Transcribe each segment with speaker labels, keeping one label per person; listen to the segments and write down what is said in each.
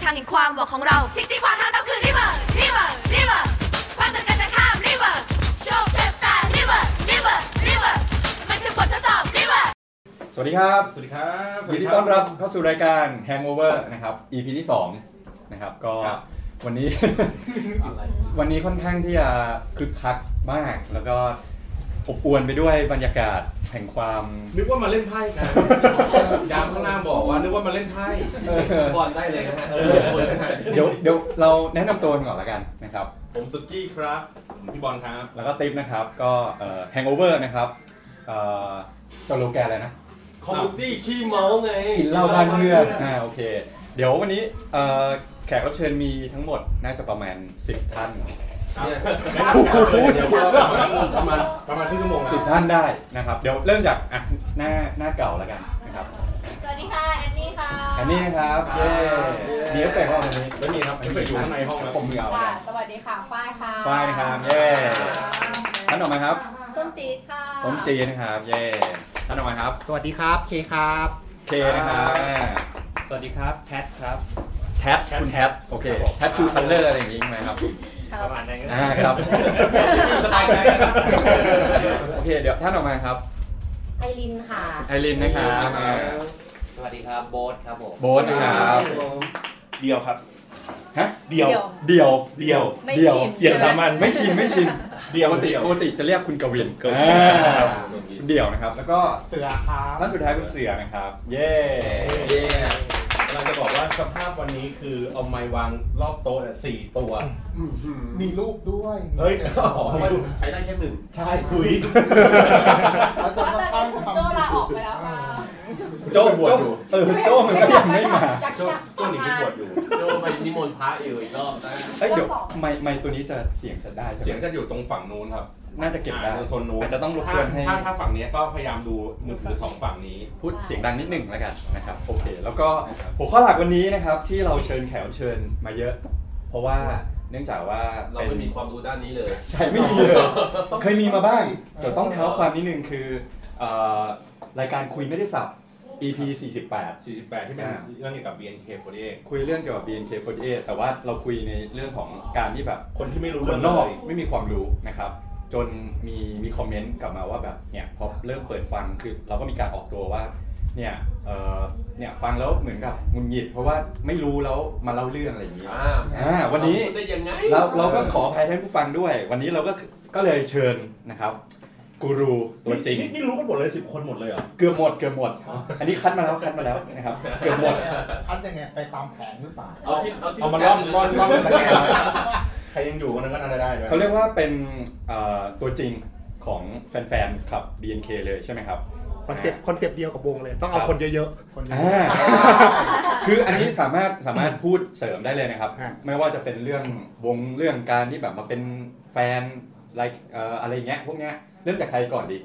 Speaker 1: กของเราสิ่งที่ขวางทางเราคือริเวอร์ริเวอร์ริเวอร์ความต้องการจะข้ามริเวอร์โชคเจ็บตาริเวอร์ริเวอร์ริเวอร์มันคือบททดสอบริเวอร์
Speaker 2: สวัสดีครับ
Speaker 3: สวัสดีครับ
Speaker 2: ยินดีต้อนรับเข้าสู่รายการ Hangover นะครับ EP ที่2นะครับก็
Speaker 3: ครับ
Speaker 2: วัน นี้ วันนี้ค่อนข้างที่จะคึกคักมาก แล้วก็อบอวนไปด้วยบรรยากาศแห่ง ความ
Speaker 3: นึกว่ามาเล่นไพ่ กันยามข้างหน้าบอกว่านึกว่ามาเล่นไพ่
Speaker 4: บอลได้เลยนะฮะ
Speaker 3: เออเปิดไพ่
Speaker 2: เดี๋ยวเดี๋ยวเราแนะนำตัวกันก่อนละกันนะครับ
Speaker 3: ผมสุกี้ครับผมพี่บอลครับ
Speaker 2: แล้วก็ติ๊บนะครับก็เอ่อ Hangover นะครับเอ่อสโลแกนอะไรนะ
Speaker 4: คอมมูนิตี้ขี้เมาไง
Speaker 2: กินเหล้าบ้านเพื่อนอ่าโอเค เดี๋ยววันนี้เอ่อแขกรับเชิญมีทั้งหมดน่าจะประมาณ 10 ท่าน
Speaker 3: เนี่ยไม่น่าเชื่อเลยเดี๋ยวประมาณประมาณครึ่งชั่วโมงนะ
Speaker 2: 10 ท่านได้นะครับ เดี๋ยวเริ่มจากอ่ะหน้าหน้าเก่าแล้วกันนะครับ
Speaker 1: สวัสดีค่ะ แอนนี่ค่ะ
Speaker 2: อันนี้นะครับเย้มีเอฟเฟกต์ว่าวันนี้
Speaker 3: แล้วนี่ครับไม่เคยอยู่ข้างในห้องแล้ว
Speaker 2: ผมมือเอา
Speaker 5: ค่ะ
Speaker 2: แล้ว
Speaker 5: สวัสดีค่ะ ฝ้ายค่ะ
Speaker 2: ป้ายนะครับเย้ท่านออกมาครับ
Speaker 5: ส้มจี๊ดค่ะ
Speaker 2: สมจีนะครับเย้ท่านออกมาครับ
Speaker 6: สวัสดีครับเคครับ
Speaker 2: เคนะครับอ่า
Speaker 6: สวัสดีครับแพทครับ
Speaker 2: แท็บคุณแท็บโอเคแท็บทูคัลเลอร์อะไรอย่างงี้ไหมครับ
Speaker 6: ประมาณนั้น
Speaker 2: อ่าครับ
Speaker 4: สไตล์ไงครับ
Speaker 2: โอเค เดี๋ยวท่านออกมาครับ
Speaker 5: ไอรินค่ะ
Speaker 2: ไอรินนะครับอ่า
Speaker 4: สวัสดีครับโบ๊ทครับผม
Speaker 2: โบ๊ทนะครับ
Speaker 3: เดียวครับ
Speaker 2: ฮะ
Speaker 3: เดียว
Speaker 2: เดี่ยว
Speaker 3: เดียว
Speaker 5: ไม่
Speaker 2: เดี่ยว
Speaker 5: ชิน
Speaker 3: เสียงสามัญ
Speaker 2: ไม่ชินไม่ชิน
Speaker 3: เดียว
Speaker 2: ปกติปกติจะเรียกคุณกวิน
Speaker 3: เกิด
Speaker 2: อ่า
Speaker 3: ขึ้น
Speaker 2: เดี่ยวนะครับ แล้วก็
Speaker 6: เสือครับ
Speaker 2: ท่านสุดท้ายคุณเสือนะครับ เย้
Speaker 4: เย้
Speaker 3: เราจะบอกว่าสภาพวันนี้คือเอาไม้วางรอบโต๊ะน่ะสี่ตัว
Speaker 6: มีรูปด้วย
Speaker 3: เฮ้ยอ๋อ
Speaker 4: เพราะว่าใช้ได้แค่หนึ่ง
Speaker 3: ใช่ถุย
Speaker 6: แล้ว
Speaker 5: เพ
Speaker 6: จะ
Speaker 5: ราะต
Speaker 6: มา
Speaker 5: อน
Speaker 6: ตั้ง
Speaker 5: นี้คุณ
Speaker 6: ทำ
Speaker 5: โจลาออกไปแล้วค่ะ
Speaker 2: โจ้โจ้เออโจ้มันก็ยังไม่มา
Speaker 3: โจ้โจ้หนีไปบวชอยู่
Speaker 4: โจไปนิมนต์พระอยู่อีกรอบนะ
Speaker 2: เอ้ยเดี๋ยวไมค์ไมค์ตัวนี้จะเสียงจะได้ใช่ไหม
Speaker 3: เสียงจะอยู่ตรงฝั่งนู้นครับ
Speaker 2: น่าจะเก็บได้
Speaker 3: อ่าโซนนู้น
Speaker 2: อาจจะต้องรบกวนให้
Speaker 3: ถ้าถ้าฝั่งเนี้ยก็พยายามดูมือถือสองฝั่งนี้
Speaker 2: พูดเสียงดังนิดหนึ่งแล้วกันนะครับโอเค แล้วก็หัวข้อหลักวันนี้นะครับที่เราเชิญแขกรับเชิญมาเยอะ เพราะว่าเนื่องจากว่า
Speaker 4: เราไม่มีความรู้ด้านนี้เลย
Speaker 2: ใช่ไม่มีเลยเคยมีมาบ้างแต่ต้องเท้าความนิดนึงคือเอ่อรายการคุยไม่ได้สับ EP 48
Speaker 3: 48 ที่เป็นเรื่องเกี่ยวกับ BNK48
Speaker 2: คุยเรื่องเกี่ยวกับ BNK48 แต่ว่าเราคุยในเรื่องของการที่แบบ
Speaker 3: คนที่ไม่รู้
Speaker 2: ค
Speaker 3: เรื่อน ง
Speaker 2: นอก
Speaker 3: เลย
Speaker 2: ไม่มีความรู้นะครับ จนมีมีคอมเมนต์กลับมาว่าแบบเนี่ยพอเริ่มเปิดฟังคือเราก็มีการออกตัวว่า เนี่ยเออเนี่ยฟังแล้วเหมือนกับหงุนหงิด เพราะว่าไม่รู้แล้วมาเล่าเรื่องอะไรอย่างนี้
Speaker 4: อ้าว
Speaker 2: อ่าวันนี้
Speaker 4: ได้ยังไง
Speaker 2: เราเราก็ขออภัยท่านผู้ฟังด้วย วันนี้เราก็ก็เลยเชิญนะครับกูรูตัวจริง
Speaker 3: นี่นี่รู้กันหมดเลย 10 คนหมดเลยเหรอ
Speaker 2: เกือบหมดเกือบหมด อันนี้คัดมาแล้วคัดมาแล้วนะครับเกือบหมด
Speaker 6: คัดยังไงไปตามแผนหรือเปล่า
Speaker 4: เอาที่เอาที่
Speaker 3: เอามาล่อนล่อนล่อนสแกนใครยังอยู่คนนั้นก็น่าจะได้ไหม
Speaker 2: เขาเรียกว่าเป็นเอ่อตัวจริงของแฟนๆขับ BNK เลยใช่ไหมครับ
Speaker 7: คอนเซปต์คอนเซปต์เดียวกับวงเลย ต้องเอาคนเยอะๆคนเยอะ
Speaker 2: อ่าคืออันนี้สามารถสามารถพูดเสริมได้เลยนะครับ
Speaker 7: ฮะ
Speaker 2: ไม่ว่าจะเป็นเรื่องวงเรื่องการที่แบบมาเป็นแฟนอะไรเอ่ออะไรเงี้ยพวกเนี้ยเริ่มจากใครก่อนดี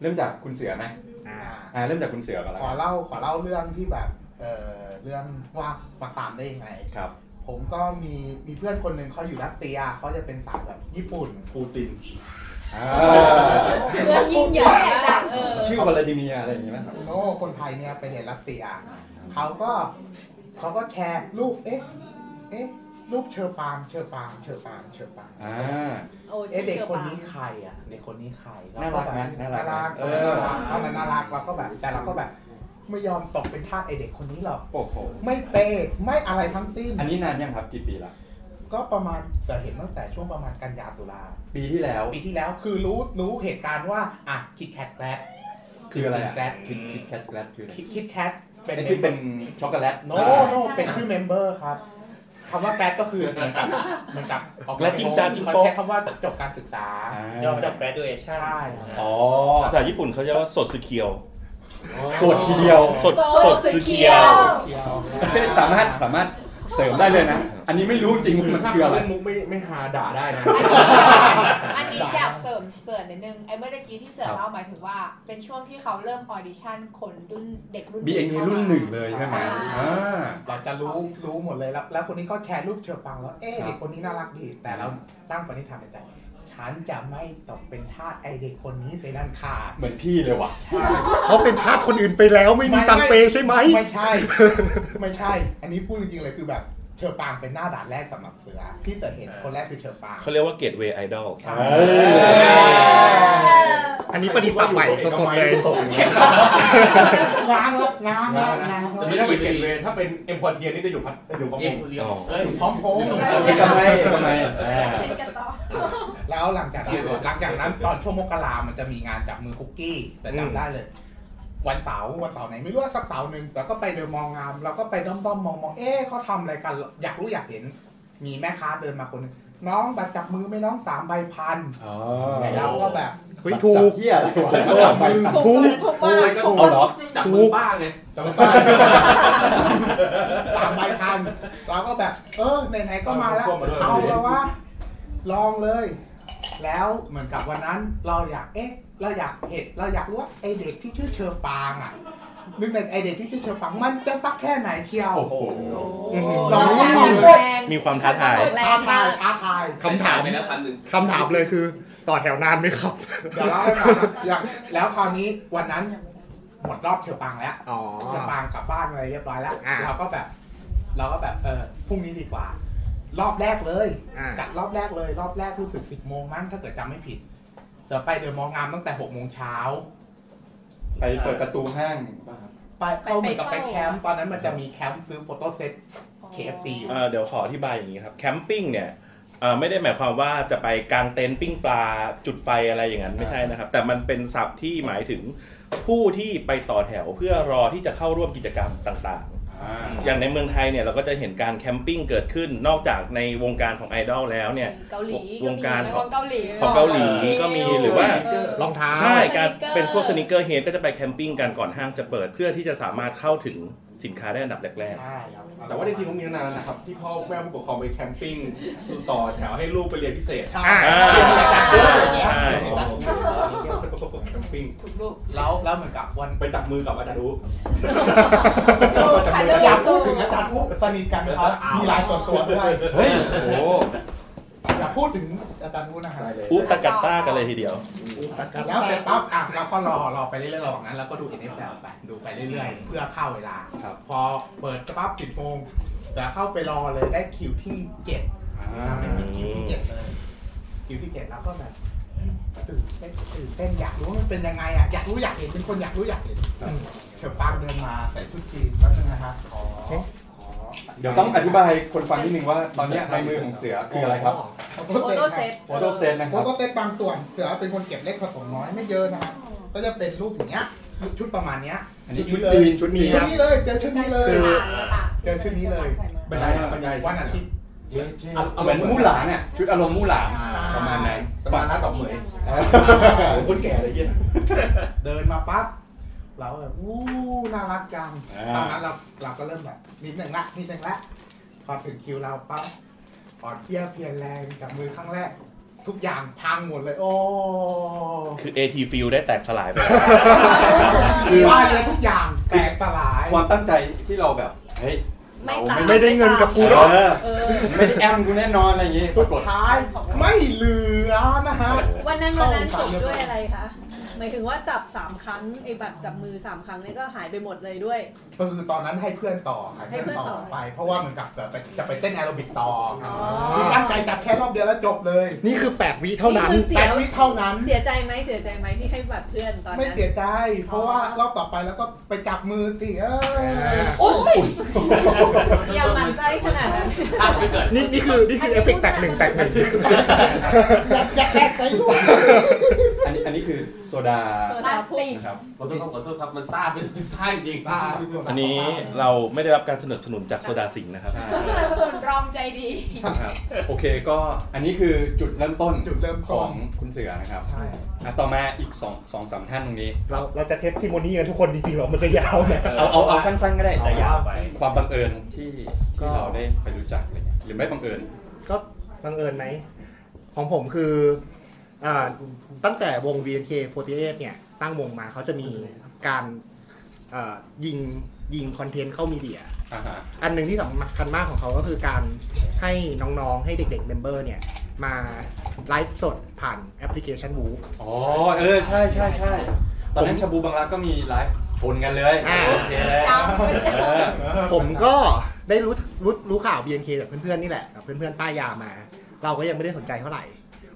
Speaker 2: เริ่มจากคุณเสือไหม
Speaker 7: อ่า
Speaker 2: อ่าเริ่มจากคุณเสือก่อนละ
Speaker 6: ขอเล่าขอเล่าเรื่องที่แบบเออเรื่องว่ามาตามได้ยังไง
Speaker 2: ครับ
Speaker 6: ผมก็มีมีเพื่อนคนหนึ่งเขาอยู่รัสเซียเขาจะเป็นสายแบบญี่ปุ่น
Speaker 3: ปูติน
Speaker 2: อ่า
Speaker 5: เรื่องยิ่งใหญ่จังเออ
Speaker 2: ชื่อวลาดิเมียร์อะไรอย่างงี้ไหมครับ
Speaker 6: โอ้คนไทยเนี่ยไปเรียนรัสเซีย เขาก็เขาก็แชร์รูปเอ๊ะเอ๊ะรูปเชอปางเชอปางเชอปางเชอปาง
Speaker 2: อ่า
Speaker 5: โอ้
Speaker 6: เอ๊ะเด็กคนนี้
Speaker 5: ชื่อ
Speaker 6: ใครอ่ะเด็กคนนี้ใคร
Speaker 2: น่ารักนะน่า
Speaker 6: น่า
Speaker 2: รั
Speaker 6: รั
Speaker 2: ก
Speaker 6: ก
Speaker 2: นะเอ
Speaker 6: เอ
Speaker 2: อ
Speaker 6: อน่ารักน่ารักเราก็แบบแต่เราก็แบบ ไม่ยอมตกเป็นทาสไอเด็กคนนี้หรอก
Speaker 2: โอ้โห
Speaker 6: ไม่เปย์ไม่อะไรทั้งสิ้น
Speaker 2: อันนี้นานยังครับกี่ปีละ
Speaker 6: ก็ประมาณจะเห็นตั้งแต่ช่วงประมาณกันยาตุลา
Speaker 2: ปีที่แล้ว
Speaker 6: ปีที่แล้วคือรู้รู้เหตุการณ์ว่าอ่ะคิดแคทแกรด
Speaker 2: คืออะไร
Speaker 6: แกรด
Speaker 2: คิดคิดแคทแกรดคืออะไร
Speaker 6: คิดแคทเป็น
Speaker 2: ไอ้ที่เป็นช็อกโกแลต
Speaker 6: โนโนเป็นชื่อเมมเบอร์ครับคำว่าแกรดก็คือเหมือนกับเหมือนกับออก
Speaker 3: แกรดจริงจังจริงโป๊ะ
Speaker 6: เขาใช้คำว่าจบการศึกษา
Speaker 2: จอมจับ
Speaker 6: ใช่ครับ
Speaker 2: อ๋อ
Speaker 3: ภาษาญี่ปุ่นเขาจะว่าสดสเคียว
Speaker 2: สดทีเดียว
Speaker 3: สด
Speaker 5: โซสึเคียว
Speaker 2: สามารถสามารถเสริมได้เลยนะ อันนี้ไม่รู้จริงว่ามัน
Speaker 3: ถ้า
Speaker 2: คือ
Speaker 3: เขา
Speaker 2: อะไร
Speaker 3: เล่นมุกไม่ไม่ฮาด่าได้นะ
Speaker 5: อันนี้อยากเสริมเสริมนิดนึงไอ้เมื่อกี้ที่เสริมเล่าหมายถึงว่า เป็นช่วงที่เขาเริ่มออดิชั่นคนรุ่นเด็กรุ่น
Speaker 2: บีเอ็นรุ่นหนึ่งเลยใช่ไหมอ่า
Speaker 6: เราจะรู้รู้หมดเลยแล้วแล้วคนนี้ก็แชร์รูปเชอปังแล้วเอ๊ะ
Speaker 2: ครับ
Speaker 6: เด็กคนนี้น่ารักดี แต่เราตั้งปณิธานในใจ ฉันจะไม่ตกเป็นทาสไอเด็กคนนี้ไปนั่นขาด
Speaker 2: เหมือนพี่เลยว่ะ
Speaker 7: เขาเป็นทาสคนอื่นไปแล้วไม่มีตังค์เปย์ใช่ไหม
Speaker 6: ไม่ใช่ ไม่ใช่ อันนี้พูดจริงๆเลยคือแบบ เชอปางเป็นหน้าด่านแรกสำหรับเสือพี่เสือเห็นคนแรกคือเชอปาง
Speaker 3: เขาเรียกว่าเกตเวย์ไอดอล
Speaker 6: ใช่
Speaker 8: เออันนี้ประดิษฐ์ศัพท์ใหม่สดๆเลย
Speaker 6: ง้างแล้วง้างแล้วง้าง
Speaker 2: แต่ไม่
Speaker 6: แล้ว
Speaker 2: ได้าเป็นเกตเวย์ถ้าเป็นเอ็มพอเทียนี่จะอยู่พัดจะอยู่พัด
Speaker 9: เอ็มคนเดียวเอ้ย
Speaker 6: พร้อมโพง
Speaker 2: เอ็มกำไมเอ็มกำไมอ่า
Speaker 1: เล่นกันต่อ
Speaker 6: แล้วหลังจากนั้นหลังจากนั้นตอนช่วงมกรามันจะมีงานจับมือคุกกี้แต่จำได้เลย วันเสาร์วันเสาร์ไหนไม่รู้ว่าสักเสาร์หนึ่งแล้วก็ไปเดินมองงามแล้วก็ไปด้อมๆมองมองๆเอ๊ะเขาทำอะไรกันอยากรู้อยากเห็น มีแม่ค้าเดินมาคนหนึงน้องบัตรจับมือไหม่น้องสามใบพัน
Speaker 2: อ๋อ
Speaker 6: ไหนเราก็แบบ
Speaker 8: เฮ้ยถูก
Speaker 2: เที่ยอะไรวะ
Speaker 8: จับมือ
Speaker 5: ถูกสุดถูกมาก
Speaker 2: เอาเหรอ
Speaker 9: จับมือบ้าไง
Speaker 4: จังซ่า
Speaker 6: สามใบพันเราก็แบบ เออไหนๆก็มาแล้ว
Speaker 4: ควบด้วย
Speaker 6: เอาแล้ววะลองเลย แล้วเหมือนกับวันนั้นเราอยากเอ๊ะ เราอยากเห็นเราอยากรู้ว่าไอเด็กที่ชื่อเชอปางอ่ะนึกในไอเด็กที่ชื่อเชอปางมันจะตักแค่ไหนเชียว
Speaker 2: โอ้โห
Speaker 6: ลอง
Speaker 5: แรง
Speaker 6: ดู
Speaker 5: แรง
Speaker 3: มีความท้าทาย
Speaker 5: แร
Speaker 6: ท้าง
Speaker 5: มา
Speaker 6: ทาย
Speaker 5: ก
Speaker 6: ท้าทาย
Speaker 8: คำถาม
Speaker 9: ไปแล้วพันหนึ่ง
Speaker 8: คำถามเลยคือ ต่อแถวนานไหมครับ
Speaker 6: เดี๋ยวเล่าให้ฟังนะอย่างแล้วคราวนี้วันนั้นหมดรอบเชอปางแล้ว
Speaker 8: อ๋อ
Speaker 6: จะปางกลับบ้านอะไรเรียบร้อยแล้ว
Speaker 8: อ่า
Speaker 6: เราก็แบบ เราก็แบบเออพรุ่งนี้ดีกว่า รอบแรกเลย
Speaker 8: อ่า
Speaker 6: จัดรอบแรกเลย รอบแรกรู้สึกสิบโมงมั้งถ้าเกิดจำไม่ผิดเสือไปเดินมองงามตั้งแต่หกโมงเช้า
Speaker 2: ไปเปิดประตูห้างป่ะครับ
Speaker 6: ไปเข้าเหมือนกับไปแคมป์ตอนนั้นมันจะมีแคมป์ซื้อโฟโต้เซต KFC อยู่
Speaker 3: เอ่อเดี๋ยวขออธิบายอย่างนี้ครับ แคมปิ้งเนี่ยเอ่อไม่ได้หมายความว่าจะไปกางเต็นท์ปิ้งปลาจุดไฟอะไรอย่างนั้นไม่ใช่นะครับ แต่มันเป็นศัพท์ที่หมายถึงผู้ที่ไปต่อแถวเพื่อรอที่จะเข้าร่วมกิจกรรมต่างๆ อย่างในเมืองไทยเนี่ยเราก็จะเห็นการแคมปิ้งเกิดขึ้น นอกจากในวงการของไอดอลแล้วเนี่ย
Speaker 5: เกาหลี
Speaker 3: วงการของ
Speaker 5: เกาหลี
Speaker 3: ของเกาหลีก็มีหรือว่า
Speaker 5: เอ
Speaker 8: รองเท้า
Speaker 3: ใช่การ
Speaker 5: สนิกเกอร์
Speaker 3: เป็นพวกสนิเกอร์เฮดก็จะไปแคมปิ้งกันก่อนห้างจะเปิดเพื่อที่จะสามารถเข้าถึงสินค้าได้อันดับแรก
Speaker 6: ใช่ครับ
Speaker 4: แต่ว่าจริงๆมันมีนานนะครับ ที่พ่อแม่ผู้ปกครองไปแคมปิ้งต่อแถวให้ลูกไปเรียนพิเศษ
Speaker 6: ใช่
Speaker 8: อ่า
Speaker 6: เปลี่ยนบรรยากาศด้วยอะไรอย่างเงี้ย
Speaker 3: ใช่
Speaker 4: แคมปิ้ง
Speaker 5: ถูกลูก
Speaker 6: แล้วแล้วเหมือนกับวัน
Speaker 4: ไปจับมือกับอาจารย์อู๋
Speaker 6: อย่าพูดถึงอาจารย์ฟุกสนิทกันครับมีหลายส่วนตัวด้วย
Speaker 2: เฮ้ย โอ้โห
Speaker 6: อย่าพูดถึงอาจารย์ฟุกนะครับ
Speaker 3: ๆ อุตกัตตากันเลยทีเดียว
Speaker 6: แล้วเสร็จปั๊บอ่ะเราก็รอรอไปเรื่อยๆระหว่างนั้นเราก็ดู NFL ไปดูไปเรื่อยๆ เพื่อเข้าเวลา
Speaker 2: ครับ
Speaker 6: พอเปิดปั๊บสิบโมงแต่เข้าไปรอเลยได้คิวที่เจ็ดนะไม่มีคิวที่เจ็ดเลยคิวที่เจ็ดแล้วก็แบบตื่นเต้นตื่นเต้นอยากรู้ว่ามันเป็นยังไงอ่ะอยากรู้อยากเห็นเป็นคนอยากรู้อยากเห็นอืมเฉยปางเดินมาใส่ชุดจีนแล้วนะฮะขอขอ
Speaker 2: เดี๋ยวต้องอธิบายคนฟังนิดนึงว่าตอนเนี้ยในมือของเสือคืออะไรครับ
Speaker 6: โฟโต้เซต
Speaker 2: โฟโตเซนนะค
Speaker 6: โฟ
Speaker 2: รับ
Speaker 6: โต้เซตบางส่วนเสือเป็นคนเก็บเล็กผสมน้อยไม่เยอะนะฮะก็จะเป็นรูปอย่างเงี้ยชุดประมาณเนี้ย
Speaker 2: อันนี้ชุดจีนชุด
Speaker 6: ชุ
Speaker 2: นี้
Speaker 6: ดนี้เลยเจอชุดนี้เลย
Speaker 8: คือ
Speaker 6: เจอชื่อนี้เลย
Speaker 4: บรรยายนะบรรยาย
Speaker 6: วันอาทิตย์
Speaker 2: เหมือนมู่หลานเนี่ยชุดอารมณ์มู่หลานประมาณนั้น
Speaker 4: ประมาณน้าต่อมเหมยโอ้โหคนแก่เลยเยี่ย
Speaker 6: เดินมาปั๊บเราแบบอู้น่ารักจังตอนนั้นเราเราก็เริ่มแบบนิดหนึ่งละนิดหนึ่งละพอถึงคิวเราปั๊บอ่อนเพลียเพลียแรงจับมือครั้งแรก ทุกอย่างพังหมดเลย โอ้
Speaker 3: คือ AT Field ได้แตกสลายไปแล้ว
Speaker 6: ว่าเลยทุกอย่างแตกสลาย
Speaker 2: ความตั้งใจที่เราแบบ เฮ้ยเรา
Speaker 8: ไม่ได้เงินกับกูหรอก
Speaker 2: เออไม่ได้แอมกูแน่นอนอะไรอย่างงี้ป
Speaker 6: สุ
Speaker 2: รา
Speaker 6: ด
Speaker 2: กฏ
Speaker 6: ท้ายไม่เหลือนะฮะ
Speaker 10: วันนั้นวันนั้นจบด้วยอะไรคะ หมายถึงว่าจับสามครั้งไอ้บัตรจับมือสามครั้งเนี่ยก็หายไปหมดเลยด้วย
Speaker 6: คือตอนนั้นให้เพื่อนต่อค่ะ
Speaker 10: ให้
Speaker 6: ให้
Speaker 10: เพื่
Speaker 6: เพื่อ
Speaker 10: อน นต่
Speaker 6: ต่อ
Speaker 10: อ
Speaker 6: ไป เพราะว่าเหมือนกับจะไปจะไปเต้นแอโรบิกต่ออคือตั้งใจจับแค่รอบเดียวแล้วจบเลย
Speaker 8: นี่คือ 8 วิเท่านั้น
Speaker 10: คือเสี
Speaker 6: แต่
Speaker 10: ย
Speaker 6: วิเท่านั้น
Speaker 10: เสียใจไหมเสียใจไหมที่ให้บัตรเพื่อนตอน
Speaker 6: ไม่
Speaker 10: นั้น
Speaker 6: เสียใจ เพราะว่ารอบต่อไปแล้วก็ไปจับมือติเอ้ย
Speaker 5: โอ้ย
Speaker 10: อย่าหมั่นไส้ขนาดนั้น
Speaker 8: นี่นี่คือ นี่คือเอฟเฟกต์แตกหนึ่งแตกหนึ่ง
Speaker 6: อยากอยากแตกใจลูก
Speaker 2: อันนี้อันนี้คือโซดา
Speaker 10: โซดาพุ่ง
Speaker 2: นะครับ
Speaker 9: ขอโทษครับขอโทษครับมันซ่า เป็นซ่าจริงซ่า
Speaker 3: อันนี้เราไม่ได้รับการสนับสนุนจากโซดาสิงห์นะครับ
Speaker 5: แต่คนรอมใจดี
Speaker 2: ครับโอเคก็อันนี้คือจุดเริ่มต้น
Speaker 6: จุดเริ่มต้น
Speaker 2: ของคุณเสือนะครับ
Speaker 6: ใช่
Speaker 2: อ่ะต่อมาอีก2องสองสามท่านตรงนี้
Speaker 8: เราเราจะเทสทิโมนี่กันทุกคนจริงๆหรอ มันจะยาวนะ
Speaker 2: เอาเอาเอาสั้นๆก็ได้แต่อ
Speaker 9: เอา
Speaker 2: ยาก
Speaker 9: ยาวไป
Speaker 2: ความบังเอิญที่
Speaker 8: ก็
Speaker 2: ที่เราได้ไปรู้จักอะไรเงี้ยหรือไม่บังเอิญ
Speaker 8: ก็บังเอิญไหม ของผมคืออ่าตั้งแต่วง VNK48 เนี่ย ตั้งวงมาเขาจะมีการเอ่อยิงยิงคอนเทนต์เข้ามีเดีย
Speaker 2: อ่าฮะ
Speaker 8: อันหนึ่งที่สำคัญมากของเขาก็คือการให้น้องๆ ให้เด็กๆเมมเบอร์เนี่ย มาไลฟ์สดผ่านแอปพลิเคชัน Woo
Speaker 2: อ๋อ เออ ใช่ใช่ใช่ตอนนั้นชาบูบางรักก็มีไลฟ์ชนกันเลย
Speaker 8: อ่า
Speaker 2: โอเคแล้ว
Speaker 5: จำ
Speaker 2: เออ
Speaker 8: ผมก็ ได้รู้รู้รู้ข่าว BNK จากเพื่อนๆนี่แหละกับเพื่อนๆป้ายยามา เราก็ยังไม่ได้สนใจเท่าไหร่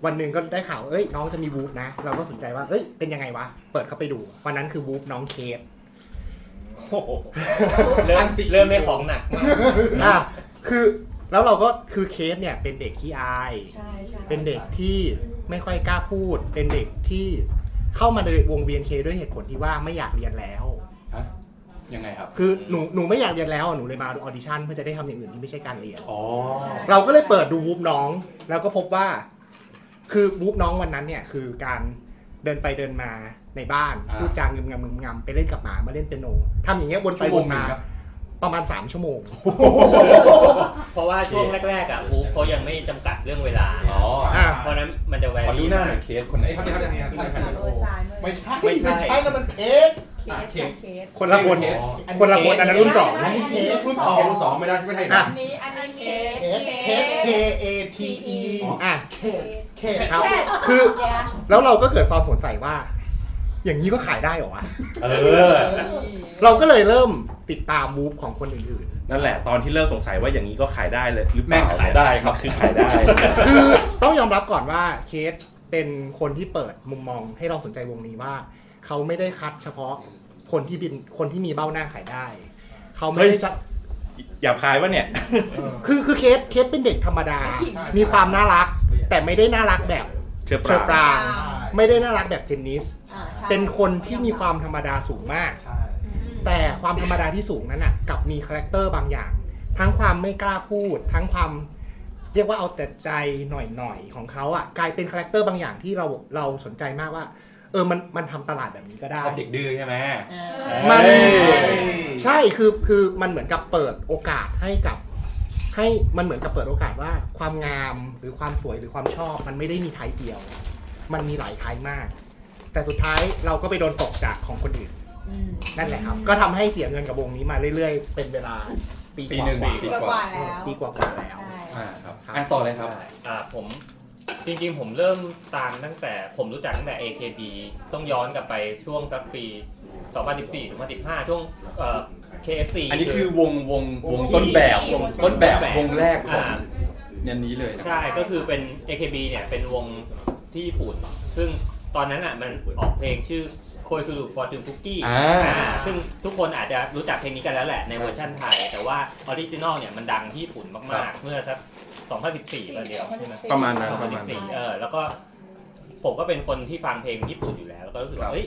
Speaker 8: วันหนึ่งก็ได้ข่าวเอ้ยน้องจะมีบูฟนะ เราก็สนใจว่าเอ้ยเป็นยังไงวะ เปิดเข้าไปดู วันนั้นคือบูฟน้องเคส
Speaker 3: เริ่มเริ่มได้ของหนักมาก
Speaker 8: อ่ะคือแล้วเราก็คือเคสเนี่ยเป็นเด็กที่อาย
Speaker 5: ใช่ใช่
Speaker 8: เป็นเด็กที่ไม่ค่อยกล้าพูด เป็นเด็กที่เข้ามาในวงเวียนเคด้วยเหตุผลที่ว่าไม่อยากเรียนแล้ว
Speaker 2: ยังไงครับ
Speaker 8: คือหนูหนูไม่อยากเรียนแล้วหนูเลยมาออดิชั่นเพื่อจะได้ทำอย่างอื่นที่ไม่ใช่การเรียน
Speaker 2: อ๋อ
Speaker 8: เราก็เลยเปิดดูวูฟน้อง แล้วก็พบว่า คือวูฟน้องวันนั้นเนี่ยคือการเดินไปเดินมาในบ้าน
Speaker 2: อ่า
Speaker 8: พูดจางึมงำงึมงำไปเล่นกับหมามาเล่นเปียโนทำอย่างเงี้ยวนไป
Speaker 2: ชั่ว
Speaker 8: ว
Speaker 2: โม
Speaker 8: น
Speaker 2: งหนึ่
Speaker 8: มาง
Speaker 2: ครับ
Speaker 8: ประมาณ 3 ชั่วโมง
Speaker 3: เพราะว่าช่วงแรกๆอ่ะบูฟเขายังไม่จำกัดเรื่องเวลา
Speaker 2: อ๋อ
Speaker 8: อ่า
Speaker 3: เพราะฉะนั้นมันจะแว
Speaker 2: ขอ
Speaker 3: รี่
Speaker 2: ดูหน้าหน่อยเคสคนไหน
Speaker 4: ไอ้ครับไอ้ครับไอ้ครับไอ้ครับ
Speaker 5: โดยซ้ายมือ
Speaker 6: ไม่ใช่ไม่ใช่นั่นมันเค้ก
Speaker 5: เคส
Speaker 4: เค
Speaker 5: ค่ะ
Speaker 4: ส
Speaker 5: เคส
Speaker 8: คนละคน
Speaker 4: เคส
Speaker 8: คนละคนอันนั้นรุ่นสอง
Speaker 5: ไม่
Speaker 6: เค้กรุ่น
Speaker 4: ส
Speaker 6: ส
Speaker 4: อ
Speaker 6: องง
Speaker 4: สองไม่ได้ไม่ได้
Speaker 8: อ่ะ
Speaker 4: นะ
Speaker 5: อันนี้อันนี้เคส
Speaker 6: เค้กเค้ก K A T E
Speaker 8: อ่ะ
Speaker 6: เค้ก
Speaker 8: ครับคือ
Speaker 5: เดี๋ยว
Speaker 8: แล้วเราก็เกิดความสงสัยว่า อย่างนี้ก็ขายได้เหรอวะ
Speaker 1: เออ
Speaker 8: เราก็เลยเริ่มติดตามมูฟของคนอื่น
Speaker 1: นั่นแหละตอนที่เริ่มสงสัยว่าอย่างนี้ก็ขายได้เลยหรือเปล่า
Speaker 2: แม่งขายได้ครับ
Speaker 1: คือขายได้
Speaker 8: ๆ คือต้องยอมรับก่อนว่าเคสเป็นคนที่เปิดมุมมองให้เราสนใจวงนี้ว่า เขาไม่ได้คัดเฉพาะคนที่บินคนที่มีเบ้าหน้าขายได้ เขาไม่ได้จะ
Speaker 1: อย่าพายว่าเนี่ย
Speaker 8: คือคือเคสเคสเป็นเด็กธรรมดา
Speaker 5: ไม่ขิง
Speaker 8: มีความน่ารัก แต่ไม่ได้น่ารักแบบ
Speaker 1: เชื่อป
Speaker 8: เชอป
Speaker 1: ลา
Speaker 8: ราล์มไม่ได้น่ารักแบบเจนนิส
Speaker 5: อ่าใช่
Speaker 8: เป็นคนที่มีความธรรมดาสูงมาก
Speaker 6: ใช่
Speaker 8: แต่ความธรรมดาที่สูงนั้นน่ะกลับมีคาแรคเตอร์บางอย่าง ทั้งความไม่กล้าพูด ทั้งความเรียกว่าเอาแต่ใจหน่อยๆของเขาอ่ะกลายเป็นคาแรคเตอร์บางอย่างที่เราเราสนใจมากว่า เออมันมันทำตลาดแบบนี้ก็ได้
Speaker 2: ชอบเด็กดื้อใช่ไหม
Speaker 5: อ่า
Speaker 8: มัน
Speaker 2: เฮ้ย
Speaker 8: ใช่คือคือมันเหมือนกับเปิดโอกาสให้กับ ให้มันเหมือนกับเปิดโอกาสว่าความงามหรือความสวยหรือความชอบ มันไม่ได้มีไทป์เดียว มันมีหลายไทป์มาก แต่สุดท้ายเราก็ไปโดนตกจากของคนอื่น
Speaker 5: อืม
Speaker 8: นั่นแหละครับ ก็ทำให้เสียเงินกับวงนี้มาเรื่อยๆ เป็นเวลาปี
Speaker 2: ปีหนึ่ง
Speaker 8: กว่า
Speaker 2: ปี
Speaker 5: ปีก
Speaker 2: กว่า
Speaker 5: ว่าแล้ว
Speaker 8: ปีกว่าๆแล้ว
Speaker 5: ใช่
Speaker 2: อ่าครับอ่ะต่อเลยครับ
Speaker 3: อ่าผมจริงๆผมเริ่มตามตั้งแต่ผมรู้จักตั้งแต่ AKB ต้องย้อนกลับไปช่วงสักปี 2014 2015 ช่วงเอ่อ KFC
Speaker 2: อันนี้คือวงวงวงต้นแบบวงต้นแบบวงแรกของ
Speaker 3: อ่า
Speaker 2: เนี่ยนี้เลย
Speaker 3: ใช่ ก็คือเป็น AKB เนี่ยเป็นวงที่ญี่ปุ่น ซึ่งตอนนั้นอ่ะมันออกเพลงชื่อโคย u รุฟอร์จูนคุกกี้
Speaker 2: อ่า
Speaker 3: ซึ่งทุกคนอาจจะรู้จักเพลงนี้กันแล้วแหละในเวอร์ชั่นไทย แต่ว่าออริจินอลเนี่ยมันดังที่ญี่ปุ่นมากๆ เมื่อสัก 2014ประเดียวใช่ไหม
Speaker 1: ประมาณนั้น
Speaker 3: ประ
Speaker 1: ป
Speaker 3: มา
Speaker 1: ระ
Speaker 3: ณ
Speaker 1: มาณนั้น
Speaker 3: 14เออ แล้วก็ผมก็เป็นคนที่ฟังเพลงญี่ปุ่นอยู่แล้ว แล้วก็รู้สึกว่า เฮ้ย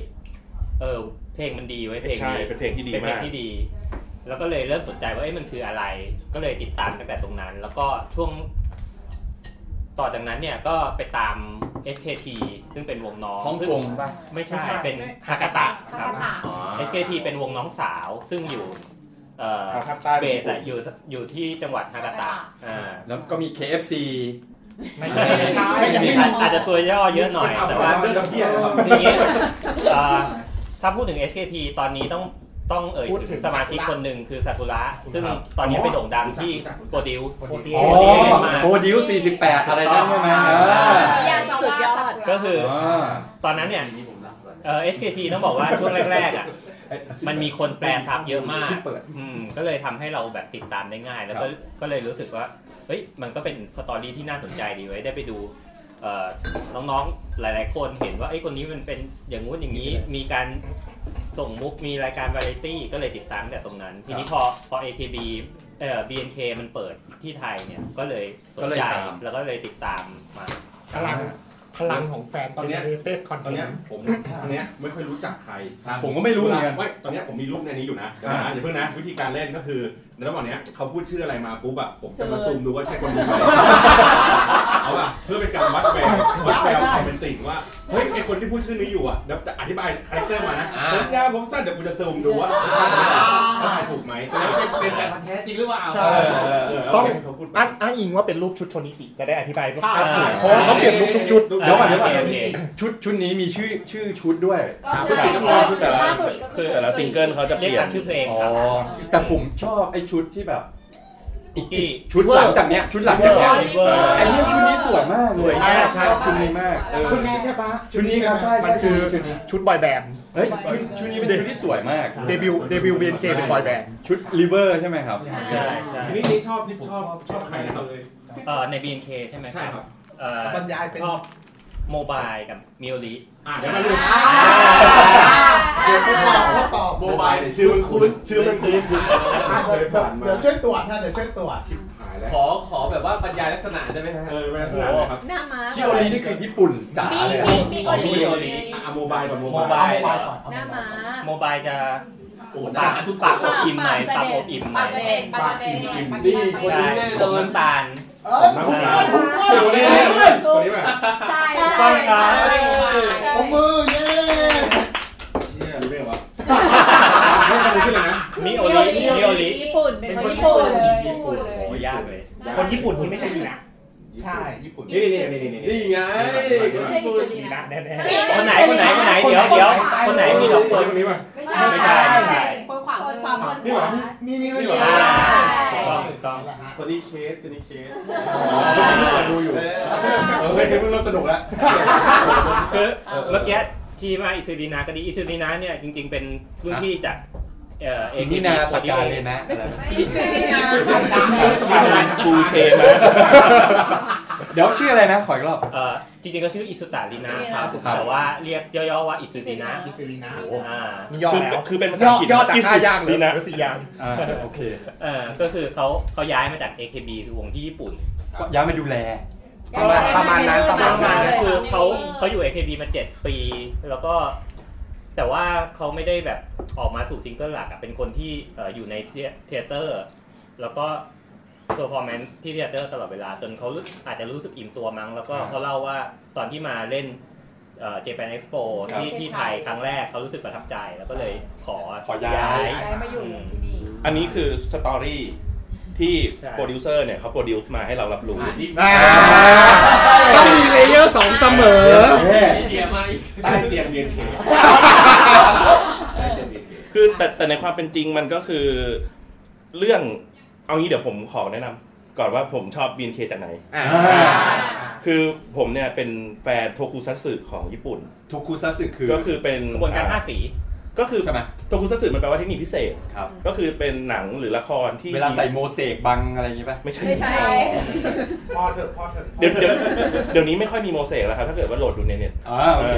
Speaker 3: เออ เพลงมันดีไว้ยเพลง
Speaker 1: ใช่
Speaker 3: นี้
Speaker 1: เป็นเพลงที่ดี
Speaker 3: เป็นเพล
Speaker 1: มาง ก
Speaker 3: ที่ดี แล้วก็เลยเริ่มสนใจว่าเอ้ยมันคืออะไร ก็เลยติดตามตั้งแต่ตรงนั้น แล้วก็ช่วง ต่อจากนั้นเนี่ยก็ไปตาม HKT ซึ่งเป็นวงน้อง
Speaker 2: ฮ่อง
Speaker 3: ซึ่
Speaker 2: กงป่ะ
Speaker 3: ไม่ใช่ เป็นฮากาตะค
Speaker 5: ฮา
Speaker 3: รับ
Speaker 5: กาตะ
Speaker 3: HKT เป็นวงน้องสาว ซึ่งอยู่ เอ่อ
Speaker 1: ทางภาคใต้
Speaker 3: เบสอะอยู่ อยู่ที่จังหวัดฮากาตะ อ่า
Speaker 2: แล้วก็มี KFC
Speaker 6: ไม่
Speaker 3: ไม่
Speaker 6: ใช่
Speaker 3: ไม่
Speaker 6: ไม่
Speaker 3: ไม่
Speaker 6: ใช่
Speaker 3: ไม่อาจจะตัวย่อเยอะหน่อย แต่ว่า
Speaker 4: เรื่องกับเพี้ยนะครับ
Speaker 3: ทีนี้เอ่อถ้าพูดถึง HKT ตอนนี้ต้องต้องเอ่ย
Speaker 8: พูดถึ
Speaker 3: ถึ
Speaker 8: ง
Speaker 3: งสมาชิกคนหนึ่งคือซากุระ ซึ่ง
Speaker 4: ครับ
Speaker 3: ตอนนี้ไปโด่งดังที่โปรดิว
Speaker 8: 48
Speaker 2: อ๋อโปรดิว48 อะไรนั่นใช่ไหมเออ
Speaker 5: ยาต่อ
Speaker 11: สุดยอด
Speaker 5: ว่า
Speaker 3: ก็คือ
Speaker 2: อ่า
Speaker 3: ตอนนั้นเนี่ยเอ่อ HKT ต้องบอกว่าช่วงแรกๆอ่ะมันมีคนแปลซับเยอะมาก
Speaker 2: ที่เปิด
Speaker 3: อืมก็เลยทำให้เราแบบติดตามได้ง่าย แล้วก็ก็เลยรู้สึกว่าเฮ้ยมันก็เป็นสตอรี่ที่น่าสนใจดีไว้ยได้ไปดูเอ่อน้องๆหลาย ๆ คนเห็นว่าไอ้ยคนนี้มันเป็นอย่างงู้นอย่างนี้มีการส่งมุกมีรายการวาไรตี้ก็เลยติดตามตั้งแต่ตรงนั้น ทีนี้พอพอ AKB เอ่อ BNK มันเปิดที่ไทยเนี่ยก็เลยสน
Speaker 2: ก็เลย
Speaker 3: ใจ
Speaker 2: ตาม
Speaker 3: แล้วก็เลยติดตามมา
Speaker 8: พลังพลังของแฟน
Speaker 4: ตอนเนี้ย
Speaker 8: เจเนเรเต็ดคอน
Speaker 4: ต
Speaker 8: เท
Speaker 4: อน
Speaker 8: น
Speaker 4: เนี้ย
Speaker 8: ต์
Speaker 4: ผมตอนเนี้ยไม่ค่อยรู้จักใคร
Speaker 2: ครับผมก็ไม่รู้เหมือนกัน
Speaker 4: เว้ยตอนเนี้ยผมมีรูปในนี้อยู่นะเดี๋ยวนะอย่าเพิ่งนะ วิธีการเล่นก็คือในระหว่างเนี้ยเขาพูดชื่ออะไรมาปุ๊บอะผมจะมาซูมดูว่าใช่คนนี้ไหมเอาล่ะเพื่อเป็นการวัดแวววัดแววความเป็นติ่งว่าเฮ้ยไอคนที่พูดชื่อนี้อยู่อะเดี๋ยวจะอธิบายคาแรคเตอร์มานะ
Speaker 3: อ่า
Speaker 4: ผมยาวผมสั้นเดี๋ยวกูจะซูมดูว่าใช่ใช่ถูกไหมเออ
Speaker 12: เป็นแฟนพันธุ์แท้จริงหรือเปล่า
Speaker 4: เออเออ
Speaker 8: ต้อง
Speaker 4: เโเคเขาพูดไป
Speaker 8: อ้างอ้างอิงว่าเป็นรูปชุดโชนิจิจะได้อธิบายเพราะ
Speaker 6: ใช่
Speaker 8: ว่าเขาเปลี่ยนรูปทุกชุด
Speaker 4: เดี๋ยวก่อนเดี๋ยวก่อน
Speaker 3: โค
Speaker 2: ชุดชุดนี้มีชื่อชื่อชุดด้วย
Speaker 5: ก็คือล่าสุดก็
Speaker 1: คือแต่ละซิงเกิลเขาจะเป
Speaker 3: เรียก
Speaker 1: ลี่ยน
Speaker 3: ตามชื่อเพลง
Speaker 2: อ๋อ
Speaker 3: ครับ
Speaker 2: แต่ผมชอบไอ้ชุดที่แบบ
Speaker 3: คุกกี้
Speaker 2: ชุดหลังจากเนี้ยชุดหลังจากเนี้ย
Speaker 3: ลิเวอร์
Speaker 2: ไอ้เนี้ยชุดนี้สวยมากเล
Speaker 8: สวย
Speaker 2: ย
Speaker 8: มากใช่
Speaker 2: ชุดนี้มากเออ
Speaker 6: ชุดนี้ใช่ปะ
Speaker 2: ชุดนี้ครับใช่
Speaker 8: มันคือ
Speaker 2: ชุดนี้
Speaker 8: ชุดบอยแบนด์
Speaker 2: เฮ้ยชุดชุดนี้เป็นชุดที่สวยมาก
Speaker 8: เดบิวต์เดบิวต์เบนเคเป็นบอยแบนด์
Speaker 2: ชุดลิเวอร์ใช่ไหมครับ
Speaker 3: ใช่ใช่
Speaker 13: นี่นี่ชอบนี่ชอบชอบใครนะครับ
Speaker 3: เอ่อใน BNK ใช่ไหม
Speaker 13: ใช่ครับ
Speaker 3: เอ่อบ
Speaker 6: รรยายเป็น
Speaker 3: ชอบโมบายกับมิโอริ
Speaker 13: อ่ะเดี๋ยวมาดู
Speaker 1: อ่า
Speaker 6: เดี๋ยวพูดต่อพูดต่อ
Speaker 12: โมบายเนี่ยชื่อคุ้น
Speaker 13: ชื่อมันคุ้น
Speaker 6: อ่ะ
Speaker 13: เคย
Speaker 6: เดี๋ยว
Speaker 13: ผ่านมา
Speaker 6: เดี๋ยวช่วยตรวจนะเดี๋ยวช่วยตรวจ
Speaker 13: หายแล้ว
Speaker 12: ขอขอแบบว่าบรรยายลักษณะได้ไหมฮะ
Speaker 13: เออเวลาขนาดไหนครับ
Speaker 5: หน้าม้า
Speaker 2: ชิโอรีนี่คือญี่ปุ่นจ๋า
Speaker 1: มี
Speaker 2: เลยอะ
Speaker 1: มีมีโอลิ
Speaker 3: มีโอลิ
Speaker 13: อ่ะโมบายกับโม
Speaker 3: โม
Speaker 13: บา
Speaker 3: บาย ยเหรอ
Speaker 5: หน้าม้า
Speaker 3: โมบายจะ
Speaker 12: โอ้ด่าทุก
Speaker 3: ปา
Speaker 12: ปาก ก
Speaker 3: อบอิ่มหน่อยปากอบอิ่มห
Speaker 1: ปา
Speaker 3: น่อก ย
Speaker 1: เด็นปากเด็นปากเด็
Speaker 12: นี่
Speaker 1: น
Speaker 12: คน
Speaker 3: ใช่
Speaker 12: นี้แน่น
Speaker 3: ผ
Speaker 12: อ
Speaker 3: ม
Speaker 12: น
Speaker 3: น้ำตาล
Speaker 6: เอ้ยผมก้อนผมก้อน
Speaker 12: เดี๋ยวนี้
Speaker 13: คนนี้แบบ
Speaker 1: ใช่
Speaker 3: ต้
Speaker 1: ใช่
Speaker 3: องการ
Speaker 1: ใช่ใช่
Speaker 6: ผมมือเย้
Speaker 13: เนี่ยรู้ได้ไงวะไม่เคยรู้ชื่อเลยนะ
Speaker 3: มิโอริมิโอริ
Speaker 5: ญี่ปุ่นเป็น
Speaker 1: เป็น
Speaker 5: ค
Speaker 1: คน น
Speaker 5: ญี่
Speaker 1: ญี่
Speaker 5: ปุ่
Speaker 1: ปุ่
Speaker 5: น
Speaker 1: น
Speaker 13: ญี่ปุ่น
Speaker 3: โอ้ยากเลย
Speaker 8: คนญี่ปุ่นนี่ไม่ใช่ดีนะ
Speaker 6: ใช่ญี่ปุ่น
Speaker 13: นี่นี่นี่นี่นี่
Speaker 12: นี่ไงคนญี่ปุ่น
Speaker 8: ดีนะแน่
Speaker 3: คนไหนคนไหนคนไหนเดี๋ยวเดี๋ยวคนไหนมีสองคน
Speaker 13: คนนี้ป่ะ
Speaker 1: ไม่ใช่ไม่ใช่
Speaker 3: ไม่ใช่
Speaker 1: คนขวามือ
Speaker 5: คนขวามือ
Speaker 13: นี่หว่า
Speaker 6: นี่นี่
Speaker 13: นี่
Speaker 6: นี่
Speaker 13: เหรอ
Speaker 6: ใช่
Speaker 1: ถูก
Speaker 3: ต้องถูกต้อง
Speaker 12: คนนี้เคสคนนี้เคส
Speaker 13: ดูอยู่เออเฮ้ยเพิ่งเริ่มสนุกแล้ว
Speaker 3: คือเมื่อกี้ที่มาอิซูรินาก็ดีอิซูรินาเนี่ยจริงๆเป็นรุ่นพี่จากเอ่อเอ
Speaker 2: เอ็นนี่นาสกาเลยนะอะไรนะ
Speaker 1: ไม่ใช่นะ
Speaker 4: กูเชนนะ
Speaker 2: เดี๋ยวชื่ออะไรนะขออีกรอบ
Speaker 3: เอ่อจริงๆก็ชื่ออิสุตารินาครับ
Speaker 2: ครับ
Speaker 3: แต่ว่าเรียกย่อๆว่าอิซูรินา
Speaker 6: นี่คือลีน่า
Speaker 3: อ่า
Speaker 8: นี่ย่อแล้ว
Speaker 4: คือเป็นภาษาอังกฤษ
Speaker 8: ย่อจาก
Speaker 4: ที่สุ
Speaker 8: ห้า
Speaker 4: ด
Speaker 8: ย่างเหล
Speaker 4: ดี
Speaker 8: ย
Speaker 4: นะ
Speaker 8: นะสี่ย่าง
Speaker 2: อ่าโอเค
Speaker 3: เอ่อก็คือเขาเขาย้ายมาจาก AKB คือวงที่ญี่ปุ่น
Speaker 2: ก็ย้ายมาดูแล
Speaker 8: ประมาณประมาณนั้นประมาณ
Speaker 3: มา
Speaker 8: นั้น
Speaker 3: คือเขาเขาอยู่ AKB มา7ปี แล้วก็ แต่ว่าเขาไม่ได้แบบออกมาสู่ซิงเกิลหลักอะเป็นคนที่เอ่ออยู่ในเทเตอร์ แล้วก็เพอร์ฟอร์แมนซ์ที่เทเตอร์ตลอดเวลาจนเขารู้อาจจะรู้สึกอิ่มตัวมั้ง แล้วก็
Speaker 2: อ่า
Speaker 3: เขาเล่าว่าตอนที่มาเล่นเจแปนเอ็กซ์โปที่ที่ไทยครั้งแรกเขารู้สึกประทับใจ แล้วก็เลยขอ
Speaker 2: ขอย้าย
Speaker 1: ย้ายมาอยู่ที่นี่
Speaker 4: อันนี้คือสตอรี่ที่
Speaker 3: ใช่
Speaker 4: โปรดิวเซอร์เนี่ยเขาโปรดิวซ์มาให้เรารับรู้
Speaker 12: อ่ะนี่
Speaker 8: ต้องมีเลเยอร์สองเสมอ
Speaker 12: นี่เดียมาอีก
Speaker 13: ใต้เตียงเบียนเคใต้เตียงเบียนเค
Speaker 4: คือแต่แต่ในความเป็นจริงมันก็คือเรื่องเอางี้เดี๋ยวผมขอแนะนำก่อนว่าผมชอบ BNK จากไหน คือผมเนี่ยเป็นแฟนโทคุซัตสึของญี่ปุ่น
Speaker 2: ทุกคุซัสึคือ
Speaker 4: ก็คือเป็น
Speaker 3: กระบวนการห้าสี
Speaker 4: ก็คือ
Speaker 2: ใช่ไหม
Speaker 4: โทคุซัตสึมันแปลว่าเทคนิคพิเศษ
Speaker 2: ครับ
Speaker 4: ก็คือเป็นหนังหรือละครที่
Speaker 2: เวลาใส่โมเสกบังอะไรอย่างงี้ป่ะ
Speaker 4: ไม่ใช่
Speaker 5: ไม่ใช่
Speaker 6: พ่อเถอะพ่อเถอะ
Speaker 4: เดี๋ยวเดี๋ยวเดี๋ยวนี้ไม่ค่อยมีโมเสกแล้วครับ ถ้าเกิดว่าโหลดดูในเน็ต
Speaker 2: อ่าโอเค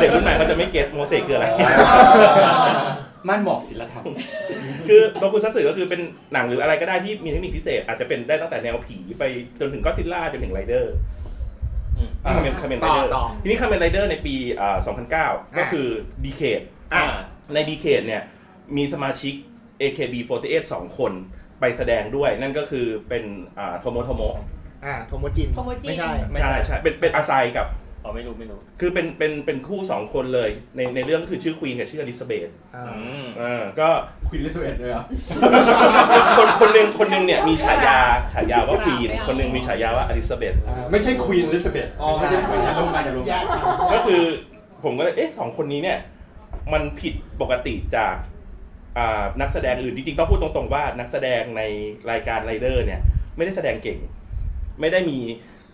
Speaker 4: เด็กรุ่นใหม่เขาจะไม่เก็ตโมเสกคืออะไร
Speaker 2: ม่านหมอกศิลธรรม
Speaker 4: คือโดคุซัตสึก็คือเป็นหนังหรืออะไรก็ได้ที่มีเทคนิคพิเศษ อาจจะเป็นได้ตั้งแต่แนวผีไปจนถึงก็อดซิลล่าจนถึงไรเดอร์
Speaker 3: อืม
Speaker 4: คาเมนคาเมนไร
Speaker 8: ต่อ
Speaker 4: เดอร์
Speaker 8: ต่อ
Speaker 4: ทีนี้คาเมนไรเดอร์ในปีอ่า2009 ก็คือดีเคด
Speaker 3: อ่า
Speaker 4: ในดีเคดเนี่ย มีสมาชิก AKB48 สองคนไปแสดงด้วย นั่นก็คือเป็นอ่าโทโมโทโม
Speaker 8: อ่าโทโมจิน
Speaker 1: โทโมจิน
Speaker 8: ไม่ใช่
Speaker 3: ไม่ใช่
Speaker 4: ใช่ใช่เป็นเป็นอาไซกับ
Speaker 3: อ๋อไม่รู้ไม่รู้
Speaker 4: คือเป็นเป็นเป็นคู่สองคนเลยในในเรื่องคือชื่อควีนกับชื่ออลิซาเบธ
Speaker 8: อ่า
Speaker 3: อืม
Speaker 4: อ่าก็
Speaker 13: ควินเลสเวตเลยเหรอ่ะ
Speaker 4: คนคนหนึ่งคนหนึ่งเนี่ยมีฉายาฉายาว่าควีนคนหนึ่งมีฉายาว่าอลิซาเบธ
Speaker 2: ไม่ใช่ควีนลิซาเบธ
Speaker 13: อ๋อไม่ใช่ควินอย่าลงกันอย่าลง
Speaker 6: แย
Speaker 13: กัน
Speaker 6: ก
Speaker 4: ก็คือผมก็เลยเอ๊ะสองคนนี้เนี่ย มันผิดปกติจากอ่านักแสดงอื่นจริงๆต้องพูดตรงๆว่านักแสดงในรายการไรเดอร์เนี่ย ไม่ได้แสดงเก่ง ไม่ได้มี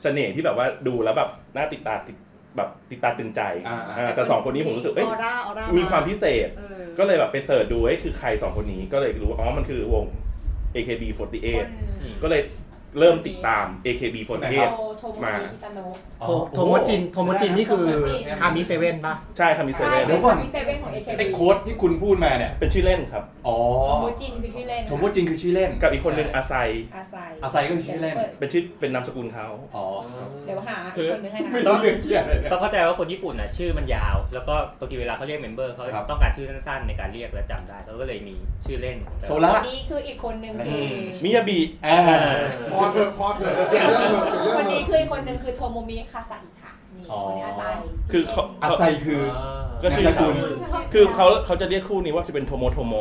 Speaker 4: เสน่ห์ที่แบบว่าดูแล้วแบบน่าติดตาติดแบบติดตาตึงใจ
Speaker 2: อ่า
Speaker 4: อ่าแต่สองคนนี้ผมรู้สึก
Speaker 5: อ
Speaker 4: เอ้ย
Speaker 5: อร่าออร่า
Speaker 4: มี
Speaker 5: มี
Speaker 4: ความพิเศษ
Speaker 5: เออ
Speaker 4: ก็เลยแบบไปเสิร์ชดูเอ้ยคือใครสองคนนี้ก็เลยรู้ว่าอ๋อมันคือวง AKB48 ก็เลยเริ่มติดตาม AKB48
Speaker 1: โทโมจิฮิตาโนะ
Speaker 8: โทโทโมจินโทโมจินนี่คือคามิเซเว่นป่ะ
Speaker 4: ใช่คามิเซ
Speaker 1: ใช่
Speaker 4: เว่น
Speaker 2: ดี๋ยวก่อน
Speaker 1: มีเซเว่นของ AKB
Speaker 2: ไอ้โค้ดที่คุณพูดมาเนี่ย
Speaker 4: เป็นชื่อเล่นครับ
Speaker 2: อ๋อ
Speaker 1: โทโมจินคือชื่อเล่น
Speaker 2: ผมพูดจริงคือชื่อเล่น
Speaker 4: กับอีกคนหนึ่งอาไซ
Speaker 1: อาไซ
Speaker 2: อาไซก็คือชื่อเล่น
Speaker 4: เป็นชื่อเป็นนามสกุลเขา
Speaker 2: อ๋อ
Speaker 1: เดี๋ยวหาอีกคนนึงให้นะ
Speaker 2: ต้องเลือกเกียร์เลย
Speaker 3: ต้องเข้าใจว่าคนญี่ปุ่นน่ะชื่อมันยาว แล้วก็บางทีเวลาเขาเรียกเมมเบอร์เขา
Speaker 2: ครับ
Speaker 3: ต้องการชื่อสั้นๆ ในการเรียกและจำได้เขาก็เลยมีชื่อเล่น
Speaker 2: โซล่า
Speaker 1: คนนี้คืออีกคนนึงคือ
Speaker 4: มิยาบิ
Speaker 2: อ่า
Speaker 6: พ่อเถอะพ่อเถอะเปลี่ยนเรื่องเถอะเปลี่ยนเรื่อง
Speaker 1: คน
Speaker 6: เถ
Speaker 1: นี้
Speaker 6: อะ
Speaker 1: คืออีกคนนึงคือโทโมมิคาซาอิค่ะนี่คนนี้อาไซ
Speaker 4: คือเขา
Speaker 2: อา
Speaker 4: เขา
Speaker 2: ไซคือ
Speaker 4: ก็ชื่อน
Speaker 2: ามสกุล
Speaker 4: คือเขาเขาจะเรียกคู่นี้ว่าจะเป็นโทโมโทโม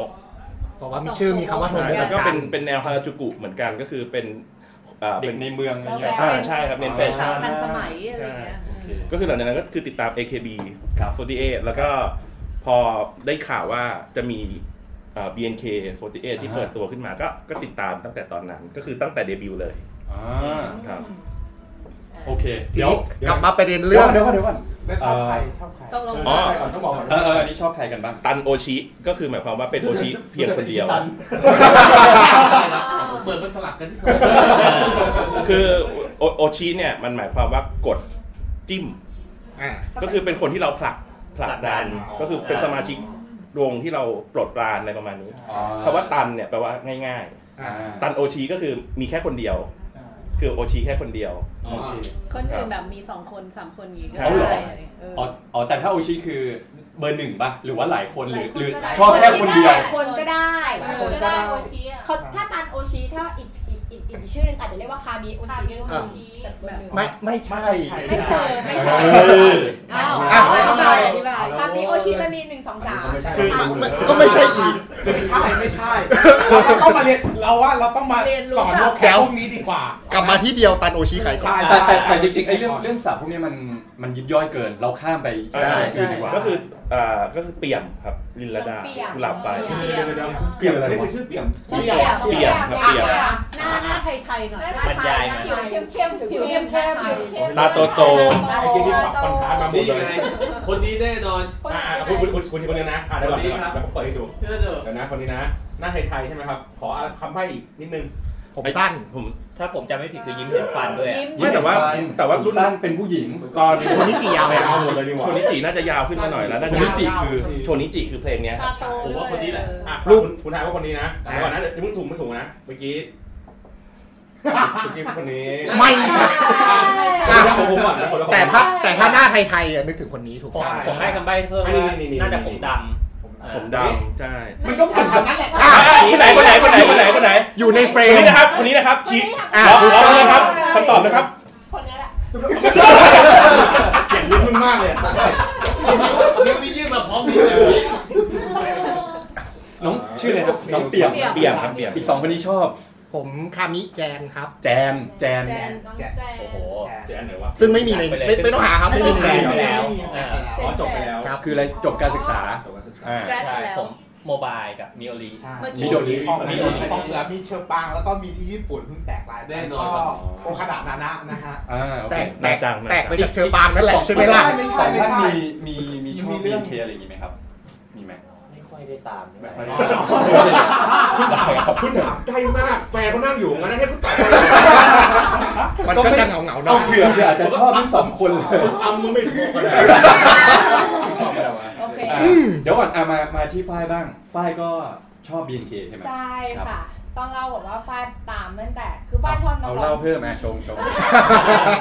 Speaker 8: เพราะว่ามีชื่อมีคำว่าโท
Speaker 4: ใช่
Speaker 8: โม
Speaker 4: แล้วน
Speaker 8: จิ
Speaker 4: ก็เป็นเป็นแนวฮาราจูกุเหมือนกันก็คือเป็นอ่า
Speaker 2: เด็ก
Speaker 4: เป็น
Speaker 2: ในเมืองอะไรเงี้ย
Speaker 4: อ่าใช่ครับเน้นแฟ
Speaker 5: เป็น
Speaker 4: ชั่
Speaker 5: สาวน พันสมัยอะไรอย่างเงี้ย
Speaker 4: ก็คือหลังจากนั้นก็คือติดตาม AKB
Speaker 2: ครับ
Speaker 4: 48แล้วก็พอได้ข่าวว่าจะมี
Speaker 3: อ่า BNK48 ที่เปิดตัวขึ้นมาก็ก็ติดตามตั้งแต่ตอนนั้น ก็คือตั้งแต่เดบิวต์เลย
Speaker 2: อ่า
Speaker 3: ครับ
Speaker 2: โอเค
Speaker 8: ที
Speaker 2: เดี๋ยว
Speaker 8: นี้
Speaker 2: เดี๋ยว
Speaker 8: กลับมาประเด็น
Speaker 2: เดี๋
Speaker 8: เรื่
Speaker 2: ย
Speaker 8: อ
Speaker 2: ว
Speaker 8: ง
Speaker 2: เดี๋ยวก่อนเดี๋ยวก่อน
Speaker 6: แล้วชอบใครชอบใคร
Speaker 10: ตกลง
Speaker 3: อ๋อ
Speaker 2: ก่อนต้องบอกก่อนเออเออนี่ชอบใครกันบ้าง
Speaker 3: ตันโอชิก็คือหมายความว่าเป็นโอชิเพียงคนเดียว
Speaker 9: เปิดมาสลับกันที่
Speaker 3: คือโอโอชิเนี่ยมันหมายความว่ากดจิ้ม
Speaker 8: อ่า
Speaker 3: ก็คือเป็นคนที่เราผลักผลักดัน
Speaker 2: อ๋อ
Speaker 3: ก็คือเป็นสมาชิกวงที่เราปลดปรานอะไรประมาณนี้คำว่าตันเนี่ยแปลว่าง่าย
Speaker 2: อ่า
Speaker 3: ๆ ตันโอชีก็คือมีแค่คนเดียว คือโอชีแค่คนเดียว
Speaker 2: โอเค
Speaker 10: คนอื่นแบบมีสองคนสามคนอย่างงี้ก็
Speaker 3: เอาเหรอ
Speaker 10: ได้เออ
Speaker 2: อ๋ออ๋อแต่ถ้าโอชิคือเบอร์หนึ่งป่ะ หรือว่าหลายคนหรือ
Speaker 10: หลายคนก็ได้
Speaker 2: หรือชอบแค่คนเดียว
Speaker 5: คนก็ได้คนก็ได้
Speaker 1: โอชิอ่ะ
Speaker 5: เขาถ้าตันโอชิถ้าอีกอีกอีกอีกชื่อหนึงอาจจะเรียกว่าคามิโอชิก็
Speaker 8: อ่ะ
Speaker 5: มีแต่เบอร์หนึ่ง
Speaker 8: ไม่ไม่ใช่
Speaker 5: ไม่เคยไม่เคย
Speaker 10: อ้าว
Speaker 8: อ้าว
Speaker 5: ไม่
Speaker 10: อธิ
Speaker 5: ทำไม
Speaker 10: บายอธิบาย
Speaker 5: คามิโอชิมันมีหนึ่งสองสาม
Speaker 2: คือ
Speaker 8: อ่ะไม่ก็ไม่ใช่อีก
Speaker 6: ไม่ใช่ไม่ใช่เราต้องมาเรียนเราว่าเราต้องมาสอนโลกแก้วพวกนี้ดีกว่า
Speaker 8: กลับมาที่เดียวตันโอชิขายก่อน
Speaker 6: ใช่
Speaker 2: แต่แต่แต่จริงๆไอ้เรื่องเรื่องสับพวกเนี้ยมันมันยิบย่อยเกิน เราข้ามไปอีก
Speaker 3: ใช่
Speaker 2: ชื่อดีกว่า
Speaker 3: ก็คืออ่าก็คือเปี่ยมครับลินลดา
Speaker 5: เปี่ยม
Speaker 3: กุหลาบไฟ
Speaker 4: เดี๋ยวเดี๋ยวเดี๋ยว
Speaker 2: เปลี่ยนอะไรวะ
Speaker 4: นี่คือชื่อเปลี่ยน
Speaker 8: เปลี่ยน
Speaker 3: เปลี่ยนครับเปลี่ยน
Speaker 10: หน้าหน้าไทยๆหน่อย
Speaker 12: บรรยายมา
Speaker 1: ผิวเข้มเข้มๆ
Speaker 10: ผิวเข้มๆ
Speaker 3: ตาโตโต
Speaker 10: ตา
Speaker 4: ไอ้
Speaker 10: โต
Speaker 4: ที่ที่ปรับคอนทราสต์มาหม
Speaker 9: นี่
Speaker 4: ดเล
Speaker 9: ไง
Speaker 4: ย
Speaker 9: คนนี้แน่นอน
Speaker 4: อ่าคุณคุณคุณคุณคนนี้นะอ่าเดี๋ยวก่อนเดี๋ยว
Speaker 9: คนนี้ค
Speaker 4: ก่อน
Speaker 9: รับ
Speaker 4: เดี๋ยวผมเปิดให้ดู
Speaker 9: เชื่อเถอะ
Speaker 4: เดี๋ยวนะคนนี้นะ หน้าไทยๆใช่ไหมครับ ขอคำใบ้อีกนิดนึง
Speaker 8: ผมสั้น
Speaker 3: ผม
Speaker 12: ถ้าผมจำไม่ผิดคือยิ้มเห็นฟันด้วยอะ
Speaker 10: ยิ้ม
Speaker 3: ไม่แต่ว่าแต่ว่ารุ่น
Speaker 2: สั้นเป็นผู้หญิง
Speaker 3: ตอน
Speaker 8: โทนิจิยาวไหม
Speaker 4: เอาหมดเลยดีกว่า
Speaker 3: โทนิจิน่าจะยาวขึ้นมาหน่อยแล้วน่า
Speaker 2: โท
Speaker 3: จะ
Speaker 2: นิจิคือ
Speaker 3: โทนิจิคือเพลงเนี้ยค
Speaker 10: ตา
Speaker 3: รับ
Speaker 10: โต
Speaker 9: ผมว่าคนนี้แหละ
Speaker 4: อ่ะ
Speaker 8: รูป
Speaker 4: คุณคุณทายว่าคนนี้นะเดี๋ยวก่อนนะเดี๋ยวมึงถูกไม่ถูกนะ เมื่อกี้เมื่อกี้คนนี้
Speaker 8: ไม่ใช่
Speaker 4: อ่ะเดี๋ยวผมผมก่อนนะคนละคน
Speaker 8: แต่ถ้าแต่ถ้าหน้าไทยๆอ่ะนึกถึงคนนี้ถูก
Speaker 12: ผม
Speaker 8: ต้อง
Speaker 12: ผมให้คำใบ้เพิ่ม
Speaker 4: อันนี้
Speaker 12: ว่า
Speaker 4: นี่นี่
Speaker 12: น่าจะ
Speaker 4: นี่
Speaker 12: ผมด
Speaker 3: ผม
Speaker 12: ำ
Speaker 3: ดำใช่
Speaker 10: มันก็ผ่าน
Speaker 6: นั่นแหละ
Speaker 8: อ่ะ
Speaker 3: คนไหนคนไหนคนไหนคนไหนคนไหน
Speaker 8: อยู่ในเฟร
Speaker 3: คน
Speaker 8: ม
Speaker 3: นี้นะครับคนนี้นะครับชี้
Speaker 8: อ่ะ
Speaker 3: ล็อกล็อกเลยครับคำตอบนะครับ
Speaker 5: คนนี้แหละ
Speaker 4: เกลียดลิ้นมึงมากเลยอะ
Speaker 9: นิ้วนี้ยื่นมาพร้อมนิ้วเลย
Speaker 2: น้องชื่ออะไรครับน้องเปี่ยม
Speaker 10: เปี่ยม
Speaker 3: เปี่ยมครับเปี่ยม
Speaker 2: อีกสองคนนี้ชอบ
Speaker 8: ผมคามิแจนครับ
Speaker 2: แจนแจน
Speaker 10: แจนน้องแจน
Speaker 12: โอ้โห
Speaker 4: เจ๊อันไหนวะ
Speaker 8: ซึ่งไม่มีในไม่ไม่ต้องหาครับไม่มีใน
Speaker 12: แจน
Speaker 8: นี้
Speaker 4: อ๋อจบไปแล้ว
Speaker 8: ครับ
Speaker 2: คืออะไรจบการศึกษา
Speaker 4: จบการศึกษา
Speaker 2: อ่า
Speaker 10: แกรด
Speaker 12: ใช่
Speaker 10: แล้ว
Speaker 12: ผมโมบายกับมิโอรี
Speaker 10: เมื่อกี้
Speaker 6: มีโดริของมีของเสือมีเชอร์ปังแล้วก็มีที่ญี่ปุ่นเพิ่งแตกลายไป
Speaker 9: แน่นอนครับ
Speaker 6: ก็โอคาดานานะนะฮะ
Speaker 2: อ่าโอ
Speaker 8: แต
Speaker 2: เค
Speaker 8: ก
Speaker 3: หน้า
Speaker 8: แต
Speaker 3: จั
Speaker 8: ก
Speaker 3: งหน้าจัง
Speaker 8: แตกไปจากเชอร์ปางนั่นแหละใช่ไหมล่ะ
Speaker 6: ไม่ใช่
Speaker 2: สอง
Speaker 6: ไม่
Speaker 2: ท่าน
Speaker 6: ใช่
Speaker 2: มีมีมีชอบ
Speaker 6: มีเรื่
Speaker 2: มี
Speaker 6: อง
Speaker 2: เคอะไรอย่างงี้ไหมครับ มีไหม
Speaker 9: ไม่ค่อยได้ตามเลย
Speaker 4: คุณถามใกล้มาก แฟนเขานั่งอยู่งั้นให้คุณตอบ
Speaker 8: มันก็จะเหงาเหงาๆหน่
Speaker 2: เอา
Speaker 8: อย
Speaker 2: เผื่อเผื่ออาจจะชอบทั้งสองคนเลย
Speaker 4: อำมึงไม่ถูกก็ได้ไม่ชอบก็ได้วะ
Speaker 10: โอเค
Speaker 2: อ่ะเดี๋ยวก่อนอ่ะมามาที่ฝ้ายบ้างฝ้ายก็ชอบ BNK ใช่ไหม
Speaker 5: ใช่ค่ะ ต้องเล่าบอกว่าฝ้ายตามตั้งแต่ คือฝ้ายชอบนัก
Speaker 2: เอา
Speaker 5: ร้อง
Speaker 2: เล่าเพิ่มไหมชงชง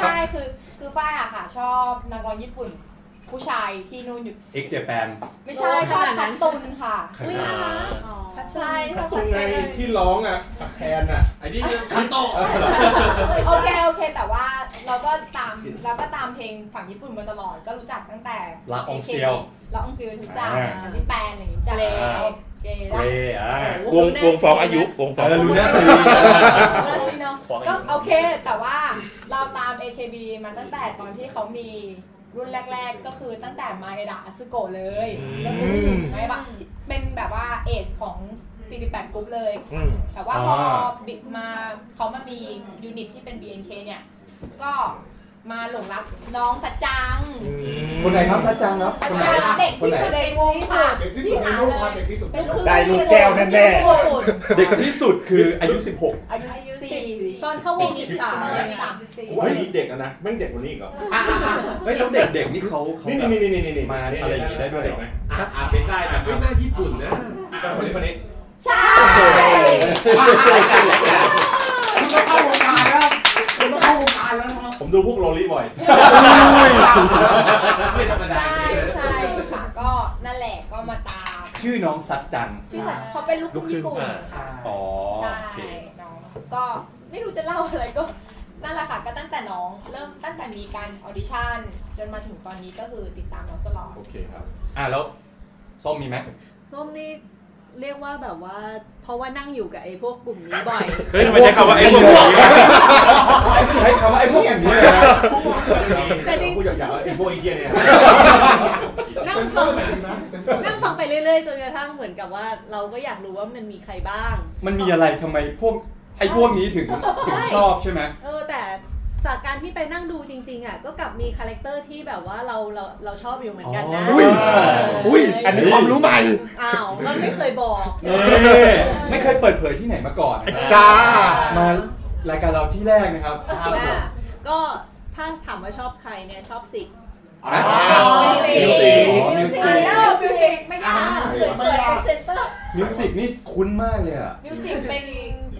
Speaker 5: ใช่คือคือฝ้ายอะค่ะ ชอบนักร้องญี่ปุ่น ผู้ชายที่นู่นอยู่
Speaker 2: X Japan
Speaker 5: ไม่ใช่ชอบคัตตุนค่ะ
Speaker 2: อุ๊ย
Speaker 12: น่ารัก
Speaker 5: ใช่ชอบ
Speaker 4: ตร
Speaker 5: คั
Speaker 4: ง
Speaker 5: ต
Speaker 4: ไง
Speaker 5: ตุน
Speaker 4: ที่ร้องอ่ะกับแทนอ่ะ
Speaker 9: ไอ้นี่คันโตะ
Speaker 5: โอเคโอเค แต่ว่าเราก็ตามเราก็ตามเพลงฝั่งญี่ปุ่นมาตลอดก็รู้จักตั้งแต่
Speaker 2: ละอองเซียว
Speaker 5: AKB ละอองเซียวทุกจ้า
Speaker 2: อ่า
Speaker 5: ที่แปนอะไรอย่างงี้จ้า
Speaker 10: เกร
Speaker 5: เกร
Speaker 2: เกรย์อ่ะ
Speaker 3: วงวงฟ้องอายุวงฟ้อง
Speaker 2: เออลู
Speaker 3: อายุ
Speaker 2: น่าซี
Speaker 5: แล้วซีเนาะ
Speaker 12: ฟ้องอายุ
Speaker 5: ก็โอเค แต่ว่าเราตาม AKB มาตั้งแต่ตอนที่เขามีรุ่นแรก ๆ ก็คือตั้งแต่มาเอดะอ s โกะเลยก็คือไม่แบบเป็นแบบว่าเอจของ 48 กรุ๊ปเลย
Speaker 8: อืม
Speaker 5: แต่ว่าพอบิดมาเขามามียูนิตที่เป็น BNK เนี่ย ก็มาหลงรักน้องสัจจัง
Speaker 2: คนไหนครับซัดจังครับ
Speaker 5: สัจ
Speaker 2: คนไหน
Speaker 5: จังเด็ก
Speaker 2: คน
Speaker 5: ที่
Speaker 2: ไหน
Speaker 5: สุดในวงค่ะ
Speaker 6: เด็กที่สุดในโลกครับเด็กที่สุดในโลก
Speaker 5: เป็นคือ
Speaker 8: ได้ลูกแก้วแน่ๆ
Speaker 2: เด็กที่สุดคืออายุ 16
Speaker 5: อายุสี่สิบ
Speaker 10: ตอนเข้าวงสิบสามอะไรเงี้ย
Speaker 5: สามสิบสี่
Speaker 4: เฮ้ยนี่เด็กอะนะแม่งเด็กกว่านี้อีกเหรอ
Speaker 2: เฮ้ยแล้วเด็กๆนี่เขาเขา
Speaker 4: นี่
Speaker 2: แบบ
Speaker 4: นี่นี่นี่นี่นี่
Speaker 2: มาอะไรอย่างงี้ได้ด้วยเหรอ
Speaker 4: ไหม
Speaker 9: อ่ะอ่ะเป็นได้แต่ไม่น่าญี่ปุ่นนะ
Speaker 4: คนนี้คนนี้
Speaker 5: ใช่
Speaker 9: รายการรายการ
Speaker 6: คุณก็เข้าวงการแล้วคุณก็เข้าวงการแล้วนะครับ
Speaker 4: ผมดูพวกโรลลี่บ่อย
Speaker 9: ไม่ธรรมดา
Speaker 5: ใช่ใช่ค่ะก็นั่นแหละก็มาตาม
Speaker 2: ชื่อน้องซัดจัง
Speaker 5: ชื่อสัตว์เขาเป็นลูกครึ่งญี่ปุ่นค่ะ
Speaker 2: อ๋อ
Speaker 5: ใช่
Speaker 2: โอเค
Speaker 5: น้องก็ไม่รู้จะเล่าอะไรก็นั่นแหละค่ะก็ตั้งแต่น้องเริ่มตั้งแต่มีการออดิชั่น จนมาถึงตอนนี้ก็คือติดตามน้องตล อด
Speaker 2: โอเคครับอ่ะแล้วส้มมีไหม
Speaker 10: ร่มนี่เรียกว่าแบบว่า เพราะว่านั่งอยู่กับไอ้พวกกลุ่มนี้บ่อย
Speaker 3: เฮ้ยทำไมใช้คำว่าไอ้พวกนี้วะ
Speaker 2: ไอ้ใช้คำว่าไอ้พวกอย่างนี้เลยนะ
Speaker 10: แต่จริง
Speaker 4: พูดหยาบๆว่าไอ้พวกไอ้เหี้ยเนี่ย
Speaker 10: นั่งฟัง
Speaker 6: เป็นแบบนี้นะ
Speaker 10: นั่งฟัง ไปเรื่อยๆ จนกระทั่งเหมือนกับว่า เราก็อยากรู้ว่ามันมีใครบ้าง
Speaker 2: มันมีอะไรทำไมพวกไอ้พวกนี้ถึงถึงชอบใช่ไหม
Speaker 10: เออแต่จากการที่ไปนั่งดูจริง ๆอ่ะก็กลับมีคาแรคเตอร์ที่แบบว่าเราเราเราชอบอยู่เหมือนกันนะ
Speaker 2: อ๋ออุ้ย
Speaker 10: เ
Speaker 8: อุ้ย อันนี้ความรู้ใหม่
Speaker 10: อ้าวเราไม่เคยบอก
Speaker 2: เอ้ยไม่เคยเปิดเผยที่ไหนมาก่อนนะครับ
Speaker 8: จ้า
Speaker 2: มารายการเราที่แรกนะครับ
Speaker 10: อ่าก็ถ้าถามว่าชอบใครเนี่ยชอบสิก
Speaker 2: อ่ะ
Speaker 5: มิ
Speaker 2: มิ
Speaker 5: ว
Speaker 2: ว
Speaker 5: สิ
Speaker 2: สิ
Speaker 5: ก
Speaker 2: กอ๋อมิวสิก
Speaker 10: มิวสิกไม่ยาก
Speaker 1: สวยๆเซ็นเตอร์
Speaker 2: มิวสิกนี่คุ้นมากเลยอะ
Speaker 5: มิวสิกเป็น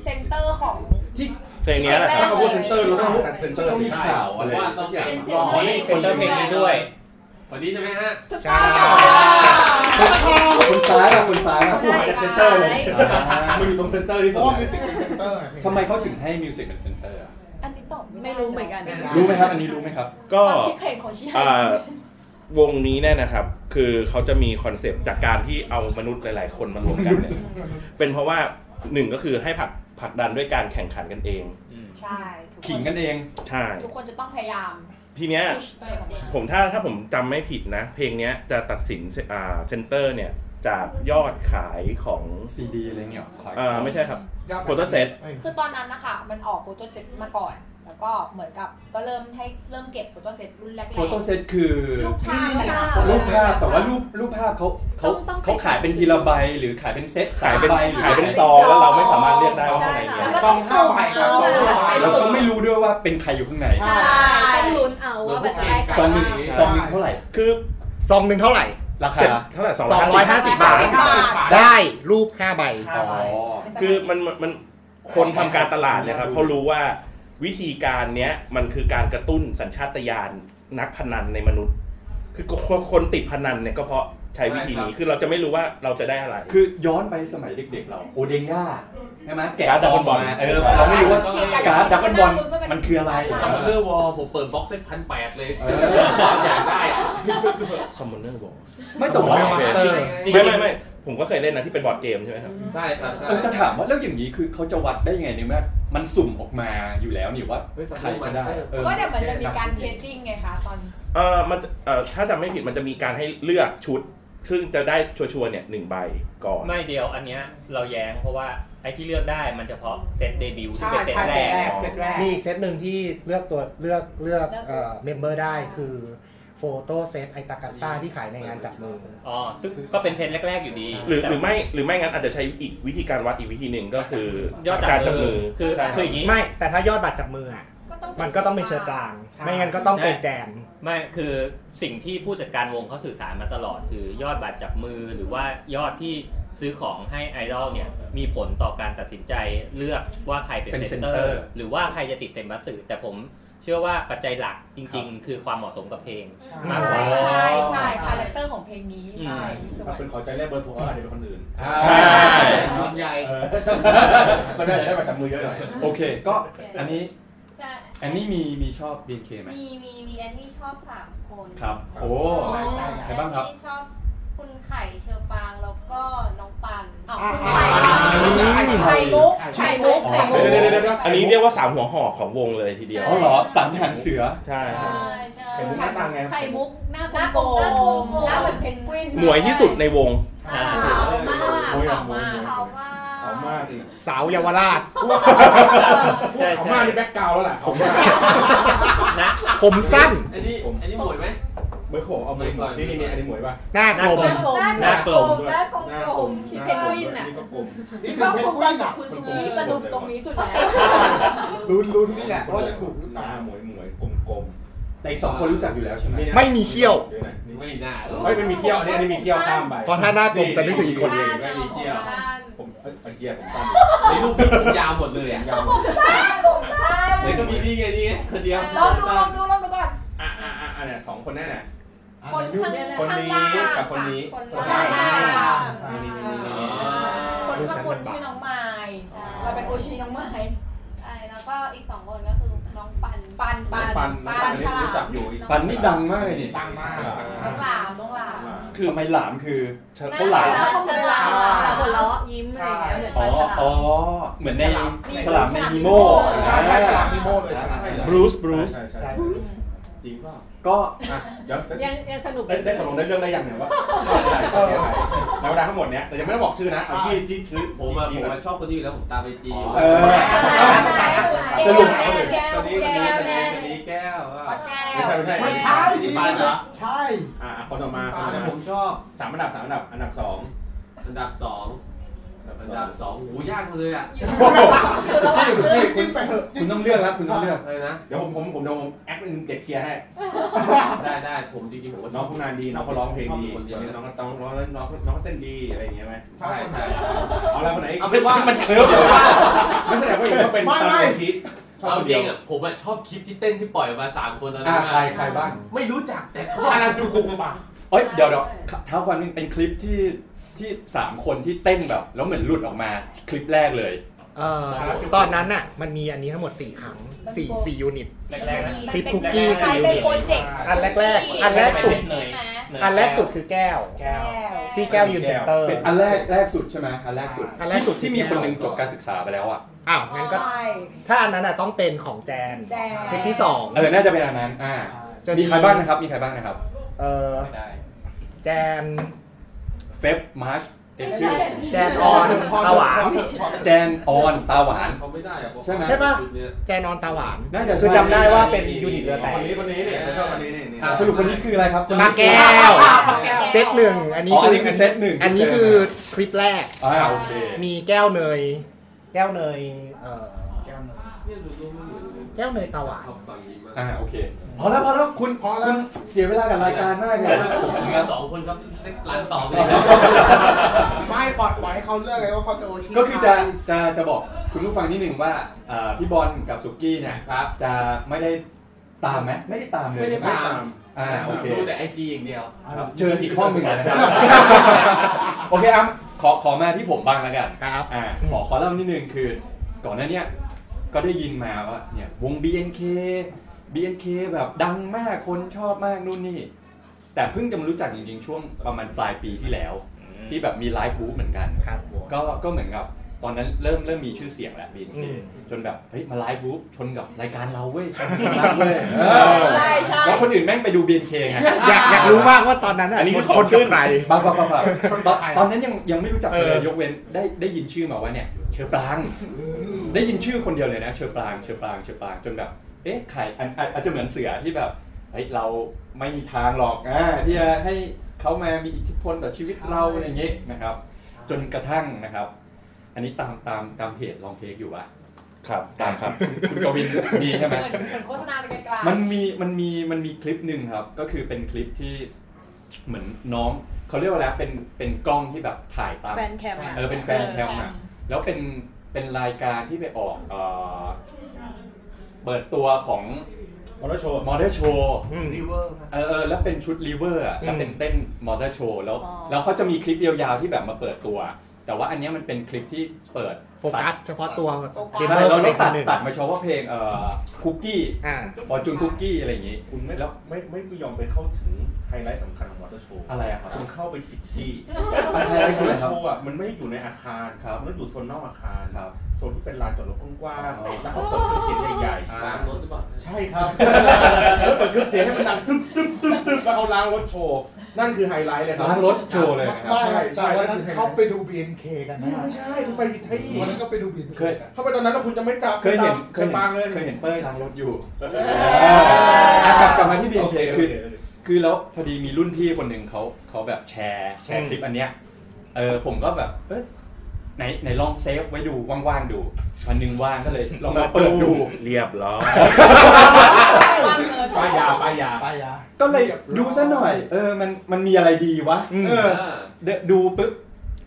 Speaker 5: เซนเตอร์ของ
Speaker 2: ที่
Speaker 3: เพลงเนี้ยแหละครับ
Speaker 4: ถ้าเขาพูดเซนเตอร์เราต้องพูดเซนเตอร์
Speaker 2: ต้องมีข่าวอะไร
Speaker 9: ว่าต้องอย่าง
Speaker 1: เป็นเสีย
Speaker 9: รง อ
Speaker 1: เพลง
Speaker 9: ให้
Speaker 12: ค
Speaker 9: คน น
Speaker 12: เลื
Speaker 9: เลือก
Speaker 12: อ
Speaker 9: กเพลง
Speaker 12: เพลงนี้
Speaker 9: นี้
Speaker 12: ด้
Speaker 9: ด้
Speaker 12: ว
Speaker 9: วย ย วันนี้ใช่ไหมฮะ
Speaker 5: ถูกต้อง
Speaker 2: คนซ้ายอะคนซ้ายอะ
Speaker 10: ได้
Speaker 2: อ่
Speaker 10: ไห
Speaker 4: เซนเตอร์
Speaker 10: ม
Speaker 4: เลยมันอยู่ตรงเซนเตอร์ที่
Speaker 6: เพ
Speaker 4: สุด
Speaker 6: ราะว่ามิ
Speaker 4: เล
Speaker 6: วย สิกเป็นเซนเตอร์งพี่
Speaker 2: ทำไมเขาถึงให้มิวสิกเป็นเซนเตอร์อะ
Speaker 5: อันนี้ตอบด้
Speaker 10: ไม่รู้เหมือนกันนะ
Speaker 2: รู้ไหมครับ อันนี้รู้ไหมครับ
Speaker 3: ก็
Speaker 5: ความคิดเห็นของชิฮั
Speaker 3: อ่าน วงนี้เนี่ยนะครับ คือเขาจะมีคอนเซปต์จากการที่เอามนุษย์หลาย ๆ คนมารวมกันเนี่ยเป็นเพราะว่าหนึ่งก็คือให้ผลักผลักดันด้วยการแข่งขันกันเอง
Speaker 5: ใช่ทุกค
Speaker 2: ขิง
Speaker 5: น
Speaker 2: กันเอง
Speaker 3: ใช่
Speaker 5: ทุกคนจะต้องพยายาม
Speaker 3: ทีเนี้ย
Speaker 5: พุชตัวเองออกมา
Speaker 3: ผมถ้าถ้าผมจำไม่ผิดนะ เพลงเนี้ยจะตัดสินเซอ่าเซนเตอร์เนี่ย จากยอดขายของ
Speaker 2: ซีดีอะไรเงี้ยหรอขาย
Speaker 3: อ่าไม่ใช่ครับ โฟโต้เซต
Speaker 5: คือตอนนั้นนะคะมันออกโฟโต้เซตมาก่อน แล้วก็เหมือนกับก็เริ่มให้เริ่มเก็บโฟโต้เซตรุ่นแรกๆ
Speaker 2: โฟโต้เซตคือ
Speaker 5: รูปภาพ
Speaker 6: นี่
Speaker 5: นะคะ
Speaker 2: รูปภาพแต่ว่ารูปรูปภาพเขาเขา
Speaker 10: ต้องต้อง
Speaker 2: เขาขายเป็นทีละใบหรือขายเป็นเซต
Speaker 3: ขายเป็น
Speaker 2: สมใบหรือ
Speaker 3: ขายเป็นซองแล้วเราไม่สามารถเลือกได้ว่า
Speaker 10: ได้ค่ะ
Speaker 3: เท่าไหร่เนี่ย
Speaker 5: แล้วก็ต้องส่งเอาแบบไป
Speaker 2: เราก็ไม่รู้ด้วยว่าเป็นใครอยู่ข้างใน
Speaker 6: ใช่
Speaker 5: ใช่
Speaker 10: ต้องลุ้นเอาว่ามันจะได้ใคร
Speaker 2: ซองหนึ่
Speaker 10: บ้าง ง
Speaker 2: ซองหนึ่งเท่าไหร่
Speaker 3: คือ
Speaker 8: ซองหนึ่งเท่าไหร่
Speaker 2: ราคา
Speaker 3: เจ็ดเท่าไหร่สองร้อยห้า
Speaker 8: 250 บาท
Speaker 6: ห้าบาท
Speaker 8: ได้รูป 5 ใบ
Speaker 2: อ๋อ
Speaker 3: คือมันมันมันคนทำการตลาดเนี่ยครับเขารู้ว่าวิธีการเนี้ยมันคือการกระตุ้นสัญชาตญาณนักพนันในมนุษย์ คือคนคนติดพนันเนี่ยก็เพราะใช้วิธีนี้คือเราจะไม่รู้ว่าเราจะได้อะไร
Speaker 2: คือย้อนไปสมัยเด็กๆเราโอเดงย่าใช่ไหมแกะ
Speaker 3: การ์ด
Speaker 2: ซอง
Speaker 3: ดราก้อนบอล
Speaker 2: มาเออเราไม่รู้ว่าการ์ดดักบอลมันคืออะไร
Speaker 9: สมัครเลอร์วอลผมเปิดบ็อกเซ็ตพันแปดเลย
Speaker 2: เออ
Speaker 9: ความอยากได้อะ
Speaker 3: คอมมอนเนอร์บอก
Speaker 2: ไม่ตกลงมาสเตอร์
Speaker 3: ไม่ไม่ไม่ผมก็เคยเล่นนะที่เป็นบอร์ดเกมใช่ไหมครับ
Speaker 9: ใช่ครับใช่
Speaker 2: เออจะถามว่าแล้วอย่างนี้คือเขาจะวัดได้ยังไงเนี่ยแม่มันสุ่มออกมาอยู่แล้วนี่ว่าใครก็ได้เออ
Speaker 5: ก็เดี๋ยวมันจะมีการเทสติ้งไงคะตอน
Speaker 3: เออมันเออถ้าจำไม่ผิดมันจะมีการให้เลือกชุด ซึ่งจะได้ชัวร์ๆเนี่ยหนึ่งใบก่อน
Speaker 12: ไม่เดียวอันเนี้ยเราแย้งเพราะว่าไอ้ที่เลือกได้มันเฉพาะเซตเดบิวต์ที่
Speaker 6: ใช่
Speaker 12: เป็นเซต
Speaker 6: ใช่
Speaker 12: แรก
Speaker 6: เซตแรกเซตแรก
Speaker 8: มีอีกเซตหนึ่งที่เลือกตัวเลือกเลือกเอ่อเมมเบอร์ได้คือโฟโต้เซตไอตากาต้าที่ขายในงานจับมือ
Speaker 12: อ๋อตึ๊กก็เป็นเทรนด์แรก ๆ อยู่ดี
Speaker 3: หรือหรือไม่หรือไม่งั้นอาจจะใช้อีกวิธีการวัดอีกวิธีหนึ่งก็คือ
Speaker 12: แต่ยอดจาก
Speaker 3: ารจั
Speaker 12: ก
Speaker 3: บ
Speaker 12: มื
Speaker 3: มื
Speaker 12: อ
Speaker 3: อ
Speaker 12: คือคืออย่างนี้
Speaker 8: ไม่แต่ถ้ายอดบัตรจับมืออ่ะมันก็ต้องเป็นเชิญกลาง
Speaker 6: ใช่
Speaker 8: ไม่งั้นก็ต้องเป็นแจม
Speaker 12: ไม่ คือสิ่งที่ผู้จัดการวงเขาสื่อสารมาตลอด คือยอดบัตรจับมือหรือว่ายอดที่ซื้อของให้ไอดอลเนี่ยมีผลต่อการตัดสินใจเลือกว่าใครเป็นเซนเตอร์ หรือว่าใครจะติดเต็มบัสสื่อแต่ผมเชื่อว่าปัจจัยหลักจริง ๆ คือความเหมาะสมกับเพลง
Speaker 5: ใช่ใช่ใช่คาแรคเตอร์ของเพลงนี้ใช่ส่ว
Speaker 4: ถ้าน เป็นขอใจแรกเบอร์โทรอาจจะเป็นคนอื่น
Speaker 2: ใช่
Speaker 9: ลำใหญ่
Speaker 2: เออมันได้ใช้แบบจับมือเยอะหน่อยโอเค ก็อันนี้อันนี้มีมีชอบ BNK ไหม
Speaker 14: มีมีมีแอนนี่ชอบสามคน
Speaker 2: ครับ โอ้ ใครบ้างครับ
Speaker 14: แอนนี่ชอบคุณไข่เชอปางแล้วก็น้องปัน
Speaker 5: อ้าว
Speaker 14: คุณไข่
Speaker 5: ไข่มุกไข่มุกไข่มุก
Speaker 3: เดี๋ยวเดี๋ยวเดี๋ยวเดี๋ยวอันนี้เรียกว่าสามหัวหอกของวงเลยทีเดียว
Speaker 2: อ๋อเหรอสันหันเสือ
Speaker 3: ใช่ครับ
Speaker 14: ใช่ใช่
Speaker 6: ไข่มุกหน้าตาไง
Speaker 14: ไข่มุกหน้า
Speaker 5: หน้าโก
Speaker 14: หน้าโก
Speaker 5: ง
Speaker 14: ง
Speaker 5: หน้าเหมือนเพนกวิน
Speaker 3: หมวยที่สุดในวง
Speaker 14: หน้า
Speaker 12: อ่
Speaker 14: ขาว
Speaker 10: มากขาวมาก
Speaker 14: ขาวมาก
Speaker 4: เขามากดิ
Speaker 8: สาวเยาวราช
Speaker 12: ใช่
Speaker 4: เขา
Speaker 12: ใช่
Speaker 4: มากในแบ็กกราวด์แล้วล่ะเขามาก
Speaker 12: นะ
Speaker 8: ผมสั้น
Speaker 9: อันนี้อันนี้หมวยไหม
Speaker 4: เบอร์โขงเอาเบอร์โขงนี่นี่นี่อันนี้หมวยป่ะ
Speaker 8: หน้ากลม
Speaker 14: หน้า
Speaker 12: หน้ากลม
Speaker 14: หน้ากลม
Speaker 4: หน้ากลม
Speaker 14: คิดเพนกวิน
Speaker 4: อ่ะ
Speaker 14: อ่ะ
Speaker 4: นี่ก็กลม
Speaker 6: นี่คือ
Speaker 5: ก็
Speaker 6: เพน
Speaker 5: คุณ
Speaker 6: ก
Speaker 5: กั
Speaker 6: วินอ่ะ
Speaker 5: นกับคุณซูนี่สนุกตรงนี้สุดแล้ว
Speaker 6: ลุ้นลุ้นนี่แหละว่าจะถูกหรือ
Speaker 4: ห
Speaker 6: เปล่า
Speaker 4: น้าหมวยหมวยกลมกลม
Speaker 2: แต่อีกสองคนรู้จักอยู่แล้วใช่ไหม
Speaker 8: ไม่มีเขี้ยว
Speaker 9: ไม่น่า
Speaker 4: ไม่ไม่มีเที่ยวอันนี้อันนี้มีเที่ยวข้ามไป
Speaker 8: เพราะถ้าหน้ากลมจะนึกถึงอีกคน
Speaker 14: ด้า
Speaker 8: เอง
Speaker 14: นเอาผมด้าน
Speaker 4: ผมเอ้ยไอ้เที่ยวผมตั้ง
Speaker 9: ในรูปผมยาวหมดเลยอ่ะ
Speaker 4: ยาวหมด
Speaker 14: ผมสั้น
Speaker 9: แล้วก็มีนี่ไงนี่ไงคนเดียว
Speaker 5: ลองดูลองดูลองดูก่อน
Speaker 4: อ่ะอ่ะอ่ะอันเนี้ยสองคนแน่แน่ะ
Speaker 14: คนข้างค
Speaker 4: ค
Speaker 14: น น
Speaker 4: นี้กับคนนี้
Speaker 14: คน
Speaker 4: คน
Speaker 14: ล่า
Speaker 4: ข้าง
Speaker 14: ง
Speaker 4: นี่นี่นี่นี่
Speaker 9: อ๋อ
Speaker 5: คนข้างบนชื่อน้องไม้เราเป็นโอชิน้องไม้
Speaker 14: ใช่แล้วก็อีกสองคนก็คือน้องปัน
Speaker 5: ปันปัน
Speaker 4: ปั
Speaker 5: ปั
Speaker 4: น
Speaker 5: น
Speaker 4: ปัน
Speaker 5: ปัน
Speaker 4: อัน
Speaker 5: ฉ
Speaker 4: นี้
Speaker 5: ลา
Speaker 4: รู้จั
Speaker 5: ม
Speaker 4: กอยู่อีก
Speaker 2: ปันนี่ดังมากเลยนี่
Speaker 6: ดังมาก
Speaker 5: น้องหลามน้องหลาม
Speaker 2: คือทำไมหลามคือ
Speaker 14: น่
Speaker 2: เขาหลาม
Speaker 14: รักฉลาด
Speaker 10: เราหัวเราะยิ้มอะไรอย่างเงี้ยเหมือนปลาฉลาม
Speaker 2: อ๋ออ๋อเหมือนในฉลามในนีโม
Speaker 6: ใช่ใช่ฉลาม
Speaker 2: อ่า
Speaker 3: บรูซบรูซ
Speaker 4: ใช่ใช่ใช่
Speaker 9: จริงเปล่า
Speaker 2: ก็
Speaker 4: อ่ะเดี๋ยว
Speaker 10: ยังยังสนุก
Speaker 4: ได้ได้ตกลงได้เรื่องได้ยังเนี่ยว่าเท่าไหร่เท่าไหร่ ในเวลาทั้งหมดเนี้ยแต่ยังไม่ได้บอกชื่อนะเอาที่ที่ชื่อ
Speaker 9: ผมอะผมอะชอบคนที่อยู่แล้วผมตามไอจีอยู่
Speaker 4: เออ
Speaker 10: สรุป
Speaker 9: คนนี้คนนี้คนนี้คนนี้แก้วอะ
Speaker 10: แก้
Speaker 4: ไม่
Speaker 10: ว
Speaker 4: ใช่ไม่ใช่
Speaker 9: ไม่
Speaker 6: ไม่ใช่
Speaker 9: ใช่เหรอ
Speaker 6: ใช่
Speaker 4: อ่ะอ่ะคนต่อมาคน
Speaker 9: อ่าแต่
Speaker 4: ต่
Speaker 9: ผม
Speaker 4: อาม
Speaker 9: ชอบ
Speaker 4: สามอันดับสามอันดับอันดับสอง
Speaker 9: อันดับสอง
Speaker 4: อั
Speaker 9: อั
Speaker 4: น
Speaker 9: น
Speaker 4: ดั
Speaker 9: ดั
Speaker 4: บบส
Speaker 9: ส
Speaker 4: อง
Speaker 9: องหูยากมาเลยอ่ะ
Speaker 2: โอ้โหสุดที่สุดที่คุ
Speaker 6: จิ้
Speaker 2: ณ
Speaker 6: มไปเถอะ
Speaker 2: คุณต้องเลือกแล้วคุณต้องเลือก
Speaker 9: อะไรนะ
Speaker 4: เดี๋ยวผมผมผมเดี๋ยวผมแอคเป็นเด็กเชียร์ให้
Speaker 9: ได้ได้ผมจริงๆผมก็ช
Speaker 4: น้อ
Speaker 9: อง บ
Speaker 4: เขางานดีน้องเขาร้องเพลงดี
Speaker 9: ชอบคนเดียว
Speaker 4: น้องก็ต้องร้องน้องน้องก็เต้นดีอะไรอย่างเงี้ยไหม
Speaker 9: ใช่ใช่
Speaker 4: เอาแล้วคนไหนอีก
Speaker 9: เอาเป็นว่ามัน
Speaker 4: เดี๋ยวเดี๋ยวว่าไม่แสดงว่าอย่างนี้ก็เป็นตามโอชิชอบ
Speaker 9: เอา
Speaker 4: คน
Speaker 9: จ
Speaker 4: เดี
Speaker 9: ริ
Speaker 4: ยว
Speaker 9: งอ่ะผมอะชอบคลิปที่เต้นที่ปล่อยออกมาสามคนตอนนั้
Speaker 2: อ่าน ใคร
Speaker 9: อะ
Speaker 2: ใครบ้าง
Speaker 9: ไม่รู้จักแต่ชอบ
Speaker 6: อะไรจุกุกปะ
Speaker 2: เอ้ยเดี๋ยวเดี๋ยวเท้าความนิดนึงเป็นคลิปที่ที่สามคนที่เต้นแบบ แล้วเหมือนหลุดออกมาคลิปแรกเลย
Speaker 8: เอ่อตอนนั้นน่ะมันมีอันนี้ทั้งหมด 4 ครั้ง4 4ยูนิต
Speaker 12: แรกๆนะ
Speaker 8: คลิปคุกกี้
Speaker 5: ใครเป็นโปรเจกต์
Speaker 8: อันแรกๆ อันแรกสุด
Speaker 12: เนย
Speaker 8: อันแรกสุดคือแก้ว
Speaker 6: แก้ว
Speaker 5: แก้ว
Speaker 8: ที่แก้วยืนเซนเตอร์
Speaker 2: เป็นอันแรกแรกสุดใช่ไหมอันแรกสุด
Speaker 8: อันแรกสุด
Speaker 2: ที่มีคนหนึ่งจบการศึกษาไปแล้วอ่ะ
Speaker 8: อ้าวงั้นก็
Speaker 5: ใช่
Speaker 8: ถ้าอันนั้นน่ะต้องเป็นของแจน
Speaker 5: แจน
Speaker 8: คลิปที่
Speaker 2: เออน่าจะเป็นอันนั้นอ่า
Speaker 8: จะมี
Speaker 2: มีใครบ้างนะครับมีใครบ้างนะครับ
Speaker 8: 2เออ
Speaker 9: ได้
Speaker 8: แจน
Speaker 2: เฟบมาร์ชเอ็กซ์
Speaker 8: แจนออนตาหวาน
Speaker 2: แจนออนตาหวาน
Speaker 9: เขาไม่ได้อะเพราะ
Speaker 2: ใช่ไหม
Speaker 8: ใช่ปะ
Speaker 9: ชุดเนี้ย
Speaker 8: แจนออนตาหวาน
Speaker 2: น่าจะใช่
Speaker 8: คือจำได้ว่าเป็นยูนิตเรือแต
Speaker 4: ค
Speaker 8: ก
Speaker 4: นนี้คนนี้เนี่ยผมชอบคนนี้เนี่ยเนี่ย
Speaker 2: อ่ะสรุปคนนี้คืออะไรครับ
Speaker 8: มาแก้ว เซตหนึ่งอันนี้
Speaker 2: อ๋ออัน
Speaker 8: คือ
Speaker 2: นี้คือเซตหนึ่ง
Speaker 8: อันนี้คือคลิปแรก
Speaker 2: อ่าโอเค
Speaker 8: มีแก้วเนย แก้วเนยเอ่อ
Speaker 6: แก้วเนย
Speaker 9: เนี่ยดูตัวไม่เหมือนเลย
Speaker 8: แก้วเนยตาหวาน
Speaker 9: ชอบฟังดีมาก
Speaker 2: อ่าโอเคพอแล้วพอแล้วคุณคุณเสียเวลากับรายการมากเลย
Speaker 9: ผมมีกันสองคนครับร้านสองเลย
Speaker 6: ไม่ปล่อยปล่อยให้เขาเลือกเลยว่าเขาจะโอชิ
Speaker 2: ก็คือจะจะจะบอกคุณผู้ฟังนิดนึงว่าเอ่อพี่บอลกับสุกี้เนี่ย
Speaker 9: ครับ
Speaker 2: จะไม่ได้ตามไหมไม่ได้ตามเลย
Speaker 9: ไม่ได้ตาม
Speaker 2: อ่าโอเค
Speaker 9: ดูแต่ไอจีอย่างเดียว
Speaker 2: ครับเชิญอีกห้องหนึ่งเลยนะครับ โอเคอ่ะขอขอมาที่ผมบ้างแล้วกัน
Speaker 8: ครับ
Speaker 2: อ่าขอขอเล่านิดนึงคือ ก่อนหน้าเนี้ยก็ได้ยินมาว่าเนี่ยวง BNK BNK แบบดังมากคนชอบมากนู่นนี่ แต่เพิ่งจะมารู้จักจริงๆช่วงประมาณปลายปีที่แล้ว ที่แบบมีไลฟ์บู๊เหมือนกัน
Speaker 8: ครับ
Speaker 2: ก็ก็เหมือนกับตอนนั้นเริ่มเริ่มมีชื่อเสียงแหละบีน
Speaker 8: อืม
Speaker 2: จนแบบเฮ้ยมาไลฟ์บู๊ชนกับรายการเราเว้ยชนกับเราเว้ยเออ
Speaker 5: ใช่ใช่
Speaker 2: แล้วคนอื่นแม่งไปดู BNK ไง
Speaker 8: อยากอยากรู้มากว่าตอนนั้นอ่ะ
Speaker 3: อันนี้
Speaker 8: ช
Speaker 3: คื
Speaker 8: น
Speaker 3: อ
Speaker 8: ชน
Speaker 3: ของขึ้
Speaker 8: กับ
Speaker 3: น
Speaker 8: ใคร
Speaker 2: บ้าบ้าบ้าบ้าตอนตอนนั้นยังยังไม่รู้จัก
Speaker 8: เอ
Speaker 2: เล
Speaker 8: อ
Speaker 2: ยยกเว้นได้ได้ยินชื่อมาว่าเนี่ยเชอปราง ได้ยินชื่อคนเดียวเลยนะ เชอปรางเชอปรางเชอปรางจนแบบเอ๊ะใครอันอันอาจจะเหมือนเสือที่แบบเฮ้ยเราไม่มีทางหรอกอ่าที่จะให้เขามามีอิทธิพลต่อชีวิตเราอะไรอย่างเงี้ยนะครับ จนกระทั่งนะครับ อันนี้ตามตามตามเพจลองเพลงอยู่ปะ
Speaker 3: ครับตามครับ
Speaker 2: คุณกวินมีใช่ไหม
Speaker 5: เหมือนโฆษณาในไกลๆ
Speaker 2: มันมีมันมีมันมีคลิปหนึ่งครับ ก็คือเป็นคลิปที่เหมือนน้องเขาเรียกว่าอะไรเป็นเป็นกล้องที่แบบถ่ายตาม
Speaker 10: แฟนแคมอะ
Speaker 2: เออเป็นแฟนแคมอ่ะแล้วเป็นเป็นรายการที่ไปออกเอ่อเปิดตัวของ
Speaker 4: มอเตอร์โชว์
Speaker 2: มอเตอร์โชว์
Speaker 8: อืม
Speaker 6: รีเวอร์นะ
Speaker 2: เออเออแล้วเป็นชุดลีเวอร์อะแล้วเป็นเต้นมอเตอร์โชว์แล้ว
Speaker 10: อ๋อ
Speaker 2: แล้วเขาจะมีคลิปยาวๆที่แบบมาเปิดตัว แต่ว่าอันเนี้ยมันเป็นคลิปที่เปิด
Speaker 8: โฟกัสเฉพาะตัว
Speaker 5: โฟกัส
Speaker 8: เด
Speaker 2: ตัดไม่
Speaker 8: เมอร์
Speaker 2: เราได้ตัด
Speaker 8: หนึ่ง
Speaker 2: ตัดมาโชว์ว่าเพลงเอ่อคุกกี้
Speaker 8: อ่า
Speaker 2: ฟอร์จูนคุกกี้อะไรอย่างงี้
Speaker 4: คุณไม่แล้วไม่ไม่ยอมไปเข้าถึงไฮไลท์สำคัญของวอเตอร์โชว์
Speaker 2: อะไรอะครับ
Speaker 4: คุณเข้าไปผิดที่
Speaker 2: อะไร
Speaker 4: ไอ้
Speaker 2: คื
Speaker 4: คือ อ
Speaker 2: อะไรค
Speaker 4: โช
Speaker 2: รับ
Speaker 4: ว์อ่ะมันไม่ได้อยู่ในอาคารครับมันอยู่โซนนอกอาคาร
Speaker 2: ครับ
Speaker 4: โซนที่เป็นลานจอดรถกว้างๆแล้วเขาเปิดเครื่องเสียงใหญ่
Speaker 2: อ่า
Speaker 4: ๆ
Speaker 9: ล้า
Speaker 4: ล้าง ง
Speaker 9: ร
Speaker 4: ร
Speaker 9: ถห
Speaker 4: ถ
Speaker 9: รือเปล่า
Speaker 4: ใช่ครับแล้วเปิดเครื่องเสียงให้มันดังตึ๊บตึ๊บตึ๊บตึ๊บแล้วเขาล้างรถโชว์นั่นคือไฮไลท์เลยครับ
Speaker 2: ล้างรถโชว์เลยนะครับ
Speaker 6: ไม่แต่วันนั้นเขาไปดู BNK กันนะ
Speaker 4: ไม่ไม่ใช่คุณไปผิดที่
Speaker 6: วันนั้นก็ไปดู BNK
Speaker 2: เคย
Speaker 4: เข้าไปตอนนั้นแล้วคุณจะไม่จับ
Speaker 2: เคยเห็น
Speaker 4: เคยปางเลย
Speaker 2: เคยเห็นเป้ยล้างรถอยู่
Speaker 6: อ
Speaker 2: อ่ะกลับกลับมาที่
Speaker 4: โอ
Speaker 2: BNK
Speaker 4: เค
Speaker 2: คือ
Speaker 4: โอเค
Speaker 2: คือแล้วพอดีมีรุ่นพี่คนหนึ่งเขาเขาแบบแชร์แชร์
Speaker 8: อืม
Speaker 2: คลิปอันเนี้ยเออผมก็แบบเอ้ยไหนไหนลองเซฟไว้ดูว่างๆดูวันหนึงว่างก็เลยลองมาเปิดดู
Speaker 3: เรียบร้อย
Speaker 5: วางเลย
Speaker 4: ป้ายยาป้ายยา
Speaker 6: ไปอ่ะ
Speaker 2: ก็เลยดูซะหน่อย เออมันมันมีอะไรดีวะ
Speaker 8: อืม
Speaker 2: เออเดยวดูปุ๊บ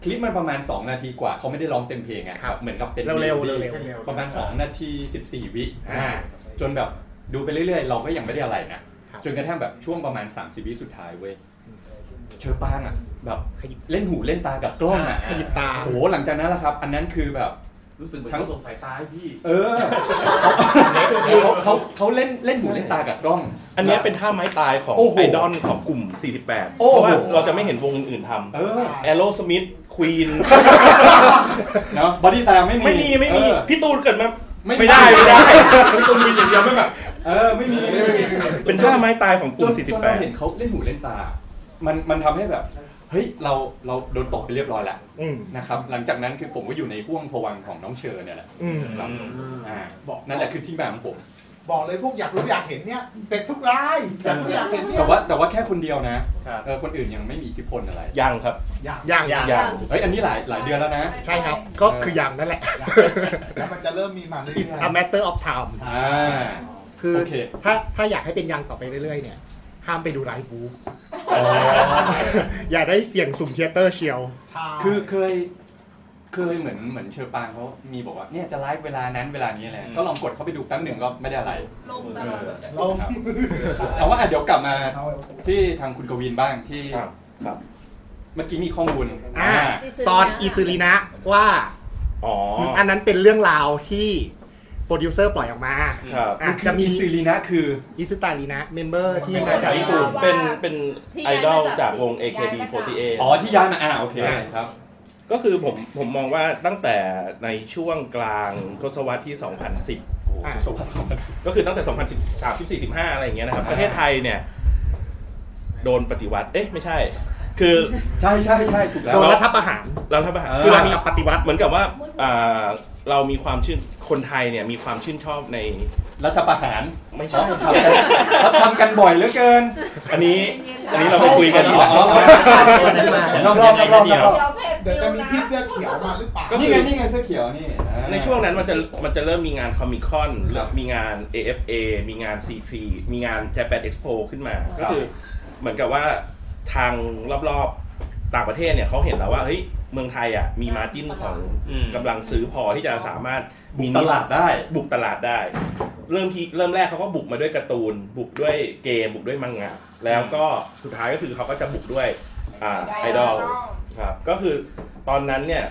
Speaker 2: คลิปมันประมาณ 2 นาทีกว่าเขาไม่ได้ร้องเต็มเพลงไง
Speaker 8: ครับ
Speaker 2: เหมือนกับเป็น
Speaker 8: เร็วๆเร็วๆเร็ว
Speaker 2: ประมาณ 2 นาที 14 วิอ่าจนแบบดูไปเรื่อยๆ เราก็ยังไม่ได้อะไรนะ
Speaker 8: ครับ
Speaker 2: จนกระทั่งแบบช่วงประมาณ 30 วิสุดท้ายเว้ย เชอร์ปางอ่ะ แบบ
Speaker 8: ๆขยิบ
Speaker 2: เล่นหูเล่นตากับกล้องอ่ะ
Speaker 8: ขยิบตา
Speaker 2: โอ้โหหลังจากนั้นละครับ อันนั้นคือแบบ
Speaker 9: รู้สึกเหมือน
Speaker 2: ทั้ง
Speaker 9: เขาสงสัยตาให้พี่
Speaker 2: เออ เขาเขาเขาเล่นเล่นหูเล่นตากับกล้อง
Speaker 3: อันเนี้ยเป็นท่าไม้ตายของ
Speaker 2: โอ้โห
Speaker 3: ไอดอลของกลุ่ม 48 เพ
Speaker 2: โอ้โห
Speaker 3: ราะว่าเราจะไม่เห็นวงอื่นท
Speaker 2: เออ
Speaker 3: ำแอโรสมิธควีน
Speaker 2: เนาะบอดี้สแลมไม่มี
Speaker 3: ไม่มี ไม่มี
Speaker 2: เออ
Speaker 3: พี่ตูนเกิดมา
Speaker 2: ไม่
Speaker 3: ไม่ได้ไม่ได้
Speaker 4: ตุ้มมีอย่างเดียวไม่แบบ
Speaker 2: เออ ไม่มีไม่มี
Speaker 3: เป็นท่าไม้ตายของก
Speaker 2: จ
Speaker 3: ลุ่ม
Speaker 2: นจนเราเห็นเขาเล่นหูเล่นตา มันมันทำให้แบบ เฮ้ยเราเราโดนตกไปเรียบร้อยแล้ว
Speaker 8: อืม
Speaker 2: นะครับหลังจากนั้นคือผมก็อยู่ในห่วงพวังค์ของน้องเชอร์เนี่ยแหละ
Speaker 8: อืม
Speaker 2: ครับอ่า
Speaker 6: บอก
Speaker 2: นั่นแหละคือที่มาของผม
Speaker 6: บอกเลยพวกอยากรู้อยากเห็นเนี่ยเด็กทุกรายอยากรู้อยากเห็นเนี่ย
Speaker 2: แต่ว่าแต่ว่าแค่คนเดียวนะครับ เออคนอื่นยังไม่มีอิทธิพลอะไร
Speaker 3: ยังครับ
Speaker 6: อยาก
Speaker 8: ยัง
Speaker 3: ยัง
Speaker 8: ยัง
Speaker 2: เฮ้ยอันนี้หลายหลายเดือนแล้วนะ
Speaker 8: ใช่ครับ ก็คือยังนั่นแหละ
Speaker 6: อยากแล้วมันจะเริ่มมีมาเรื่อย
Speaker 8: is a matter of time
Speaker 2: อ่า
Speaker 8: คือ
Speaker 2: โอเค
Speaker 8: ถ้าถ้าอยากให้เป็นยังต่อไปเรื่อยๆเนี่ย ห้ามไปดูไลฟ์บูอย่าได้เสี่ยงสุ่มเทยเตอร์เชียว
Speaker 6: ๆ
Speaker 2: คือเคย เคยเหมือนเหมือนเชอร์ปางเขามีบอกว่าเนี่ยจะไลฟ์เวลานั้นเวลานี้อะไรก็ลองกดเข้าไปดูแป๊บหนึ่งก็ไม่ได้อะไร
Speaker 14: ลงต
Speaker 2: เอ
Speaker 14: ลอด
Speaker 2: อ
Speaker 6: ลง
Speaker 2: แต่ว่าอ่ะเดี๋ยวกลับมา
Speaker 6: เอา
Speaker 2: ที่ทางคุณกวินบ้างที่
Speaker 3: ครับครับ
Speaker 2: เมื่อกี้มีข้อมูล
Speaker 8: อ่า
Speaker 10: อิซึรินะ
Speaker 8: ตอนอิซูรินะว่า
Speaker 3: อ๋อ
Speaker 8: อันนั้นเป็นเรื่องราวที่โปรดิวเซอร์ปล่อยออกมา
Speaker 3: ครับ
Speaker 8: อ่ะ
Speaker 2: จะ
Speaker 8: จะ
Speaker 2: มี
Speaker 8: มี
Speaker 2: ซีรีนะคือ
Speaker 8: อิซุตาลีนะเมมเบอร์ที่
Speaker 3: เป็น
Speaker 8: มา
Speaker 3: มา
Speaker 8: จา
Speaker 3: จาก ก
Speaker 8: ญี่
Speaker 3: ญี่
Speaker 8: ปุ่
Speaker 3: ปุ่น
Speaker 8: น
Speaker 3: เป็นเป็น
Speaker 10: ที่
Speaker 3: ไอ
Speaker 10: ย้าย
Speaker 3: ดอล
Speaker 10: มาจาก
Speaker 3: จากวง
Speaker 10: ย้ายมาจาก
Speaker 3: AKB48
Speaker 2: อ๋อที่ย้ายมาอ่าโอเค
Speaker 3: อ่า
Speaker 2: ครับ
Speaker 3: ก็คือผมผมมองว่าตั้งแต่ในช่วงกลางทศวรรษที่ 2010
Speaker 2: โอ้
Speaker 8: อ่ะ
Speaker 2: สมบัติสมบัติ
Speaker 3: ก็คือตั้งแต่ 2013 14 15 อะไรอย่างเงี้ยนะครับ
Speaker 2: อ่า
Speaker 3: ประเทศไทยเนี่ย โดนปฏิวัติ เอ๊ะ ไม่ใช่ คือ
Speaker 2: ใช่ใช่ใช่ถูกแล้ว
Speaker 8: โดนรัฐประหาร
Speaker 3: เราทำอาหาร
Speaker 2: เออ
Speaker 3: คือเรามี
Speaker 8: กับปฏิวัติ
Speaker 3: เหมือนกับว่าอ่าเรามีความชื่นคนไทยเนี่ยมีความชื่นชอบใน
Speaker 2: รัฐประหาร
Speaker 3: ไม่
Speaker 2: ชอ
Speaker 3: ใช่
Speaker 2: บทำกันเขาทำกันบ่อยเหลือเกิน
Speaker 3: อันนี้ อันนี้เราไปคุยกัน
Speaker 2: อ๋
Speaker 3: ดี
Speaker 2: อก
Speaker 3: ว่า
Speaker 2: อ๋ออ๋อนอกรอบนอกรอบนอกรอบ
Speaker 6: เดี๋ยวจะมีพี่เสื้อเขียวมาหรือเปล่า
Speaker 3: ก็
Speaker 2: นี่ไงนี่ไงเสื้อเขียวนี่อ่า
Speaker 3: ในช่วงนั้นมันจะมันจะเริ่มมีงานคอมิคอน
Speaker 2: ครับ
Speaker 3: มีงาน AFA มีงาน C3 มีงาน Japan Expo ขึ้นมา
Speaker 2: ครับ
Speaker 3: ก็คือเหมือนกับว่าทางรอบๆต่างประเทศเนี่ยเขาเห็นแล้วว่าเฮ้ยเมืองไทยอ่ะมีมาจิ้นของ
Speaker 12: อืม
Speaker 3: กำลังซื้อพอที่จะสามารถมี
Speaker 2: ตลาดได้
Speaker 3: บุกตลาดได้ เริ่มที่เริ่มแรกเขาก็บุกมาด้วยการ์ตูน บุกด้วยเกม บุกด้วยมังงะแล้วก็สุดท้ายก็คือเขาก็จะบุกด้วยอ่าไอดอล ครับก็คือตอนนั้นเนี่ย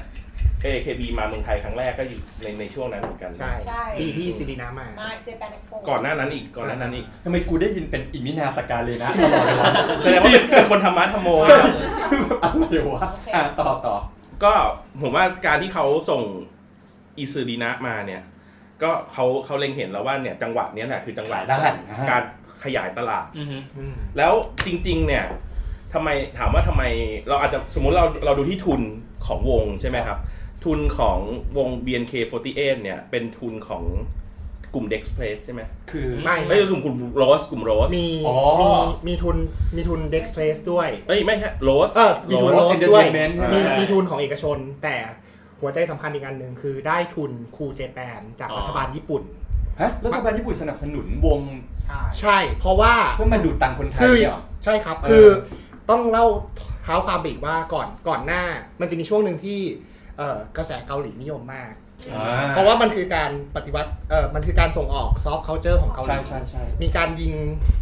Speaker 3: AKB มาเมืองไทยครั้งแรกก็อยู่ในในช่วงนั้นเหมือนกัน
Speaker 8: ใช่
Speaker 5: ใช่
Speaker 8: ปีที่อิซิรินะมา
Speaker 5: มาเจแปนเอ็กโป
Speaker 3: ก่อนหน้านั้นอีกก่อนหน้านั้นอีก
Speaker 2: ทำไมกูได้ยินเป็นอิมินาสการเลยนะตลอดเวลา
Speaker 3: แสดงว่าเป็นคนธรรมะธรรมโม
Speaker 2: อะไรวะอ่ะต่อต่อ
Speaker 3: ก็ผมว่าการที่เขาส่งอิซูดีนะมาเนี่ย ก็เขาเขาเล็งเห็นแล้วว่าเนี่ยจังหวะเนี้ยแหละคือจังหวะ
Speaker 2: ขายได้
Speaker 3: การขยายตลาด
Speaker 12: อือฮึ
Speaker 8: อืม
Speaker 3: แล้วจริง ๆ เนี่ยทำไมถามว่าทำไมเราอาจจะสมมุติเราเราดูที่ทุนของวงใช่ไหมครับ ทุนของวง BNK48 เนี่ยเป็นทุนของกลุ่ม Dex Place ใช่ไหม
Speaker 2: คือ
Speaker 8: ไม่
Speaker 3: ไม่ใช่กลุ่มกลุ่มโรสกลุ่มโรส
Speaker 8: มี
Speaker 2: อ๋อ
Speaker 8: มีมีทุนมีทุนเด็กเพลสด้วย
Speaker 3: เอ้ยไม่ใช่โรส
Speaker 8: เออมีทุนโรสด้วย
Speaker 2: Entertainment ใช่ไหม
Speaker 8: มีมีทุนของเอกชน แต่หัวใจสำคัญอีกอันหนึ่งคือได้ทุนครูเจแปนจาก
Speaker 12: อ๋อ
Speaker 8: รัฐบาลญี่ปุ่น
Speaker 2: ฮะรัฐบาลญี่ปุ่นสนับสนุนวง
Speaker 8: ใช่ เพราะว่า
Speaker 2: เพื่อมาดูดตังค์คนไทย
Speaker 8: คือ
Speaker 2: เนี่ยเหรอ
Speaker 8: ใช่ครับ
Speaker 2: เออ
Speaker 8: คือต้องเล่าเท้าความไปอีกว่าก่อนก่อนหน้า มันจะมีช่วงหนึ่งที่เอ่อกระแสเกาหลีนิยมมาก
Speaker 2: อ่า
Speaker 8: เพราะว่ามันคือการปฏิวัติเออมันคือการส่งออกซอฟต์เคาน์เตอร์ของเกาห
Speaker 2: ใช่
Speaker 8: ลี
Speaker 2: ใช่ใช่
Speaker 8: มีการยิง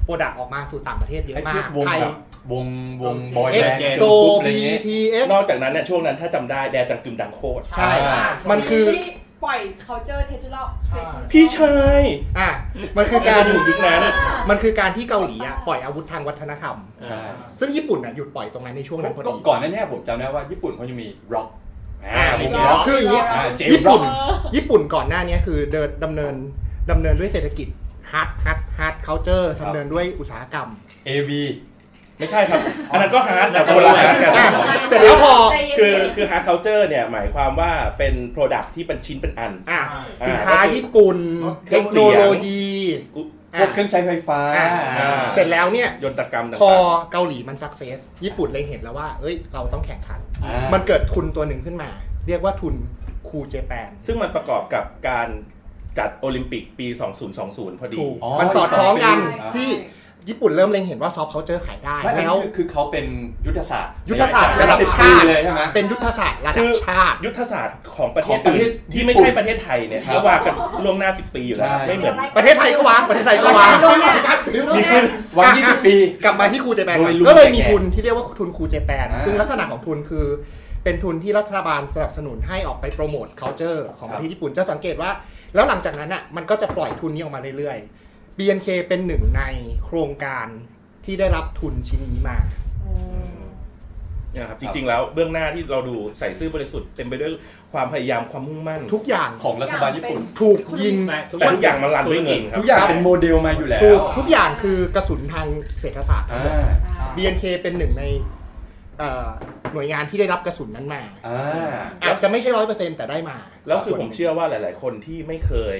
Speaker 8: โปรดักต์ออกมาสู่ต่างประเทศเยอะ
Speaker 2: ไอ้
Speaker 8: มา
Speaker 2: ที่
Speaker 8: ก
Speaker 2: วง
Speaker 8: ไทย
Speaker 2: แบบวงวงบอย
Speaker 8: เอ็
Speaker 2: แบ
Speaker 8: ก
Speaker 2: นด์
Speaker 8: โซ
Speaker 2: กรุ๊ปอะไร
Speaker 8: บี
Speaker 2: เงี้ย
Speaker 8: ทีเอส
Speaker 3: นอกจากนั้นเนี่ยช่วงนั้นถ้าจำได้แดจังกึมดังโคตร
Speaker 8: ใช่
Speaker 2: อ่า
Speaker 8: มันคือ
Speaker 5: ปล่อย culture traditional
Speaker 6: ใช่
Speaker 5: traditional
Speaker 3: พี่ชาย
Speaker 8: อ่ะมันคือ
Speaker 3: แก
Speaker 8: การ
Speaker 3: อยู่ยุคนั้น
Speaker 8: มันคือการที่เกาหลีอ่ะปล่อยอาวุธทางวัฒนธรรม
Speaker 2: ใช่
Speaker 8: ซึ่งญี่ปุ่นอ่ะหยุดปล่อยตรงนั้นในช่วงนั้นพอ
Speaker 2: ก็
Speaker 8: ดี
Speaker 2: ก่อนหนั้นเนี่ยผมจำได้ว่าญี่ปุ่นเขายังมีร็อกอ่า
Speaker 8: อ่ะ
Speaker 2: วง
Speaker 5: มี
Speaker 2: ร็อก
Speaker 5: rock
Speaker 8: คืออย่างเงี้ย
Speaker 2: อ่าเจม
Speaker 8: ญี่
Speaker 2: ร็อ
Speaker 8: ปุ่
Speaker 2: ก
Speaker 8: นญี่ปุ่นก่อนหน้านี้คือเดินดำเนินดำเนินด้วยเศรษฐกิจฮาร์ดฮาร์ดฮาร์ดเคาน์เตอร์
Speaker 2: ครับ
Speaker 8: ดำเนินด้วยอุตสาหกรรม
Speaker 2: AV
Speaker 3: ไม่ใช่ครับ อันนั้นก็ฮาร์ดแต่โบราณกัน
Speaker 8: อ่ะเสร็จแล้วพอ
Speaker 3: คือคือ hard culture เนี่ยหมายความว่าเป็น product ที่เป็นชิ้นเป็นอัน
Speaker 8: อ่ะ
Speaker 3: อ่า
Speaker 8: สินค้าญี่ปุ่น
Speaker 3: เค
Speaker 8: เท
Speaker 3: รื่อง
Speaker 8: ค
Speaker 3: เสี
Speaker 8: โน
Speaker 3: ยง
Speaker 8: โลยี
Speaker 3: อุ๊ย
Speaker 2: พวกเครื่องใช้ไฟฟ้า
Speaker 8: อ่ะ
Speaker 3: อ่า
Speaker 8: เสร็จแล้วเนี่ย
Speaker 3: ยนตกรรมต่าง
Speaker 8: พอ
Speaker 3: ๆ
Speaker 8: เกาหลีมันสักเซสญี่ปุ่นเลยเห็นแล้วว่า เอ้ย เราต้องแข่งขัน
Speaker 2: อ่า
Speaker 8: มันเกิดทุนตัวหนึ่งขึ้นมา เรียกว่าทุนคูเจแปน
Speaker 3: ซึ่งมันประกอบกับการจัดโอลิมปิกปี 2020 พอดี
Speaker 8: ถูก
Speaker 2: อ๋อ
Speaker 8: มันสอดคล้องกัน
Speaker 2: ใช่
Speaker 8: ที่ญี่ปุ่นเริ่มเล็งเห็นว่าซอฟต์เคาน์เตอร์ขายได้
Speaker 2: ไม่อัน
Speaker 8: แล้ว
Speaker 2: นี้คือคือเขาเป็นยุทธศาสตร์
Speaker 8: ยุทธศาสตร์ระดับ
Speaker 2: สิบ
Speaker 8: ชา
Speaker 2: ปี
Speaker 8: ติ
Speaker 2: เลยใช่ไหม
Speaker 8: เป็นยุทธศาสตร์ระดั
Speaker 3: คื
Speaker 8: บ
Speaker 3: อ
Speaker 8: ชาติ
Speaker 3: ยุทธศาสตร์ของประเทศ
Speaker 2: ของประเทศ
Speaker 3: อื่นที่ไม่
Speaker 2: ญี่ปุ่น
Speaker 3: ใช่ประเทศไทยเนี่ย
Speaker 2: ครับ
Speaker 3: เขาวางกันล่วงหน้าปิดปีอยู่แล้ว
Speaker 2: ใช่
Speaker 3: ไม่เหมือน
Speaker 8: ประเทศไทยก็วางประเทศไทยก็วาง
Speaker 2: ดีขึ้นวัน 20 ปี
Speaker 8: กลับมาที่ครูเจแปน
Speaker 2: โดยลุง
Speaker 8: ก็เลยมีทุนที่เรียกว่าทุนครูเจแปน
Speaker 2: อ่า
Speaker 8: ซึ่งลักษณะของทุนคือ เป็นทุนที่รัฐบาลสนับสนุนให้ออกไปโปรโมท culture ของประเทศญี่ปุ่นจะสังเกตว่า แล้วหลังจากนั้นอ่ะมันก็จะปล่อยทุนนี้ออกมาเรื่อยๆ BNK เป็นหนึ่งในโครงการที่ได้รับทุนชิ้นนี้มา
Speaker 3: นะครับ จริง ๆ แล้วเบื้องหน้าที่เราดูใส่ซื่อบริสุทธิ์เต็มไปด้วยความพยายามความมุ่งมั่น
Speaker 8: ทุกอย่าง
Speaker 2: ของรัฐบาลญี่ปุ่น
Speaker 8: ถูกยิง
Speaker 3: แต่ทุกอย่างมันรันด้วยเงินครับ
Speaker 2: ทุกอย่างเป็นโมเดลมาอยู่แล้ว
Speaker 8: ถูกทุกอย่างคือกระสุนทางเศรษฐศาสตร์
Speaker 2: อ่า
Speaker 8: BNK เป็นหนึ่งใน เอ่อหน่วยงานที่ได้รับกระสุนนั้นมา
Speaker 2: อ่า
Speaker 8: อาจจะไม่ใช่ร้อยเปอร์เซ็นต์แต่ได้มา
Speaker 3: แล้วคือผมเชื่อว่าหลาย ๆ คนที่ไม่เคย